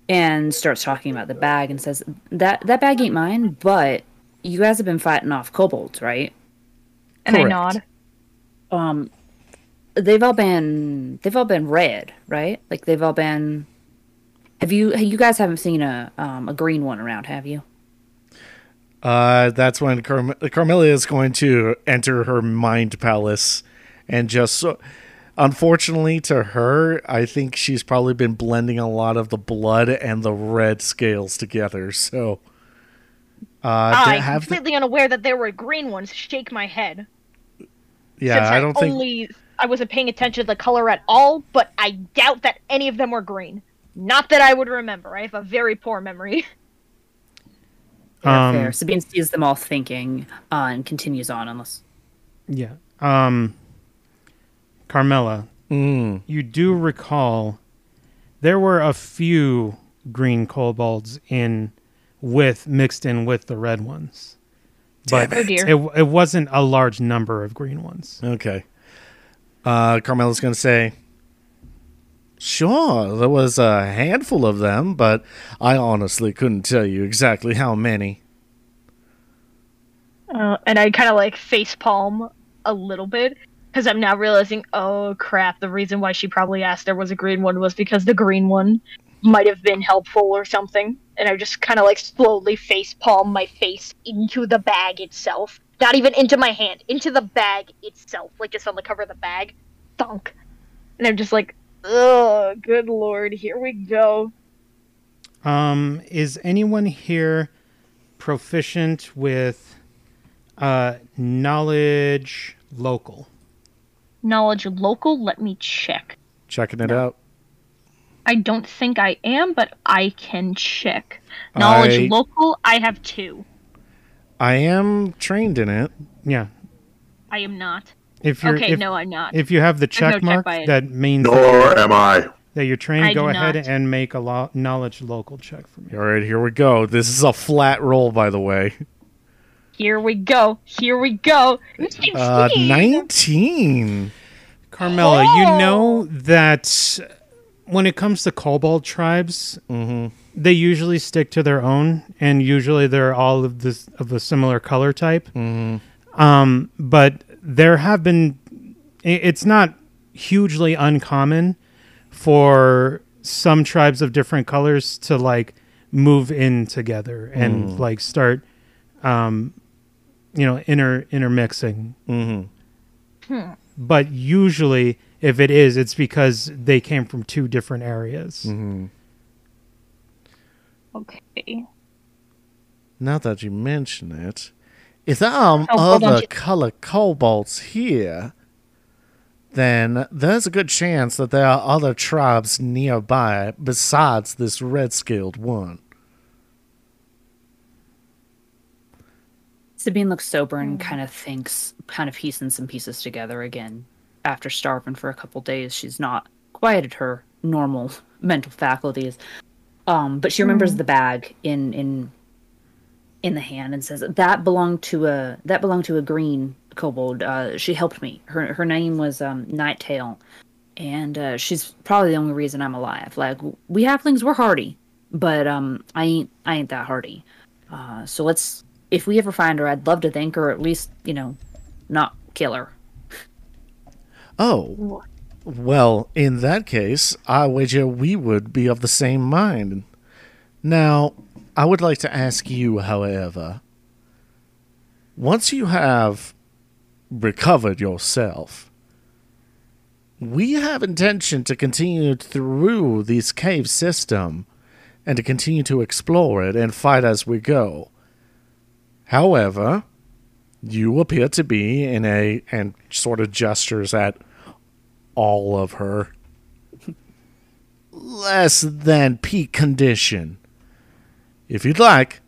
and starts talking about the bag and says that that bag ain't mine, but you guys have been fighting off kobolds, right? And I Correct. nod. um they've all been they've all been red right like they've all been have you you guys haven't seen a um a green one around have you Uh, that's when Carm- Carmilla is going to enter her mind palace and just. So- Unfortunately to her, I think she's probably been blending a lot of the blood and the red scales together. So, uh, to I have the- completely unaware that there were green ones. Shake my head. yeah, Since I don't think only I wasn't paying attention to the color at all, but I doubt that any of them were green. Not that I would remember. I have a very poor memory. Fair, Um, fair. sabine sees them all thinking uh, and continues on unless Yeah. Um Carmela, Mm. you do recall there were a few green kobolds in with mixed in with the red ones. But Oh dear. it it wasn't a large number of green ones. Okay. Uh, Carmela's going to say, Sure, there was a handful of them, but I honestly couldn't tell you exactly how many. Uh, and I kind of like face palm a little bit because I'm now realizing, oh crap, the reason why she probably asked there was a green one was because the green one might have been helpful or something. And I just kind of like slowly face palm my face into the bag itself. Not even into my hand, into the bag itself, like just on the cover of the bag. Thunk. And I'm just like, oh, good lord, here we go. Um is anyone here proficient with uh knowledge local? Knowledge local, let me check. Checking it out. I don't think I am, but I can check. Knowledge I- local, I have two. I am trained in it. Yeah. I am not. If you're okay, if, no, I'm not. if you have the no check check mark, by it. that means Nor am I. that you're trained, I go do ahead not. and make a lo- knowledge local check for me. All right, here we go. This is a flat roll, by the way. Here we go. Here we go. Uh, 19. Carmela, you know that when it comes to kobold tribes, they usually stick to their own, and usually they're all of this of a similar color type. Um, but there have been, i- it's not hugely uncommon for some tribes of different colors to like move in together and like start, um, you know, inter intermixing but usually if it is it's because they came from two different areas Okay. Now that you mention it, if there are Oh, hold on other ju- color kobolds here, then there's a good chance that there are other tribes nearby besides this red scaled one. Sabine looks sober and kind of thinks, kind of piecing some pieces together again. After starving for a couple days, she's not quieted her normal mental faculties. Um, but she remembers the bag in in in the hand and says that belonged to a that belonged to a green kobold. Uh, she helped me. Her her name was um, Nighttail, and uh, she's probably the only reason I'm alive. Like we halflings, we're hardy, but um, I ain't I ain't that hardy. Uh, so let's if we ever find her, I'd love to thank her. Or at least you know, not kill her. Oh. Well, in that case, I wager we would be of the same mind. Now, I would like to ask you, however, once you have recovered yourself, we have intention to continue through this cave system and to continue to explore it and fight as we go. However, you appear to be in a and sort of gestures at all of her less than peak condition. If you'd like,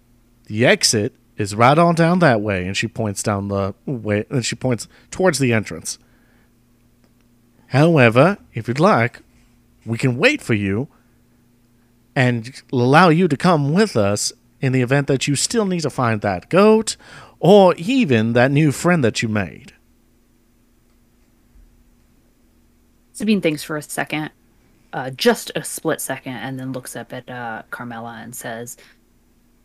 the exit is right on down that way, and she points down the way and she points towards the entrance. However, if you'd like, we can wait for you and allow you to come with us in the event that you still need to find that goat or even that new friend that you made. Sabine thinks for a second, uh, just a split second, and then looks up at uh, Carmela and says,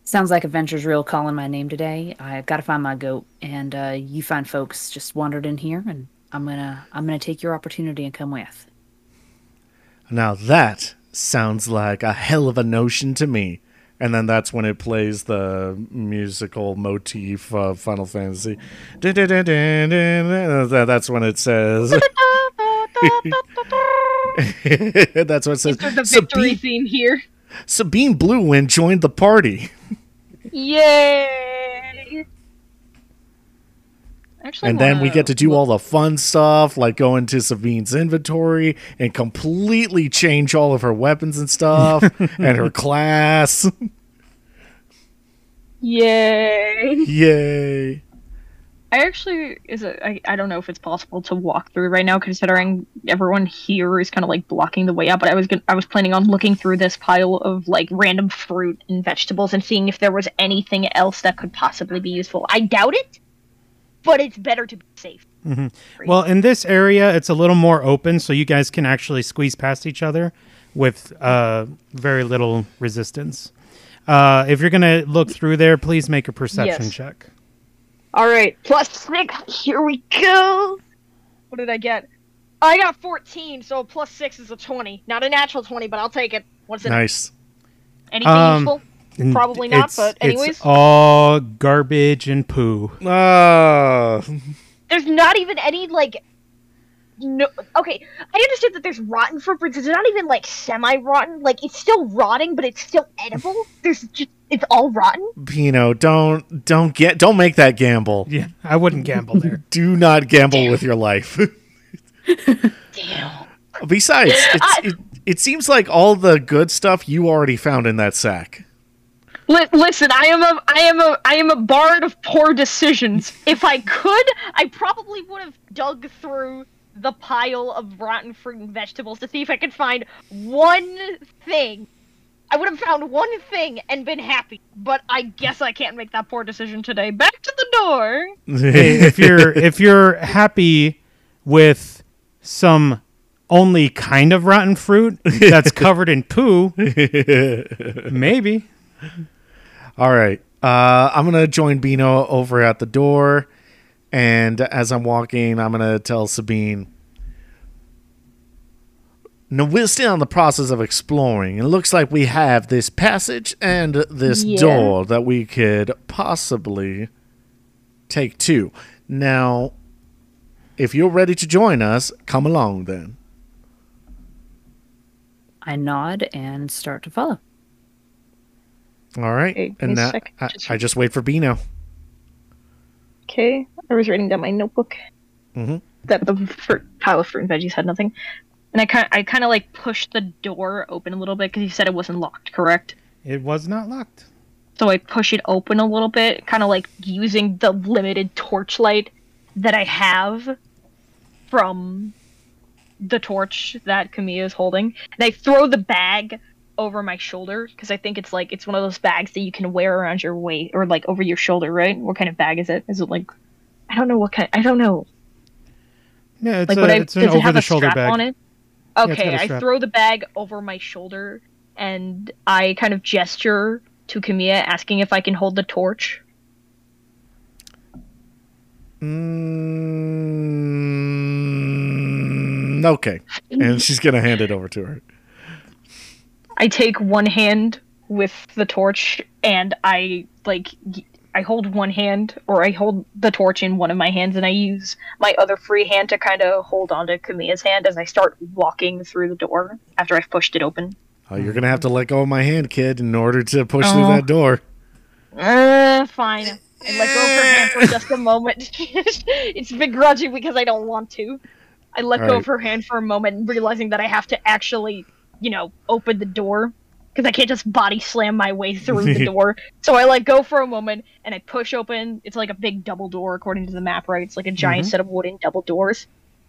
"Sounds like Adventure's real calling my name today. I've got to find my goat, and uh, you find folks just wandered in here, and I'm gonna I'm gonna take your opportunity and come with." Now that sounds like a hell of a notion to me. And then that's when it plays the musical motif of Final Fantasy. Dun, dun, dun, dun, dun, dun. That's when it says. that's what it says. There's the victory Sabine, scene here. Sabine Blue Wind joined the party. Yay! Actually, and then we get to do all the fun stuff, like go into Sabine's inventory and completely change all of her weapons and stuff and her class. Yay! Yay. I actually is it. I I don't know if it's possible to walk through right now, considering everyone here is kind of like blocking the way out. But I was gonna, I was planning on looking through this pile of like random fruit and vegetables and seeing if there was anything else that could possibly be useful. I doubt it, but it's better to be safe. Well, in this area, it's a little more open, so you guys can actually squeeze past each other with uh, very little resistance. Uh, if you're gonna look through there, please make a perception Yes. check. All right, plus six. Here we go. What did I get? I got 14, so plus six is a 20. Not a natural 20, but I'll take it. What's it? Nice. Anything Um, useful? And Probably not, it's- but anyways. it's all garbage and poo. Ah. There's not even any like. No. Okay, I understand that there's rotten fruit, but it's not even like semi-rotten. Like it's still rotting, but it's still edible. There's just it's all rotten. Pino, don't don't get don't make that gamble. Yeah, I wouldn't gamble there. Do not gamble with your life. Damn. Besides, it's, it, it seems like all the good stuff you already found in that sack. Li- listen, I am a I am a I am a bard of poor decisions. If I could, I probably would have dug through the pile of rotten fruit and vegetables to see if I could find one thing. I would have found one thing and been happy, but I guess I can't make that poor decision today. Back to the door. hey, if you're if you're happy with some only kind of rotten fruit that's covered in poo, maybe. All right. Uh, I'm going to join Bino over at the door. And as I'm walking, I'm going to tell Sabine. No, we're still in the process of exploring. It looks like we have this passage and this door that we could possibly take to. Now, if you're ready to join us, come along then. I nod and start to follow. All right. Okay, give me and a now sec. I, Just- I just wait for Bino. Okay, I was writing down my notebook. Mhm. That the fruit, pile of fruit and veggies had nothing, and I kind I kind of like pushed the door open a little bit because you said it wasn't locked, correct? It was not locked. So I push it open a little bit, kind of like using the limited torchlight that I have from the torch that Camille is holding. And I throw the bag over my shoulder because I think it's like it's one of those bags that you can wear around your waist or like over your shoulder, right? What kind of bag is it? Is it like I don't know what kind. I don't know. Yeah, it's, Like a, would I, it's does an it over have the a shoulder strap bag. on it? it's Okay, got a I strap. throw the bag over my shoulder and I kind of gesture to Camilla asking if I can hold the torch. Mm, okay. And she's going to hand it over to her. I take one hand with the torch and I like y- I hold one hand or I hold the torch in one of my hands and I use my other free hand to kind of hold onto Camilla's hand as I start walking through the door after I've pushed it open. Oh, you're going to have to let go of my hand, kid, in order to push through Oh. that door. Uh, fine. I Ah, let go of her hand for just a moment. It's begrudging because I don't want to. I let All go right. of her hand for a moment, realizing that I have to actually, you know, open the door because I can't just body slam my way through the door. So I let go for a moment and I push open. It's like a big double door according to the map, right? It's like a giant set of wooden double doors.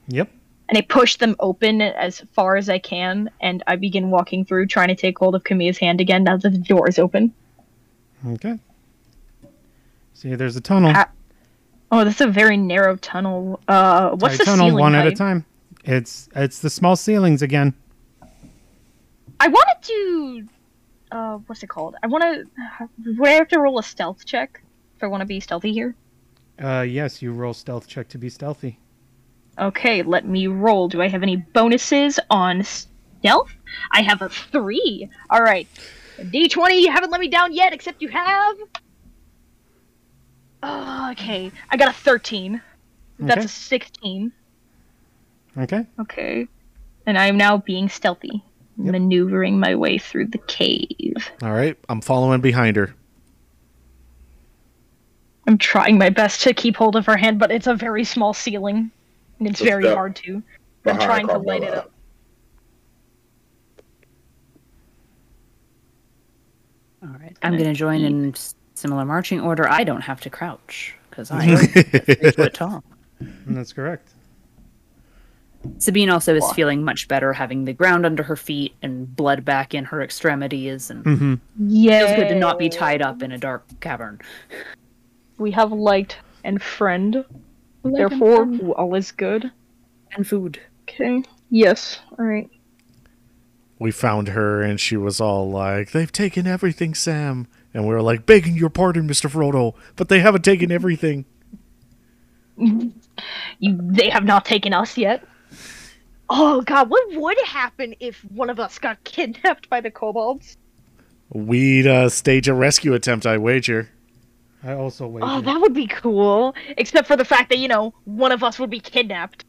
Yep. And I push them open as far as I can and I begin walking through trying to take hold of Camille's hand again now that the door is open. Okay. See, there's a tunnel. Ah, Oh, that's a very narrow tunnel. Uh what's Sorry, the tunnel ceiling one at a height? time. It's it's the small ceilings again. I wanted to. Uh, what's it called? I want to. Would I have to roll a stealth check if I want to be stealthy here? Uh, yes, you roll stealth check to be stealthy. Okay, let me roll. Do I have any bonuses on stealth? I have a three. All right, D twenty. You haven't let me down yet, except you have. Oh, okay, I got a thirteen. That's Okay. a sixteen. Okay. Okay, and I am now being stealthy, maneuvering my way through the cave. All right. I'm following behind her. I'm trying my best to keep hold of her hand, but it's a very small ceiling, and it's So very step hard to. I'm trying to light it up. All right. I'm going to join in s- similar marching order. I don't have to crouch because I'm three foot tall. And that's correct. Sabine also is feeling much better having the ground under her feet and blood back in her extremities. And Mm-hmm. Yeah, feels good to not be tied up in a dark cavern. We have light and friend. Therefore, all is good. And food. Okay. Yes. All right. We found her, and she was all like, They've taken everything, Sam. And we were like, Begging your pardon, Mr. Frodo, but they haven't taken everything. You, they have not taken us yet. Oh god, what would happen if one of us got kidnapped by the kobolds? We'd uh, stage a rescue attempt, I wager. I also wait. Oh, that would be cool. Except for the fact that, you know, one of us would be kidnapped.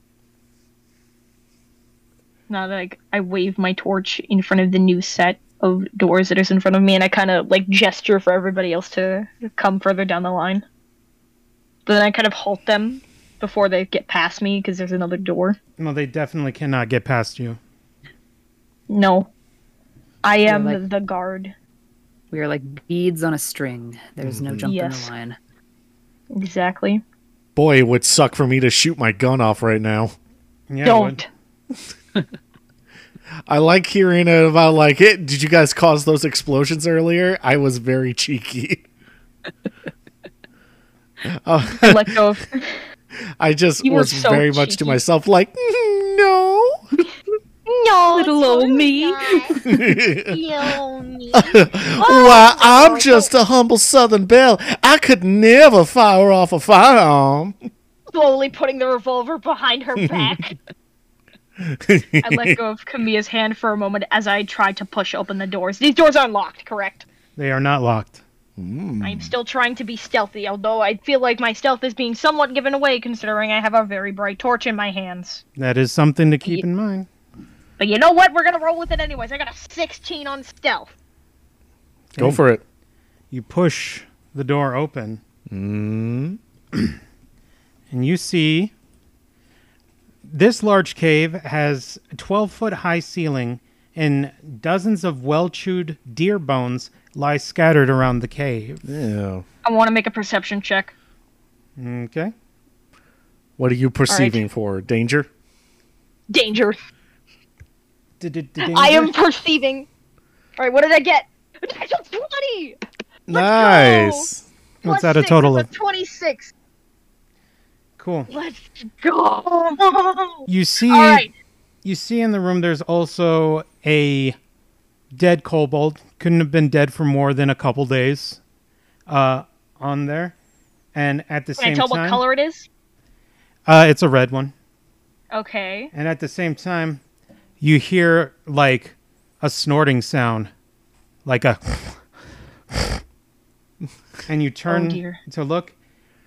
Now that I, I wave my torch in front of the new set of doors that is in front of me, and I kind of like gesture for everybody else to come further down the line. But then I kind of halt them before they get past me because there's another door. No, they definitely cannot get past you. No. I am like- the guard. We are like beads on a string. There's no jump in Yes. the line. Exactly. Boy, it would suck for me to shoot my gun off right now. Yeah, I would. Don't. I like hearing it about like it. Did you guys cause those explosions earlier? I was very cheeky. Let go of. I just You were was so very much to cheeky. myself like no. No, Little old me. Why I'm just a humble Southern belle. I could never fire off a firearm. slowly putting the revolver behind her back. I let go of Camille's hand for a moment as I tried to push open the doors. These doors aren't locked, correct? They are not locked. Hmm. I'm still trying to be stealthy, although I feel like my stealth is being somewhat given away considering I have a very bright torch in my hands. That is something to keep in mind. But you know what? We're gonna roll with it anyways. I got a 16 on stealth. Go for it. You push the door open, Mm. and you see this large cave has a 12 foot high ceiling and dozens of well chewed deer bones lie scattered around the cave. Yeah. I want to make a perception check. Okay. What are you perceiving for? Danger? Danger. D-d-d-danger? I am perceiving. All right, what did I get? Natural twenty. nice. What's Plus that a six, total that's of? a Twenty-six. Cool. Let's go. You see, All right. you see in the room. There's also a dead kobold. Couldn't have been dead for more than a couple days. Uh, on there, and at the Can I same tell time, what color it is? uh, it's a red one. Okay. And at the same time, you hear like a snorting sound, like a. and you turn Oh, dear. to look,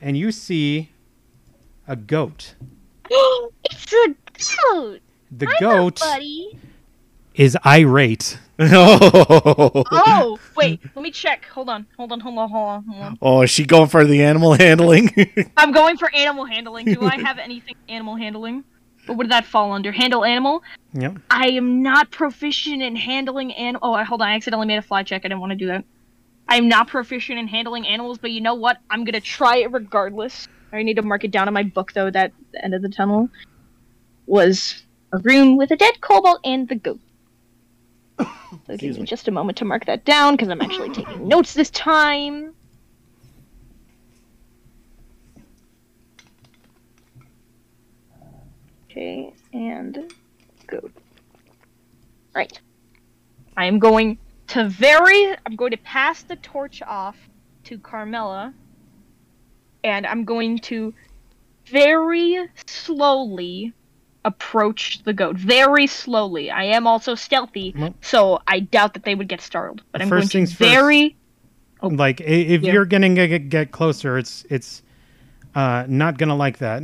and you see a goat. It's a goat, The goat buddy. is irate. oh. Oh, wait. Let me check. Hold on. Hold on. Hold on. Hold on. Hold on. oh, is she going for the animal handling? I'm going for animal handling. Do I have anything animal handling? What would that fall under? Handle animal. Yep. I am not proficient in handling animal. Oh, I- hold on. I accidentally made a fly check. I didn't want to do that. I am not proficient in handling animals, but you know what? I'm gonna try it regardless. I need to mark it down in my book though. That the end of the tunnel was a room with a dead kobold and the goat. So give me just a moment to mark that down because I'm actually taking notes this time. Okay, and goat. Right. I am going to very. I'm going to pass the torch off to Carmela, and I'm going to very slowly approach the goat. Very slowly. I am also stealthy, Well- so I doubt that they would get startled. But I'm First going things to first. very. Like i- if Yeah. you're gonna get, get closer, it's it's uh, not gonna like that.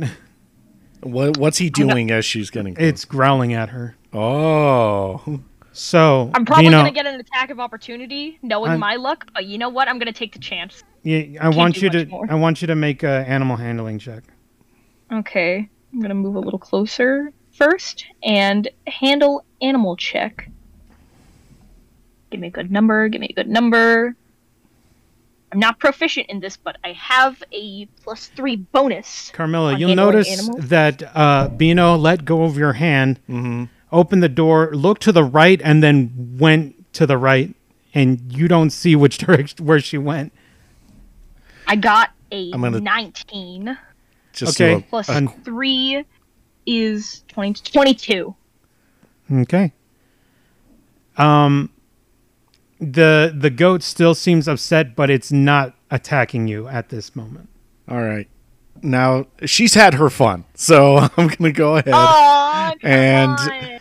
what, what's he doing as she's getting close? It's growling at her. Oh. So I'm probably Vino, gonna get an attack of opportunity, knowing I'm- my luck. But you know what? I'm gonna take the chance. y- I want do you much to more. I want you to make a animal handling check. Okay, I'm gonna move a little closer first and handle animal check. Give me a good number. Give me a good number. I'm not proficient in this, but I have a plus three bonus. Carmilla, on you'll handling notice animals? that uh, Bino let go of your hand, Mhm. opened the door, looked to the right, and then went to the right, and you don't see which direction where she went. I got a I'm gonna- 19 Just Okay. do a- plus Un- three is 20, 22. Okay. Um, the the goat still seems upset, but it's not attacking you at this moment. All right. Now she's had her fun, so I'm gonna go ahead Oh, come and on.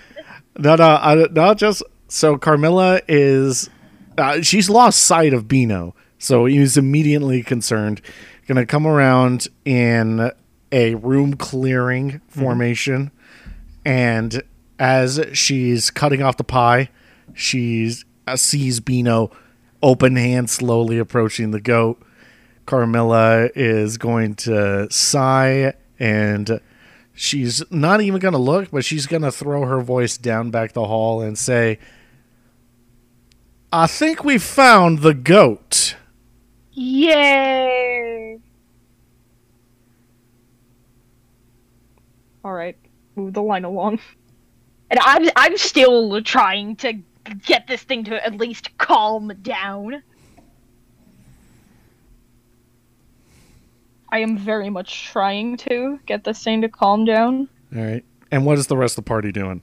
no, no, I, no. Just so Carmilla is, uh, she's lost sight of Bino, so he's immediately concerned. Gonna come around in a room clearing formation, and as she's cutting off the pie, she's uh, sees Bino, open hand slowly approaching the goat. Carmilla is going to sigh and she's not even going to look, but she's going to throw her voice down back the hall and say, I think we found the goat. Yay! All right, move the line along. And I'm I'm still trying to get this thing to at least calm down. I am very much trying to get this thing to calm down. All right. And what is the rest of the party doing?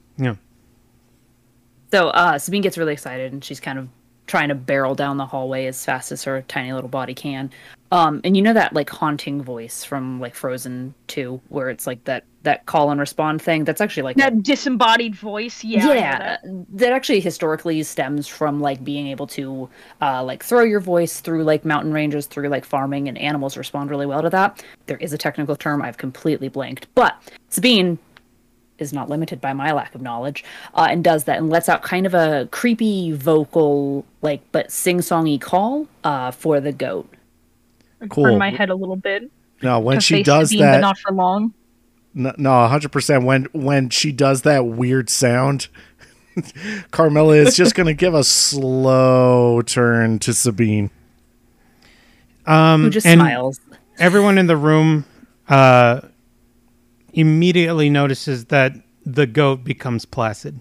So uh, Sabine gets really excited and she's kind of trying to barrel down the hallway as fast as her tiny little body can. Um, and you know that like haunting voice from like Frozen 2 where it's like that that call and respond thing that's actually like That disembodied voice, yeah. I know yeah that. that actually historically stems from like being able to uh, like throw your voice through like mountain ranges through like farming and animals respond really well to that there is a technical term i've completely blanked but sabine is not limited by my lack of knowledge uh, and does that and lets out kind of a creepy vocal like but sing-songy call uh, for the goat Cool. Turn my head a little bit. No, when 'cause she they does Sabine, that, but not for long. no, no, 100%. When when she does that weird sound, Carmela is just going to give a slow turn to Sabine. Um, Who just and smiles. Everyone in the room uh, immediately notices that the goat becomes placid.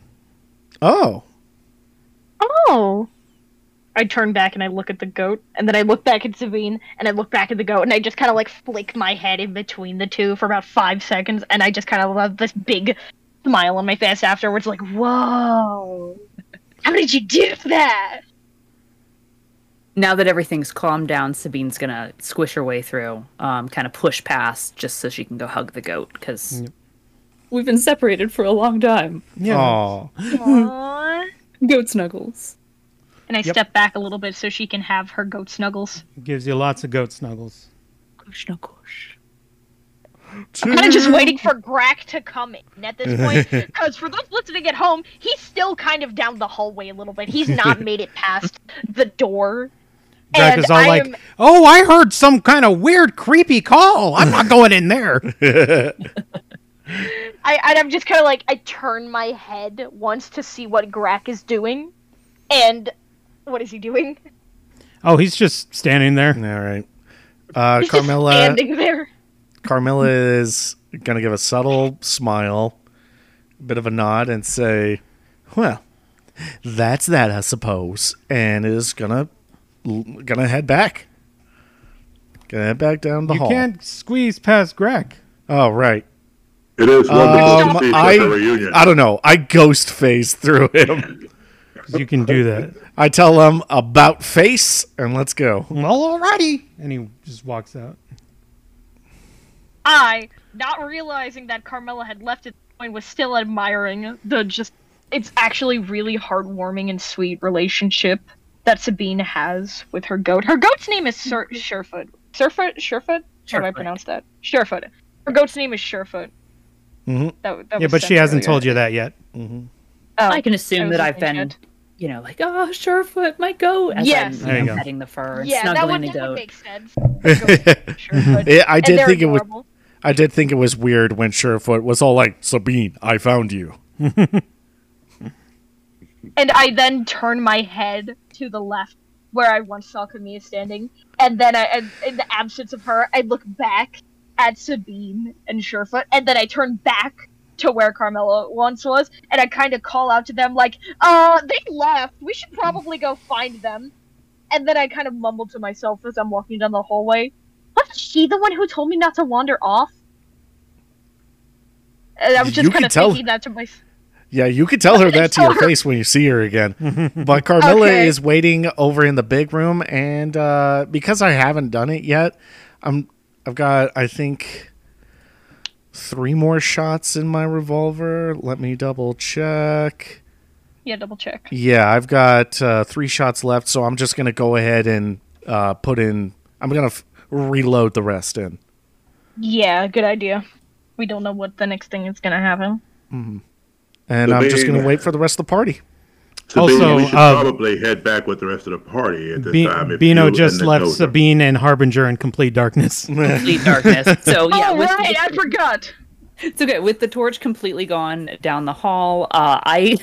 Oh, Oh. I turn back and I look at the goat, and then I look back at Sabine, and I look back at the goat, and I just kind of like flick my head in between the two for about five seconds, and I just kind of have this big smile on my face afterwards, like, whoa. How did you do that? Now that everything's calmed down, Sabine's gonna squish her way through, um, kind of push past just so she can go hug the goat because we've been separated for a long time. Yeah. Aw. Aww. Goat snuggles. And I step back a little bit so she can have her goat snuggles. Gives you lots of goat snuggles. Gosh, no gosh. I'm kind of just waiting for Grack to come in at this point, because for those listening at home, he's still kind of down the hallway a little bit. He's not made it past the door. Jack And is all I like, am- "Oh, I heard some kind of weird, creepy call. I'm not going in there." I, and I'm just kind of like, I turn my head once to see what Grack is doing, and what is he doing? oh, he's just standing there. All right. Uh, He's Carmela. just standing there. Carmilla is going to give a subtle smile, bit of a nod, and say, "Well, that's that, I suppose," and is gonna gonna head back. Gonna head back down the You hall. can't squeeze past Greg. Oh right. It is wonderful to Um, see I such a reunion. I don't know. I ghost phase through him. 'cause You can do that. I tell him about face and let's go. well, alrighty. And he just walks out. I, not realizing that Carmela had left at the point, was still admiring the just. It's actually really heartwarming and sweet relationship that Sabine has with her goat. Her goat's name is Sur- Surefoot. Surefoot? Surefoot? How do I Mm-hmm. Surefoot. pronounce that? Surefoot. Her goat's name is Surefoot. Mhm. That, that Mm-hmm. Yeah, was but she said hasn't earlier. told you that yet. Mm-hmm. Oh, I can I assume was that just I've been, thinking you know, like, oh, Surefoot, my goat. As Yes. I'm, There you you know, go. petting the fur and yeah, that snuggling would, the that would goat. make sense. Surefoot. Yeah, I And did they're think it would. adorable. I did think it was weird when Surefoot was all like, "Sabine, I found you." And I then turn my head to the left, where I once saw Camille standing. And then I, and in the absence of her, I look back at Sabine and Surefoot, and then I turn back to where Carmela once was, and I kind of call out to them like, "Uh, they left. We should probably go find them." And then I kind of mumble to myself as I'm walking down the hallway, "Wasn't she the one who told me not to wander off?" And I'm You just can kind of tell- thinking that to myself. Yeah, you could tell her that to Tell your her. face when you see her again. But Carmilla Okay. is waiting over in the big room, and uh, because I haven't done it yet, I'm I've got I think three more shots in my revolver. Let me double check. Yeah, double check. Yeah, I've got uh, three shots left, so I'm just gonna go ahead and uh, put in. I'm gonna f- reload the rest in. Yeah, good idea. We don't know what the next thing is gonna happen. And The I'm just big- going to wait for the rest of the party. Sabine, Also, we should uh, probably head back with the rest of the party at this Be- time. if you Bino and just the left children. Sabine and Harbinger in complete darkness. Complete darkness. So yeah, oh with right, the- I forgot. It's okay. With the torch completely gone down the hall, uh, I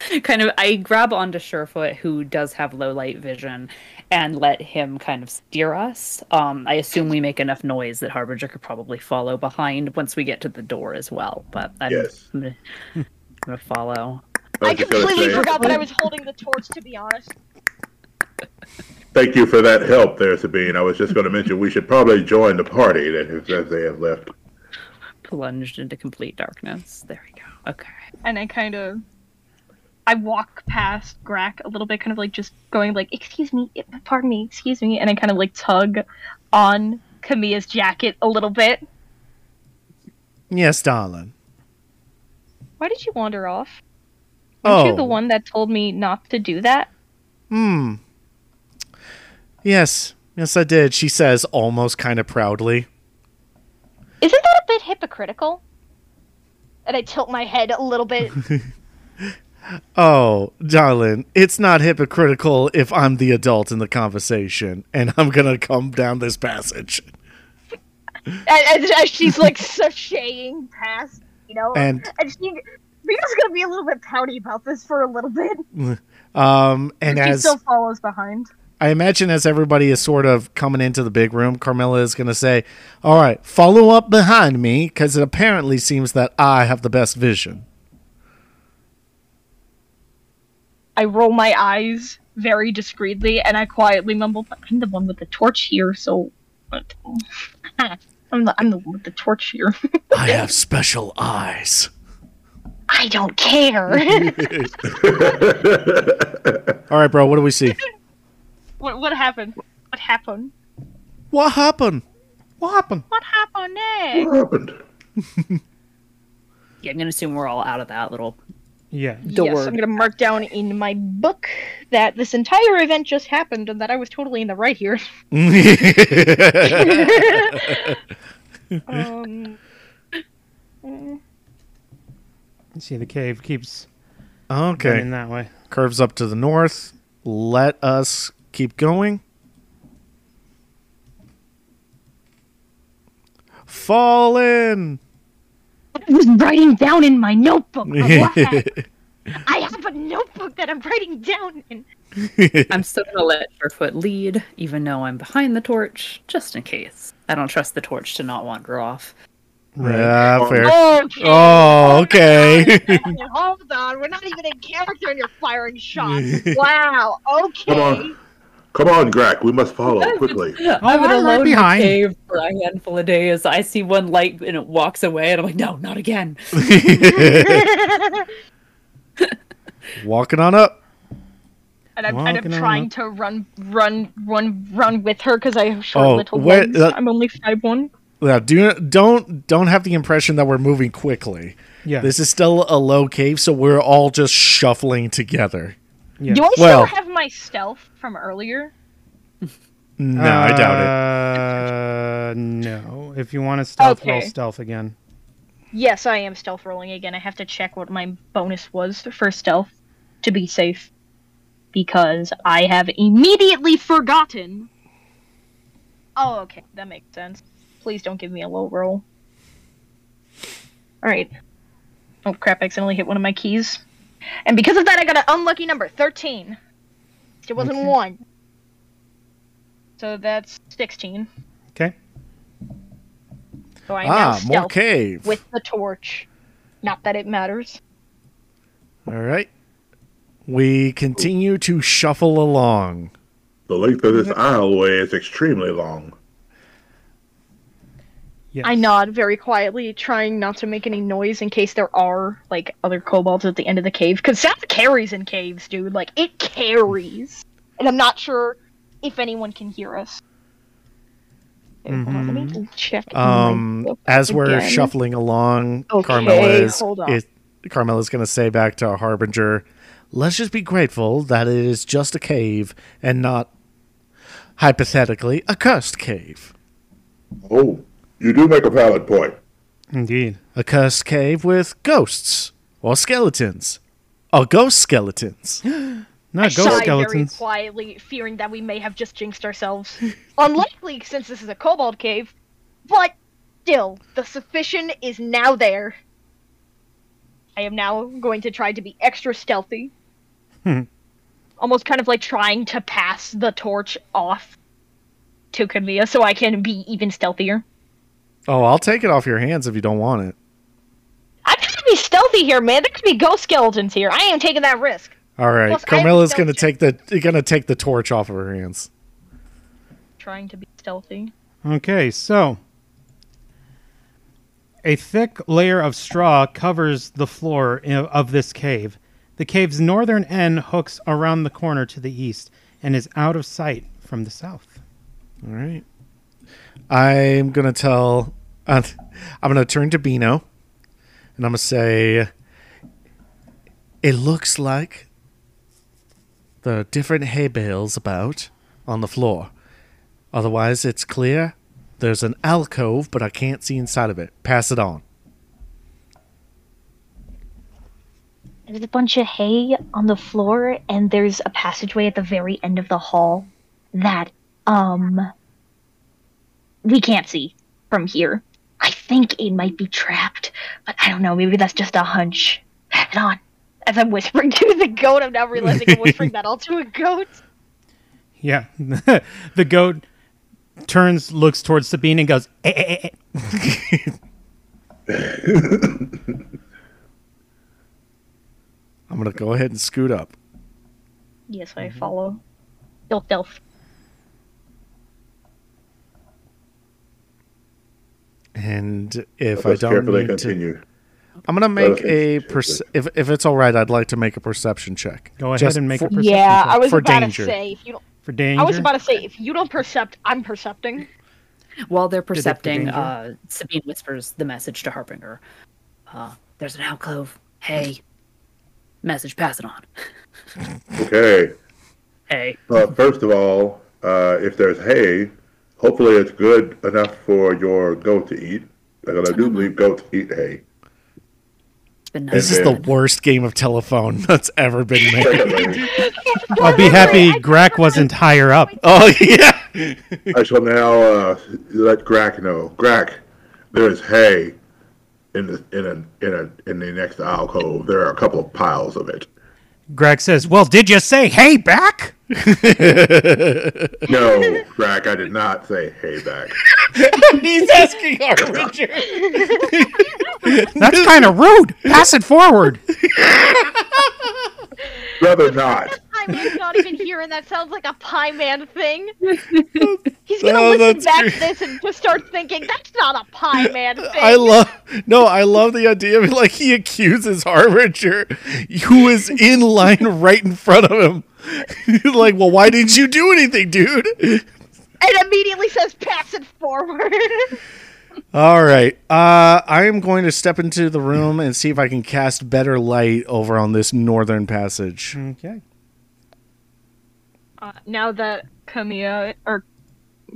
kind of I grab onto Surefoot, who does have low light vision, and let him kind of steer us. Um, I assume we make enough noise that Harbinger could probably follow behind once we get to the door as well. But I'm, Yes. I'm, gonna, I'm gonna follow. was I just gonna completely say, forgot that I was holding the torch. To be honest, Thank you for that help there, Sabine. I was just going to mention we should probably join the party that that they have left. Plunged into complete darkness. There we go. Okay. and I kind of, I walk past Grack a little bit, kind of like just going like, "Excuse me, eh, pardon me, excuse me," and I kind of like tug on Kamiya's jacket a little bit. Yes, darling. Why did you wander off? Oh. Aren't you the one that told me not to do that? Hmm. Yes. Yes, I did. She says almost kind of proudly. Isn't that a bit hypocritical? And I tilt my head a little bit. Oh, darling, it's not hypocritical if I'm the adult in the conversation and I'm going to come down this passage. as, as, as she's like sashaying past, you know, And- she Peter's gonna be a little bit pouty about this for a little bit. Um, and She as still follows behind. I imagine, as everybody is sort of coming into the big room, Carmilla is going to say, "All right, follow up behind me, because it apparently seems that I have the best vision." I roll my eyes very discreetly and I quietly mumble, "But "I'm the one with the torch here, so I'm the I'm the one with the torch here." I have special eyes. I don't care. All right, bro. What do we see? what what happened? What happened? what happened? What happened? What happened next? What happened? Yeah, I'm gonna assume we're all out of that little Yeah. door. Yes, I'm gonna mark down in my book that this entire event just happened and that I was totally in the right here. um, See, the cave keeps okay. in that way. curves up to the north. Let us keep going. Fall in. I was writing down in my notebook. I laugh. I have a notebook that I'm writing down in. I'm still gonna let Surefoot lead, even though I'm behind the torch, just in case. I don't trust the torch to not wander off. Yeah, fair. okay. Oh, okay. Hold on, we're not even in character and you're firing shots. Wow, Oh, okay. Come on. Come on, Grack. We must follow quickly. I've been I'm right alone behind. in the cave for a handful of days. I see one light and it walks away, and I'm like, no, not again. Walking on up. And I'm, and I'm Walking on trying up. to run, run, run, run with her because I have short Oh, little wait, legs. uh, I'm only five one. Yeah, do don't don't have the impression that we're moving quickly. Yeah. This is still a low cave, so we're all just shuffling together. yeah. Do I still Well- have my stealth from earlier? No, I Uh, doubt doubt it. Uh, no. If you want to stealth, roll Okay. stealth again. Yes, I am stealth rolling again. I have to check what my bonus was for stealth to be safe. Because I have immediately forgotten. Oh, okay. That makes sense. Please don't give me a low roll. Alright. Oh, crap. I accidentally hit one of my keys. And because of that, I got an unlucky number 13. It wasn't one. So that's 16. Okay. So I it. am now Ah, more stealth cave. with the torch. Not that it matters. all right. We continue to shuffle along. The length of this aisleway is extremely long. Yes. I nod very quietly, trying not to make any noise in case there are like other kobolds at the end of the cave. Because South carries in caves, dude. Like it carries, and I'm not sure if anyone can hear us. Okay, hold on, let me check. my Um, book as we're Mm-hmm. again. shuffling along, Okay, Carmela is, hold on. is Carmela's going to say back to Harbinger, "Let's just be grateful that it is just a cave and not hypothetically a cursed cave. Oh, you do make a valid point. Indeed. A cursed cave with ghosts or skeletons, or ghost skeletons." Not I ghost sigh skeletons. Very quietly, fearing that we may have just jinxed ourselves. Unlikely, since this is a kobold cave, but still, the suspicion is now there. I am now going to try to be extra stealthy. Hmm. Almost kind of like trying to pass the torch off to Camilla so I can be even stealthier. Oh, I'll take it off your hands if you don't want it. I'm trying to be stealthy here, man. There could be ghost skeletons here. I am taking that risk. All right, Plus, I have Carmela's stealth going to check. take the going to take the torch off of her hands. Trying to be stealthy. Okay, so a thick layer of straw covers the floor i- of this cave. The cave's northern end hooks around the corner to the east and is out of sight from the south. All right, I'm going to tell. Uh, I'm going to turn to Bino, and I'm going to say, "It looks like there are different hay bales about on the floor. Otherwise, it's clear. There's an alcove, but I can't see inside of it. Pass it on." There's a bunch of hay on the floor, and there's a passageway at the very end of the hall that, um, we can't see from here. I think it might be trapped, but I don't know. Maybe that's just a hunch. pass it on. As I'm whispering to the goat, I'm now realizing I'm whispering that all to a goat. Yeah. the goat turns, looks towards Sabine, and goes, "Eh, eh, eh, eh." I'm gonna go ahead and scoot up. Yes, I follow. Stealth, stealth. And if I Let's don't carefully need to, continue. I'm gonna make carefully a perce- if if it's all right, I'd like to make a perception check. Go ahead Just and make for- a perception Yeah, check I was For about danger. to say if you don't, for danger. I was about to say if you don't percept, I'm percepting. While they're Detect the percepting, danger. uh, Sabine whispers the message to Harbinger. Uh, there's an alcove. Hey, message, pass it on. Okay. Hey, Well, first of all, uh, if there's hay, hopefully it's good enough for your goat to eat. Because I do believe goats eat hay. it's been nice. This is the worst game of telephone that's ever been made. Secondly, I'll be happy Grack wasn't higher up. oh yeah. I shall now uh, let Grack know. Grack, there is hay in the in a in a in the next alcove. There are a couple of piles of it. Greg says, Well, did you say hey back? No, Grack, I did not say hay back. He's asking Harbinger. That's kind of rude. Pass it forward. Rather not. I'm like, not even here, and that sounds like a pie man thing. He's gonna Oh, listen that's back great. to this and just start thinking that's not a pie man thing. I love no, I love the idea of like he accuses Harbinger, who is in line right in front of him. like, well, why didn't you do anything, dude? and immediately says, "Pass it forward." All right, uh, I am going to step into the room and see if I can cast better light over on this northern passage. Okay. Uh, now that Camilla or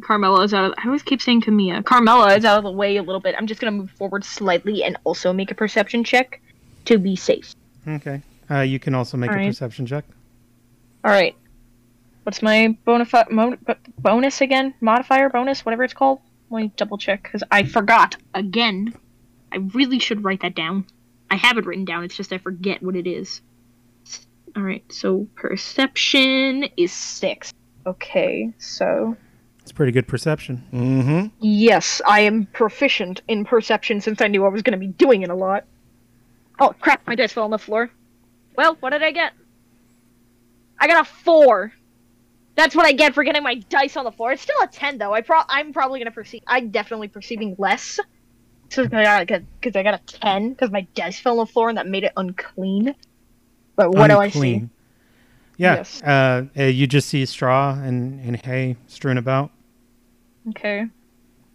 Carmela is out of I always keep saying Camilla. Carmela is out of the way a little bit. I'm just gonna move forward slightly, and also make a perception check to be safe. Okay. Uh, you can also make All a right. perception check. Alright. What's my bonif- mo- bo- bonus again? Modifier bonus, whatever it's called? Let me double check because I forgot again. I really should write that down. I have it written down, it's just I forget what it is. Alright, so perception is six. Okay, so It's pretty good perception. Mm-hmm. Yes, I am proficient in perception since I knew I was going to be doing it a lot. Oh crap! My dice fell on the floor. Well, what did I get? I got a four. That's what I get for getting my dice on the floor. It's still a ten though. I pro- I'm probably going to perceive. I'm definitely perceiving less. So because I got a ten because my dice fell on the floor and that made it unclean. But what do I see? Unclean. Yeah. Yes. Uh, uh, you just see straw and, and hay strewn about. Okay.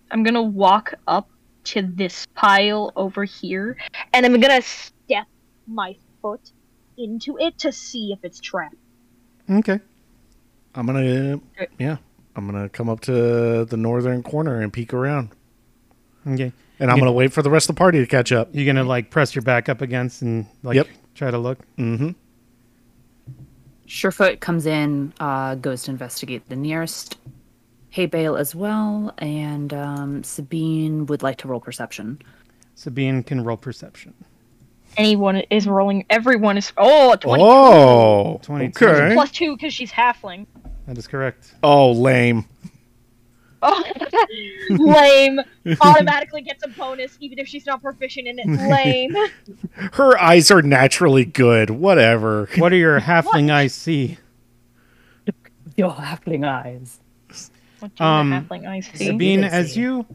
I'm gonna walk up to this pile over here. And I'm going to step my foot into it to see if it's trapped. Okay. I'm gonna, yeah, I'm gonna come up to the northern corner and peek around, Okay. and I'm Yeah. gonna wait for the rest of the party to catch up. You're gonna like press your back up against and like Yep. try to look. Mm-hmm. Surefoot comes in, uh, goes to investigate the nearest hay bale as well, and um, Sabine would like to roll perception. Sabine can roll perception. Anyone is rolling. Everyone is. Oh, a 20 Oh, 22. okay. plus two because she's halfling. That is correct. Oh, lame. Oh, lame. Automatically gets a bonus even if she's not proficient in it. Lame. Her eyes are naturally good. Whatever. What are your halfling eyes see? Your halfling eyes. What do you have, Um, halfling eyes see? Sabine, Yes. as you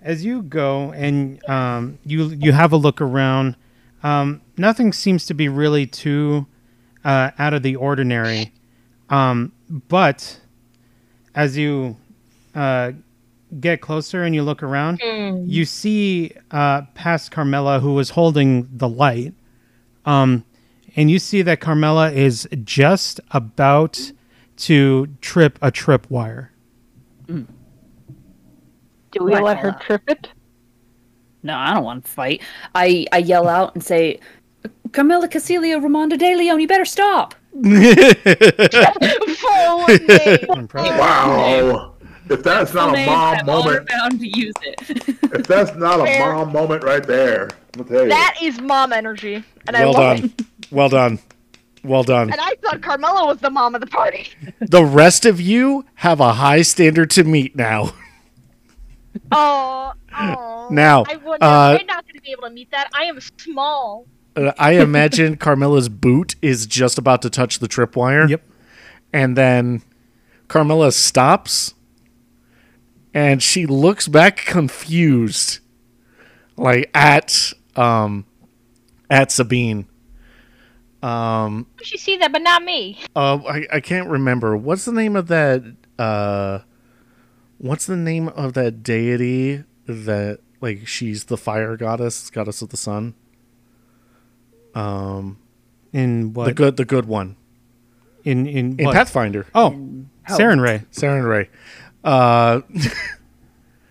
as you go and um, you you have a look around, um, nothing seems to be really too uh, out of the ordinary. Um, but as you uh, get closer and you look around, you see uh, past Carmela, who was holding the light, um, and you see that Carmela is just about to trip a tripwire. Do we Right, let her Carmela. trip it? No, I don't want to fight. I, I yell out and say, Carmela Casilia Ramonda De Leon, you better stop. Full name. Impressive. Wow. If that's not a Made mom that all moment, around to use it. if that's not a Fair. mom moment right there, I'll tell you. That is mom energy, and I well love done. it. Well done. Well done. And I thought Carmela was the mom of the party. The rest of you have a high standard to meet now. Oh, oh. Now, I would uh, I'm not going to be able to meet that. I am small. Uh, I imagine Carmilla's boot is just about to touch the tripwire. Yep. And then Carmilla stops and she looks back confused. Like at um at Sabine. She see that, but not me. Uh I, I can't remember. What's the name of that uh what's the name of that deity that like she's the fire goddess, goddess of the sun? In The what? good the good one. in in, In what? Pathfinder. oh, Saren Ray. Saren Ray. Uh,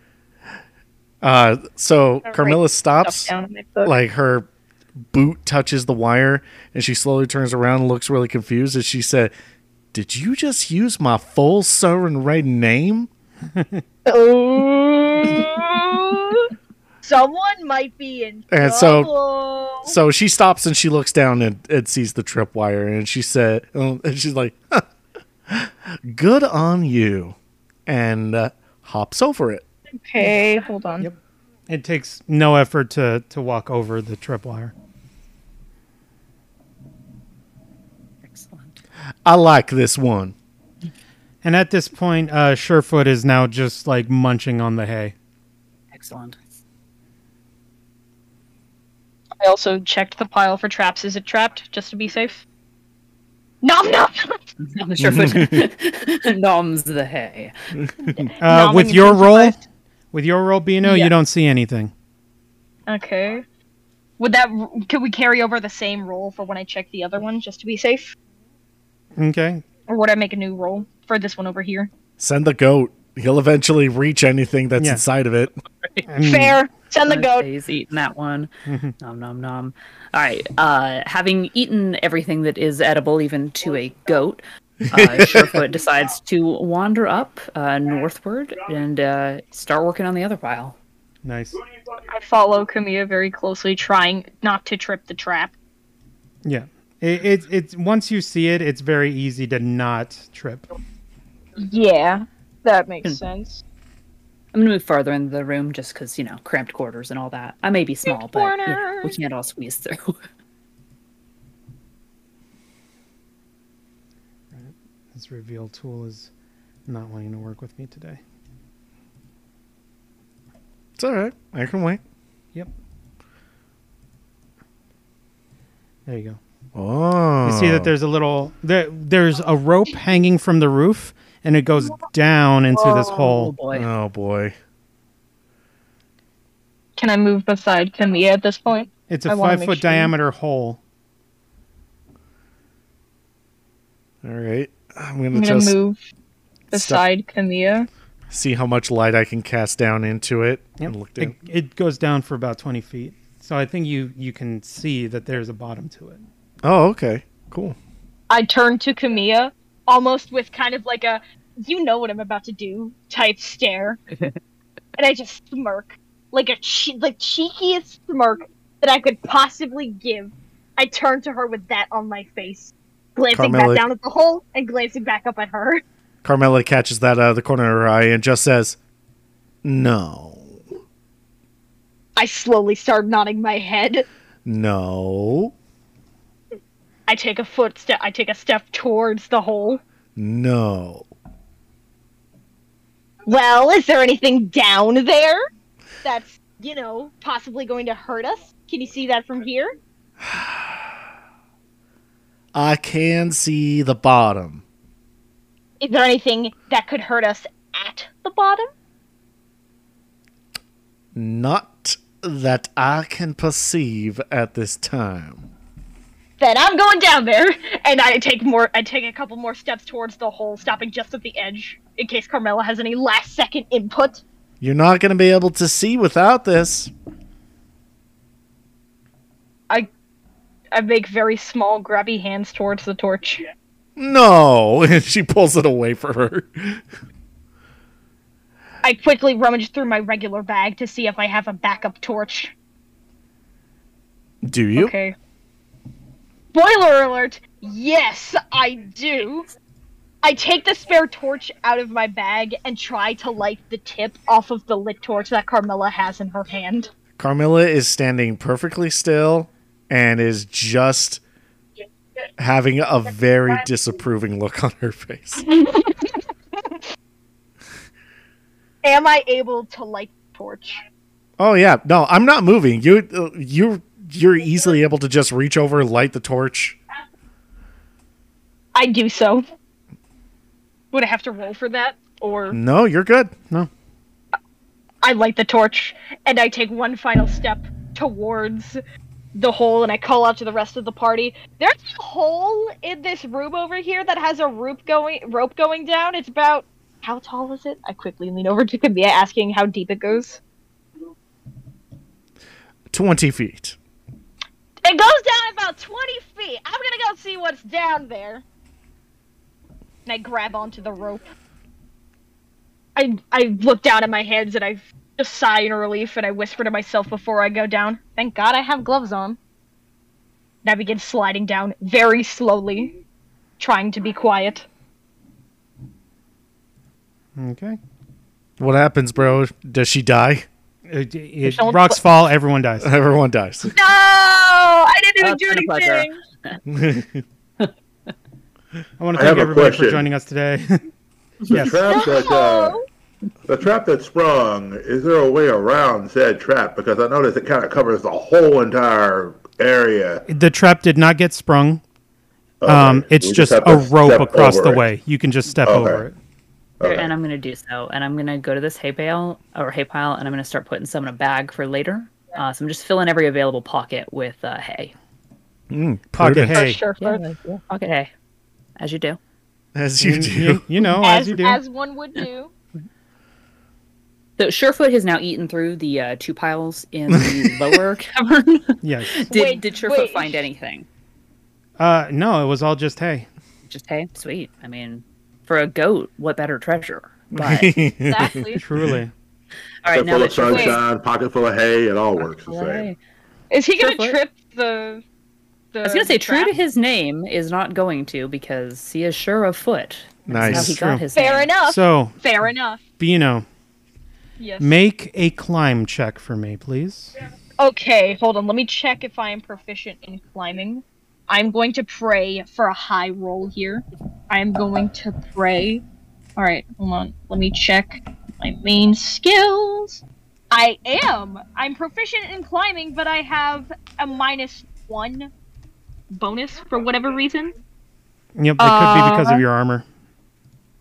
uh, so Carmilla stops, down in my book. like her boot touches the wire, and she slowly turns around and looks really confused. And she said, "Did you just use my full Saren Ray name?" Oh. Someone might be in trouble. And so- So she stops and she looks down and, and sees the tripwire, and she said, um, and she's like, "Good on you," and uh, hops over it. Okay, hold on. It takes no effort to to walk over the tripwire. Excellent. I like this one. And at this point, uh, Surefoot is now just like munching on the hay. Excellent. I also checked the pile for traps. Is it trapped? Just to be safe. Nom nom. I'm sure for noms the hay. Uh, Nom with and your roll, improvised. with your roll, Bino, Yeah. you don't see anything. Okay. Would that could we carry over the same roll for when I check the other one just to be safe, Okay, or would I make a new roll for this one over here? Send the goat. He'll eventually reach anything that's Yeah. inside of it. Mm. Fair. Send the Five goat. days eating that one. nom nom nom. All right. Uh, having eaten everything that is edible, even to a goat, uh, Surefoot decides to wander up uh, northward and uh, start working on the other pile. nice. I follow Camilla very closely, trying not to trip the trap. Yeah, it, it it's once you see it, it's very easy to not trip. Yeah, that Hmm. makes sense. I'm gonna move farther into the room just because you know cramped quarters and all that. I may be small, but you know, we quarters. can't all squeeze through. This reveal tool is not wanting to work with me today. It's all right. I can wait. There you go. Oh. You see that there's a little there. There's a rope hanging from the roof, and it goes down into this Oh hole. boy! Oh boy. Can I move beside Camilla at this point? It's a I wanna five make foot sure. diameter hole. All right. I'm I'm gonna gonna just move beside Camilla. see how much light I can cast down into it and look It, down. it goes down for about 20 feet. So I think you, you can see that there's a bottom to it. Oh, okay. Cool. I turn to Camilla, almost with kind of like a "you know what I'm about to do" type stare, and I just smirk, like a che- like cheekiest smirk that I could possibly give. I turn to her with that on my face, glancing Carmela- back down at the hole and glancing back up at her. Carmela catches that out of the corner of her eye and just says, "No, I slowly start nodding my head. no, I take a footstep. I take a step towards the hole. no." Well, is there anything down there that's you know possibly going to hurt us? Can you see that from here? I can see the bottom. Is there anything that could hurt us at the bottom? Not that I can perceive at this time. Then I'm going down there, and I take more. I take a couple more steps towards the hole, stopping just at the edge in case Carmela has any last-second input. You're not going to be able to see without this. I make very small, grubby hands towards the torch. No. And she pulls it away from her. I quickly rummage through my regular bag to see if I have a backup torch. Do you? Okay. Spoiler alert! Yes, I do! I take the spare torch out of my bag and try to light the tip off of the lit torch that Carmilla has in her hand. Carmilla is standing perfectly still and is just having a very disapproving look on her face. Am I able to light the torch? Oh yeah, no, I'm not moving. You uh, you you're easily able to just reach over, light the torch. I do so. Would I have to roll for that? Or No, you're good. No. I light the torch and I take one final step towards the hole and I call out to the rest of the party. There's a hole in this room over here that has a rope going rope going down. It's about how tall is it? I quickly lean over to Kabia asking how deep it goes. 20 feet. It goes down about 20 feet. I'm gonna go see what's down there. And I grab onto the rope. I I look down at my hands and I just sigh in relief and I whisper to myself before I go down, thank God I have gloves on. And I begin sliding down very slowly, trying to be quiet. Okay. What happens, bro? Does she die? It, it- rocks fall, everyone dies. Everyone dies. No! I didn't That's even do gonna bugger. anything! I want I to thank have a everybody for question. joining us today. The yes. trap that uh, No! the trap that sprung. Is there a way around said trap? Because I noticed it kind of covers the whole entire area. The trap did not get sprung. Um, Okay, it's Uh, we just have a to rope step across the over it. way. You can just step Okay. over it. Okay. And I'm gonna do so. And I'm gonna go to this hay bale or hay pile, and I'm gonna start putting some in a bag for later. Uh, so I'm just filling every available pocket with uh, hay. Mm, Pocket prudent. hay. Sure, first. Pocket hay, as you do. As you do. You, you know, as, As, you do. as one would do. So Surefoot has now eaten through the uh, two piles in the lower cavern. yes. did Wait, did Surefoot wait. find anything? Uh, no, it was all just hay. Just hay, sweet. I mean, for a goat, what better treasure? But Mm-hmm. Exactly. Truly. all Pocket right, now full that of Surefoot- sunshine, pocket full of hay, it all works the same. Is he gonna Sure, foot. trip the? the I was gonna say, true to his name, is not going to because he is sure of foot. That's Nice. how he got his Fair name. enough. So, Fair enough. Bino, Yes. make a climb check for me, please. okay, hold on. Let me check if I am proficient in climbing. I'm going to pray for a high roll here. I am going to pray. All right, hold on. Let me check my main skills. I am. I'm proficient in climbing, but I have a minus one bonus for whatever reason. Yep, it could be because of your armor.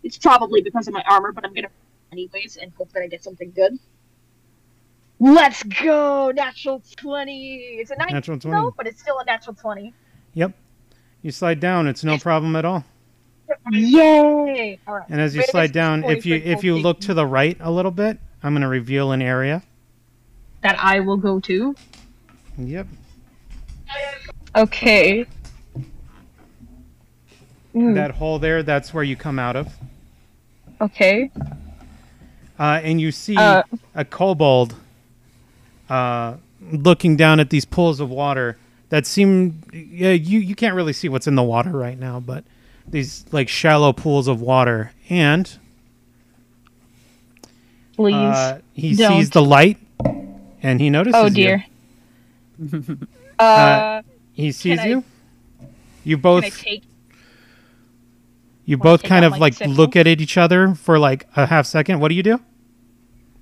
It's probably because of my armor, but I'm gonna anyways and hope that I get something good. Let's go! Natural twenty. It's a 19, Natural 20. though, but it's still a natural twenty. Yep. You slide down, it's no problem at all. Yay! All right. And as you Greatest slide down, exploit if you for if you Goldie look to the right a little bit, I'm going to reveal an area. that I will go to. Yep. Okay. Mm, That hole there, that's where you come out of. okay. Uh, and you see Uh, a kobold uh, looking down at these pools of water that seem yeah, you you can't really see what's in the water right now, but these like shallow pools of water, and Please. uh, he don't. sees the light, and he notices. oh you. dear. uh, Uh, He sees I- you. You can I both take? you wanna both take kind out of my like sickle? look at each other for like a half second. What do you do?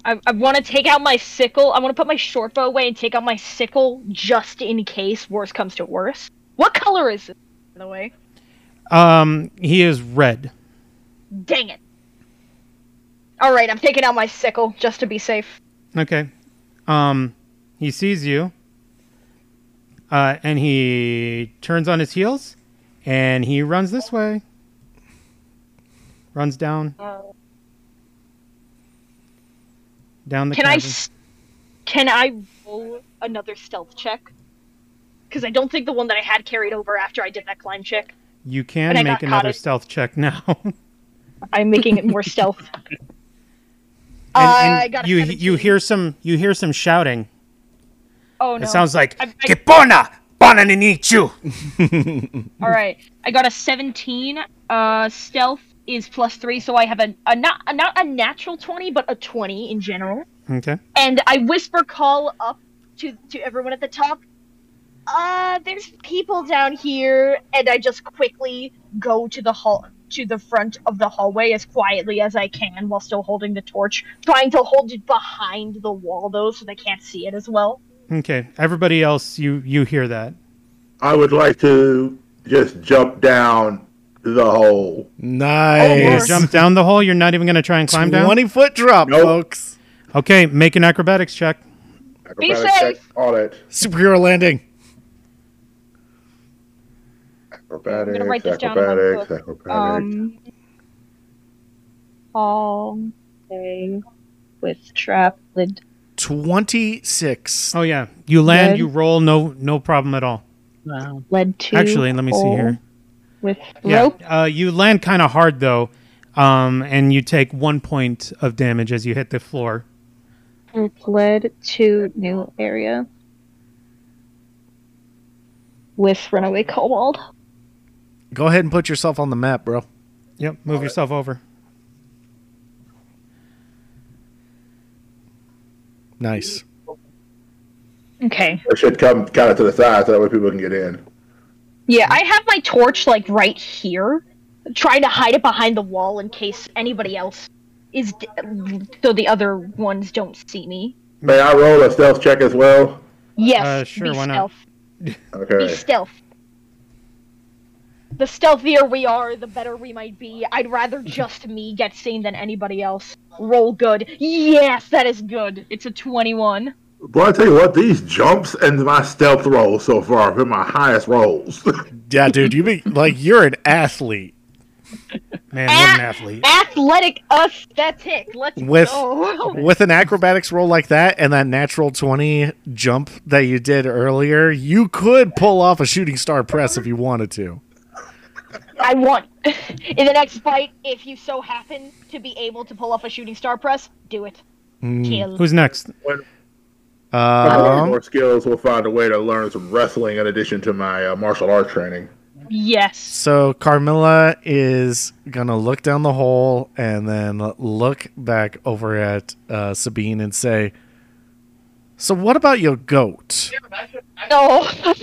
I, I want to take out my sickle. I want to put my short bow away and take out my sickle just in case worse comes to worse. What color is it, by the way? Um, he is red. Dang it. All right, I'm taking out my sickle just to be safe. Okay. Um, he sees you. Uh, and he turns on his heels, and he runs this way. Runs down. Uh, down the. Can I cavern. s- can I roll another stealth check? Cuz I don't think the one that I had carried over after I did that climb check. you and can I got make caught another Oh, it. stealth check now. I'm making it more stealth. I and got a you you 17. hear some you hear some shouting. Oh no! It sounds like I- I- Kipona Bananinichu. All right, I got a 17. Uh, stealth is plus three, so I have a, a not a, not a natural 20, but a 20 in general. Okay. And I whisper call up to to everyone at the top. Uh, there's people down here, and I just quickly go to the hall to the front of the hallway as quietly as I can while still holding the torch, trying to hold it behind the wall though, so they can't see it as well. Okay. Everybody else, you you hear that? I would like to just jump down the hole. Nice. Jump down the hole. You're not even going to try and climb down. 20 foot drop, Nope. folks. Okay. Make an acrobatics check. Be Acrobatics check, safe. All that. Superhero landing. Acrobatics, write this down in my acrobatics, book. acrobatics. Um, all day with trap lid. 26. Oh yeah. You land. Good. You roll. No no problem at all. Wow. Led to Actually, let me see hole here. With Yeah. rope. Uh, you land kind of hard though, um, and you take one point of damage as you hit the floor. It's led to new area with runaway kobold. Go ahead and put yourself on the map, bro. Yep. Move yourself over. Nice. Okay. It should come kind of to the side so that way people can get in. Yeah, I have my torch like right here, trying to hide it behind the wall in case anybody else is, d- so the other ones don't see me. May I roll a stealth check as well? Yes, Uh, sure, be why not? stealth. Be Okay. stealth. The stealthier we are, the better we might be. I'd rather just me get seen than anybody else. Roll good. Yes, that is good. It's a twenty-one. Boy, I tell you what, these jumps and my stealth rolls so far have been my highest rolls. Yeah, dude, you be like you're an athlete Man, what an athlete. Athletic aesthetic. Let's With- go. with an acrobatics roll like that and that natural 20 jump that you did earlier. You could pull off a shooting star press if you wanted to. I won. In the next fight, if you so happen to be able to pull off a shooting star press, do it. Kill. Who's next? Learning Um, more skills will find a way to learn some wrestling in addition to my uh, martial art training. Yes. so Carmilla is gonna look down the hole and then look back over at uh, Sabine and say, "So what about your goat?" No. Is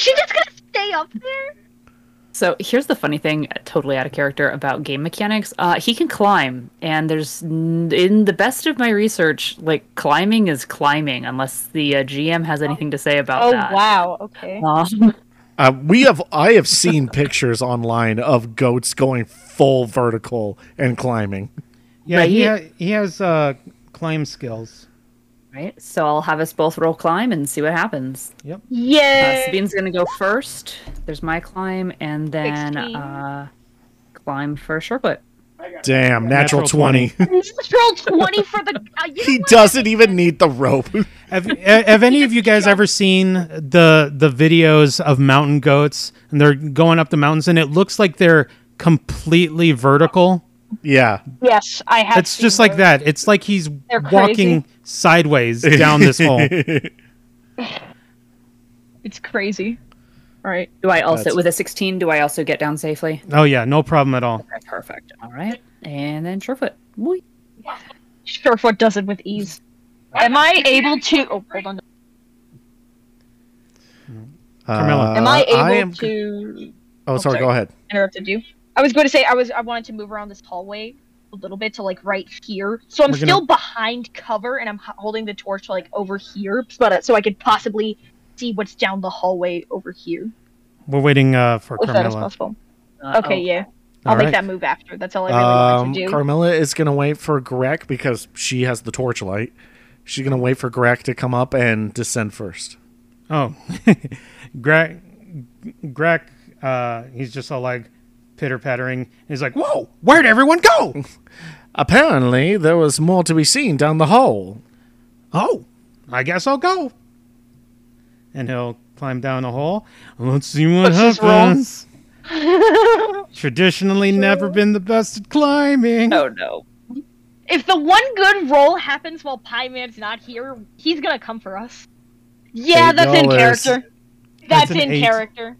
she just gonna stay up there? So here's the funny thing, totally out of character about game mechanics. Uh, he can climb, and there's n- in the best of my research, like climbing is climbing, unless the uh, GM has anything to say about Oh that. wow! Okay. Um, Uh, we have I have seen pictures online of goats going full vertical and climbing. Yeah, he Right. ha- he has uh, climb skills. right. So I'll have us both roll climb and see what happens. Uh, Yay. Sabine's gonna go first. There's my climb, and then 16. uh, climb for Sherbet. Damn, natural, Natural 20. Roll twenty for the. Uh, you he know what? doesn't even need the rope. Have, a- have any of you guys ever seen the the videos of mountain goats and they're going up the mountains and it looks like they're completely vertical? yeah. Yes, I have. It's just seen like those. that. It's like he's They're walking sideways down this hole. It's crazy. All right. Do I also That's- with a 16? Do I also get down safely? Oh yeah, no problem at all. Okay, perfect. All right, and then Surefoot. Whee. Surefoot does it with ease. Am I able to? Oh, hold Uh, on. Carmilla. Uh, Am I able am- to? Oh, sorry. sorry. Go ahead. Interrupted you. I was going to say I was. I wanted to move around this hallway a little bit to like right here. So I'm We're gonna- still behind cover, and I'm h- holding the torch like over here, but uh, so I could possibly see what's down the hallway over here, We're waiting uh, for if that is Carmilla. possible. Uh-oh. Okay, yeah. I'll All make right. that move after. That's all I really Um, wanted to do. Carmilla is gonna wait for Greg because she has the torchlight. She's gonna wait for Greg to come up and descend first. Oh, Greg, Greg, uh, he's just all like pitter pattering. He's like, "Whoa, where'd everyone go? Apparently, there was more to be seen down the hole. Oh, I guess I'll go." And he'll climb down the hole. Let's see what Let's just roll. happens. Traditionally, never been the best at climbing. Oh no. If the one good roll happens while Pie Man's not here, he's gonna come for us. Yeah, Eight that's in dollars. character. That's That's, an in eight. character.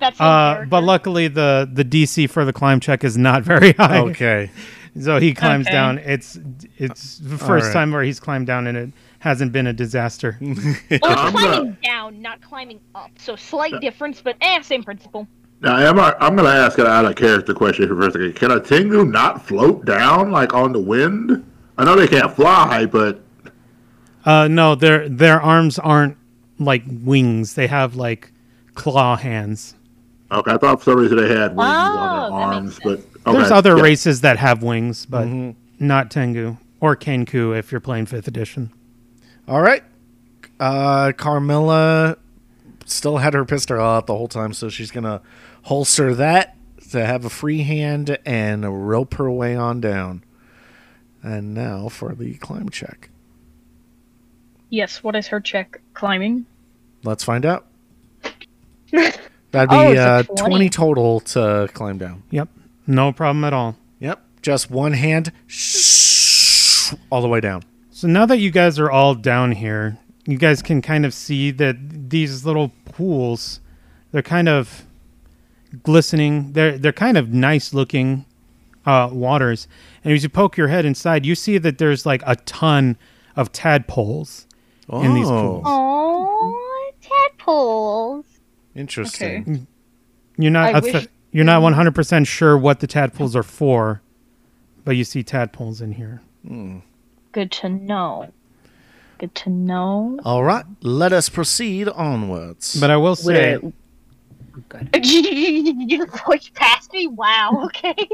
That's in Uh, character. but luckily, the the DC for the climb check is not very high, Okay. so he climbs Okay. down. It's it's the first right. time where he's climbed down, and it hasn't been a disaster. well, I'm it's climbing not- down, not climbing up. So slight difference, but eh, same principle. Now, am I, I'm going to ask an out of character question for a second. Can a Tengu not float down like on the wind? I know they can't fly, but Uh, no, their their arms aren't like wings; they have like claw hands. okay, I thought for some reason they had wings on Oh, their that arms. makes But sense. okay. There's other yeah. races that have wings, but not Tengu or Kenku if you're playing fifth edition. All right. Uh, Carmilla still had her pistol out the whole time, so she's gonna holster that to have a free hand and rope her way on down. And now for the climb check. Yes, what is her check? Climbing? Let's find out. That'd be Oh, it's a uh, 20. 20 total to climb down. Yep, no problem at all. Yep. Just one hand all the way down. So now that you guys are all down here, you guys can kind of see that these little pools, they're kind of glistening. They're they're kind of nice looking uh, waters. And as you poke your head inside, you see that there's like a ton of tadpoles. In these Oh. pools. Oh, Oh, tadpoles. Interesting. You're not I a th- wish- Mm. you're not 100 percent sure what the tadpoles are for, but you see tadpoles in here. Good to know. Good to know. All right. Let us proceed onwards. But I will Would say, a- you pushed past me. Wow. Okay.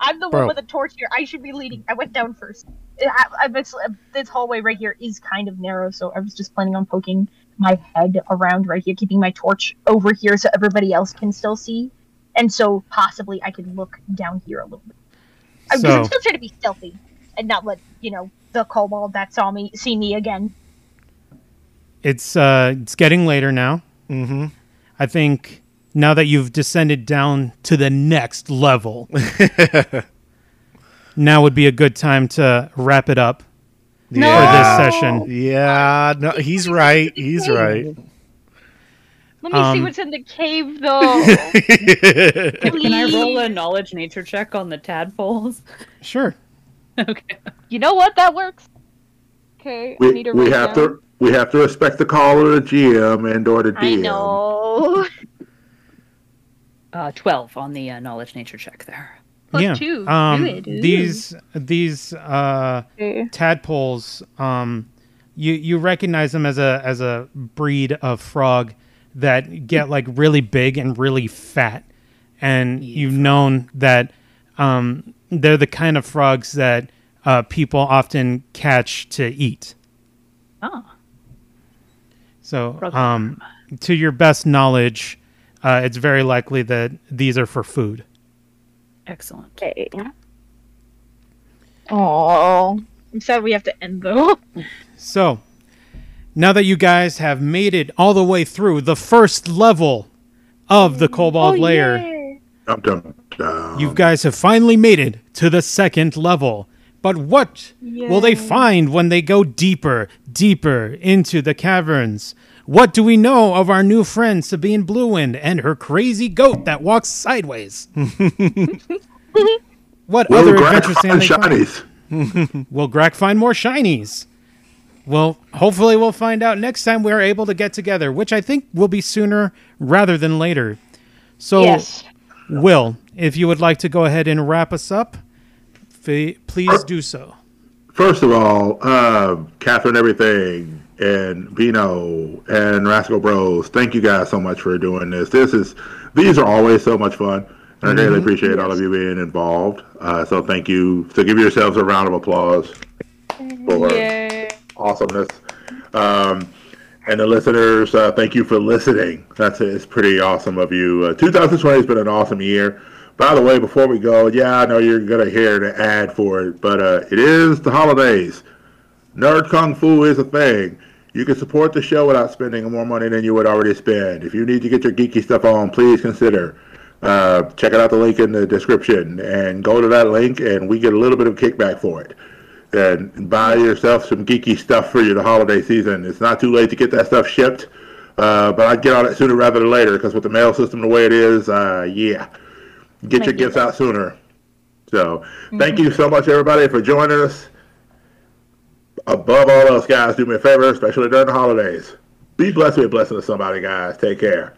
I'm the Bro. one with the torch here. I should be leading. I went down first. I, I, this, this hallway right here is kind of narrow, so I was just planning on poking my head around right here, keeping my torch over here so everybody else can still see, and so possibly I could look down here a little bit. I'm, 'cause I'm so still trying to be stealthy and not let you know the kobold that saw me see me again. it's uh, it's getting later now. mm-hmm. I think now that you've descended down to the next level, now would be a good time to wrap it up for this Yeah. session. Yeah. No, he's right. He's right. Let me see Um, what's in the cave, though. Can I roll a Please. knowledge nature check on the tadpoles? Sure. okay. You know what? That works. Okay, I We, need to we write have down. to we have to respect the call of the GM and or the DM. I know. Uh, 12 on the uh, knowledge nature check there. Plus yeah. two. Um, Do it. Ooh. These these uh, Okay. tadpoles, um, you you recognize them as a as a breed of frog that get like really big and really fat, and you've known that um, they're the kind of frogs that uh, people often catch to eat. Ah. So, Frog um, to your best knowledge, uh, it's very likely that these are for food. Excellent. Okay. Oh, I'm sad we have to end though. So, now that you guys have made it all the way through the first level of the Cobalt Layer, I'm done. Uh, you guys have finally made it to the second level. But what will they find when they go deeper, deeper into the caverns? What do we know of our new friend Sabine Bluewind and her crazy goat that walks sideways? what Will other Grant adventures can find they find? shinies? Will Greg find more shinies? Well, hopefully we'll find out next time we're able to get together, which I think will be sooner rather than later. So, Yes. Will, if you would like to go ahead and wrap us up, f- please do so. First of all, uh, Catherine, everything, and Vino and Rascal Bros. Thank you guys so much for doing this. This is these are always so much fun, and I really appreciate all of you being involved. Uh, so thank you. So give yourselves a round of applause for awesomeness. Um, and the listeners, uh, thank you for listening. That's it's pretty awesome of you. Uh, 2020 has been an awesome year. By the way, before we go, yeah, I know you're gonna hear the ad for it, but uh, it is the holidays. Nerd Kung Fu is a thing. You can support the show without spending more money than you would already spend. If you need to get your geeky stuff on, please consider uh, check out the link in the description and go to that link, and we get a little bit of kickback for it. And buy yourself some geeky stuff for your holiday season. It's not too late to get that stuff shipped, uh, but I'd get on it sooner rather than later because with the mail system the way it is, uh, yeah, get your gifts out sooner. So thank you so much, everybody, for joining us. Above all else, guys, do me a favor, especially during the holidays. Be blessed with a blessing to somebody, guys. Take care.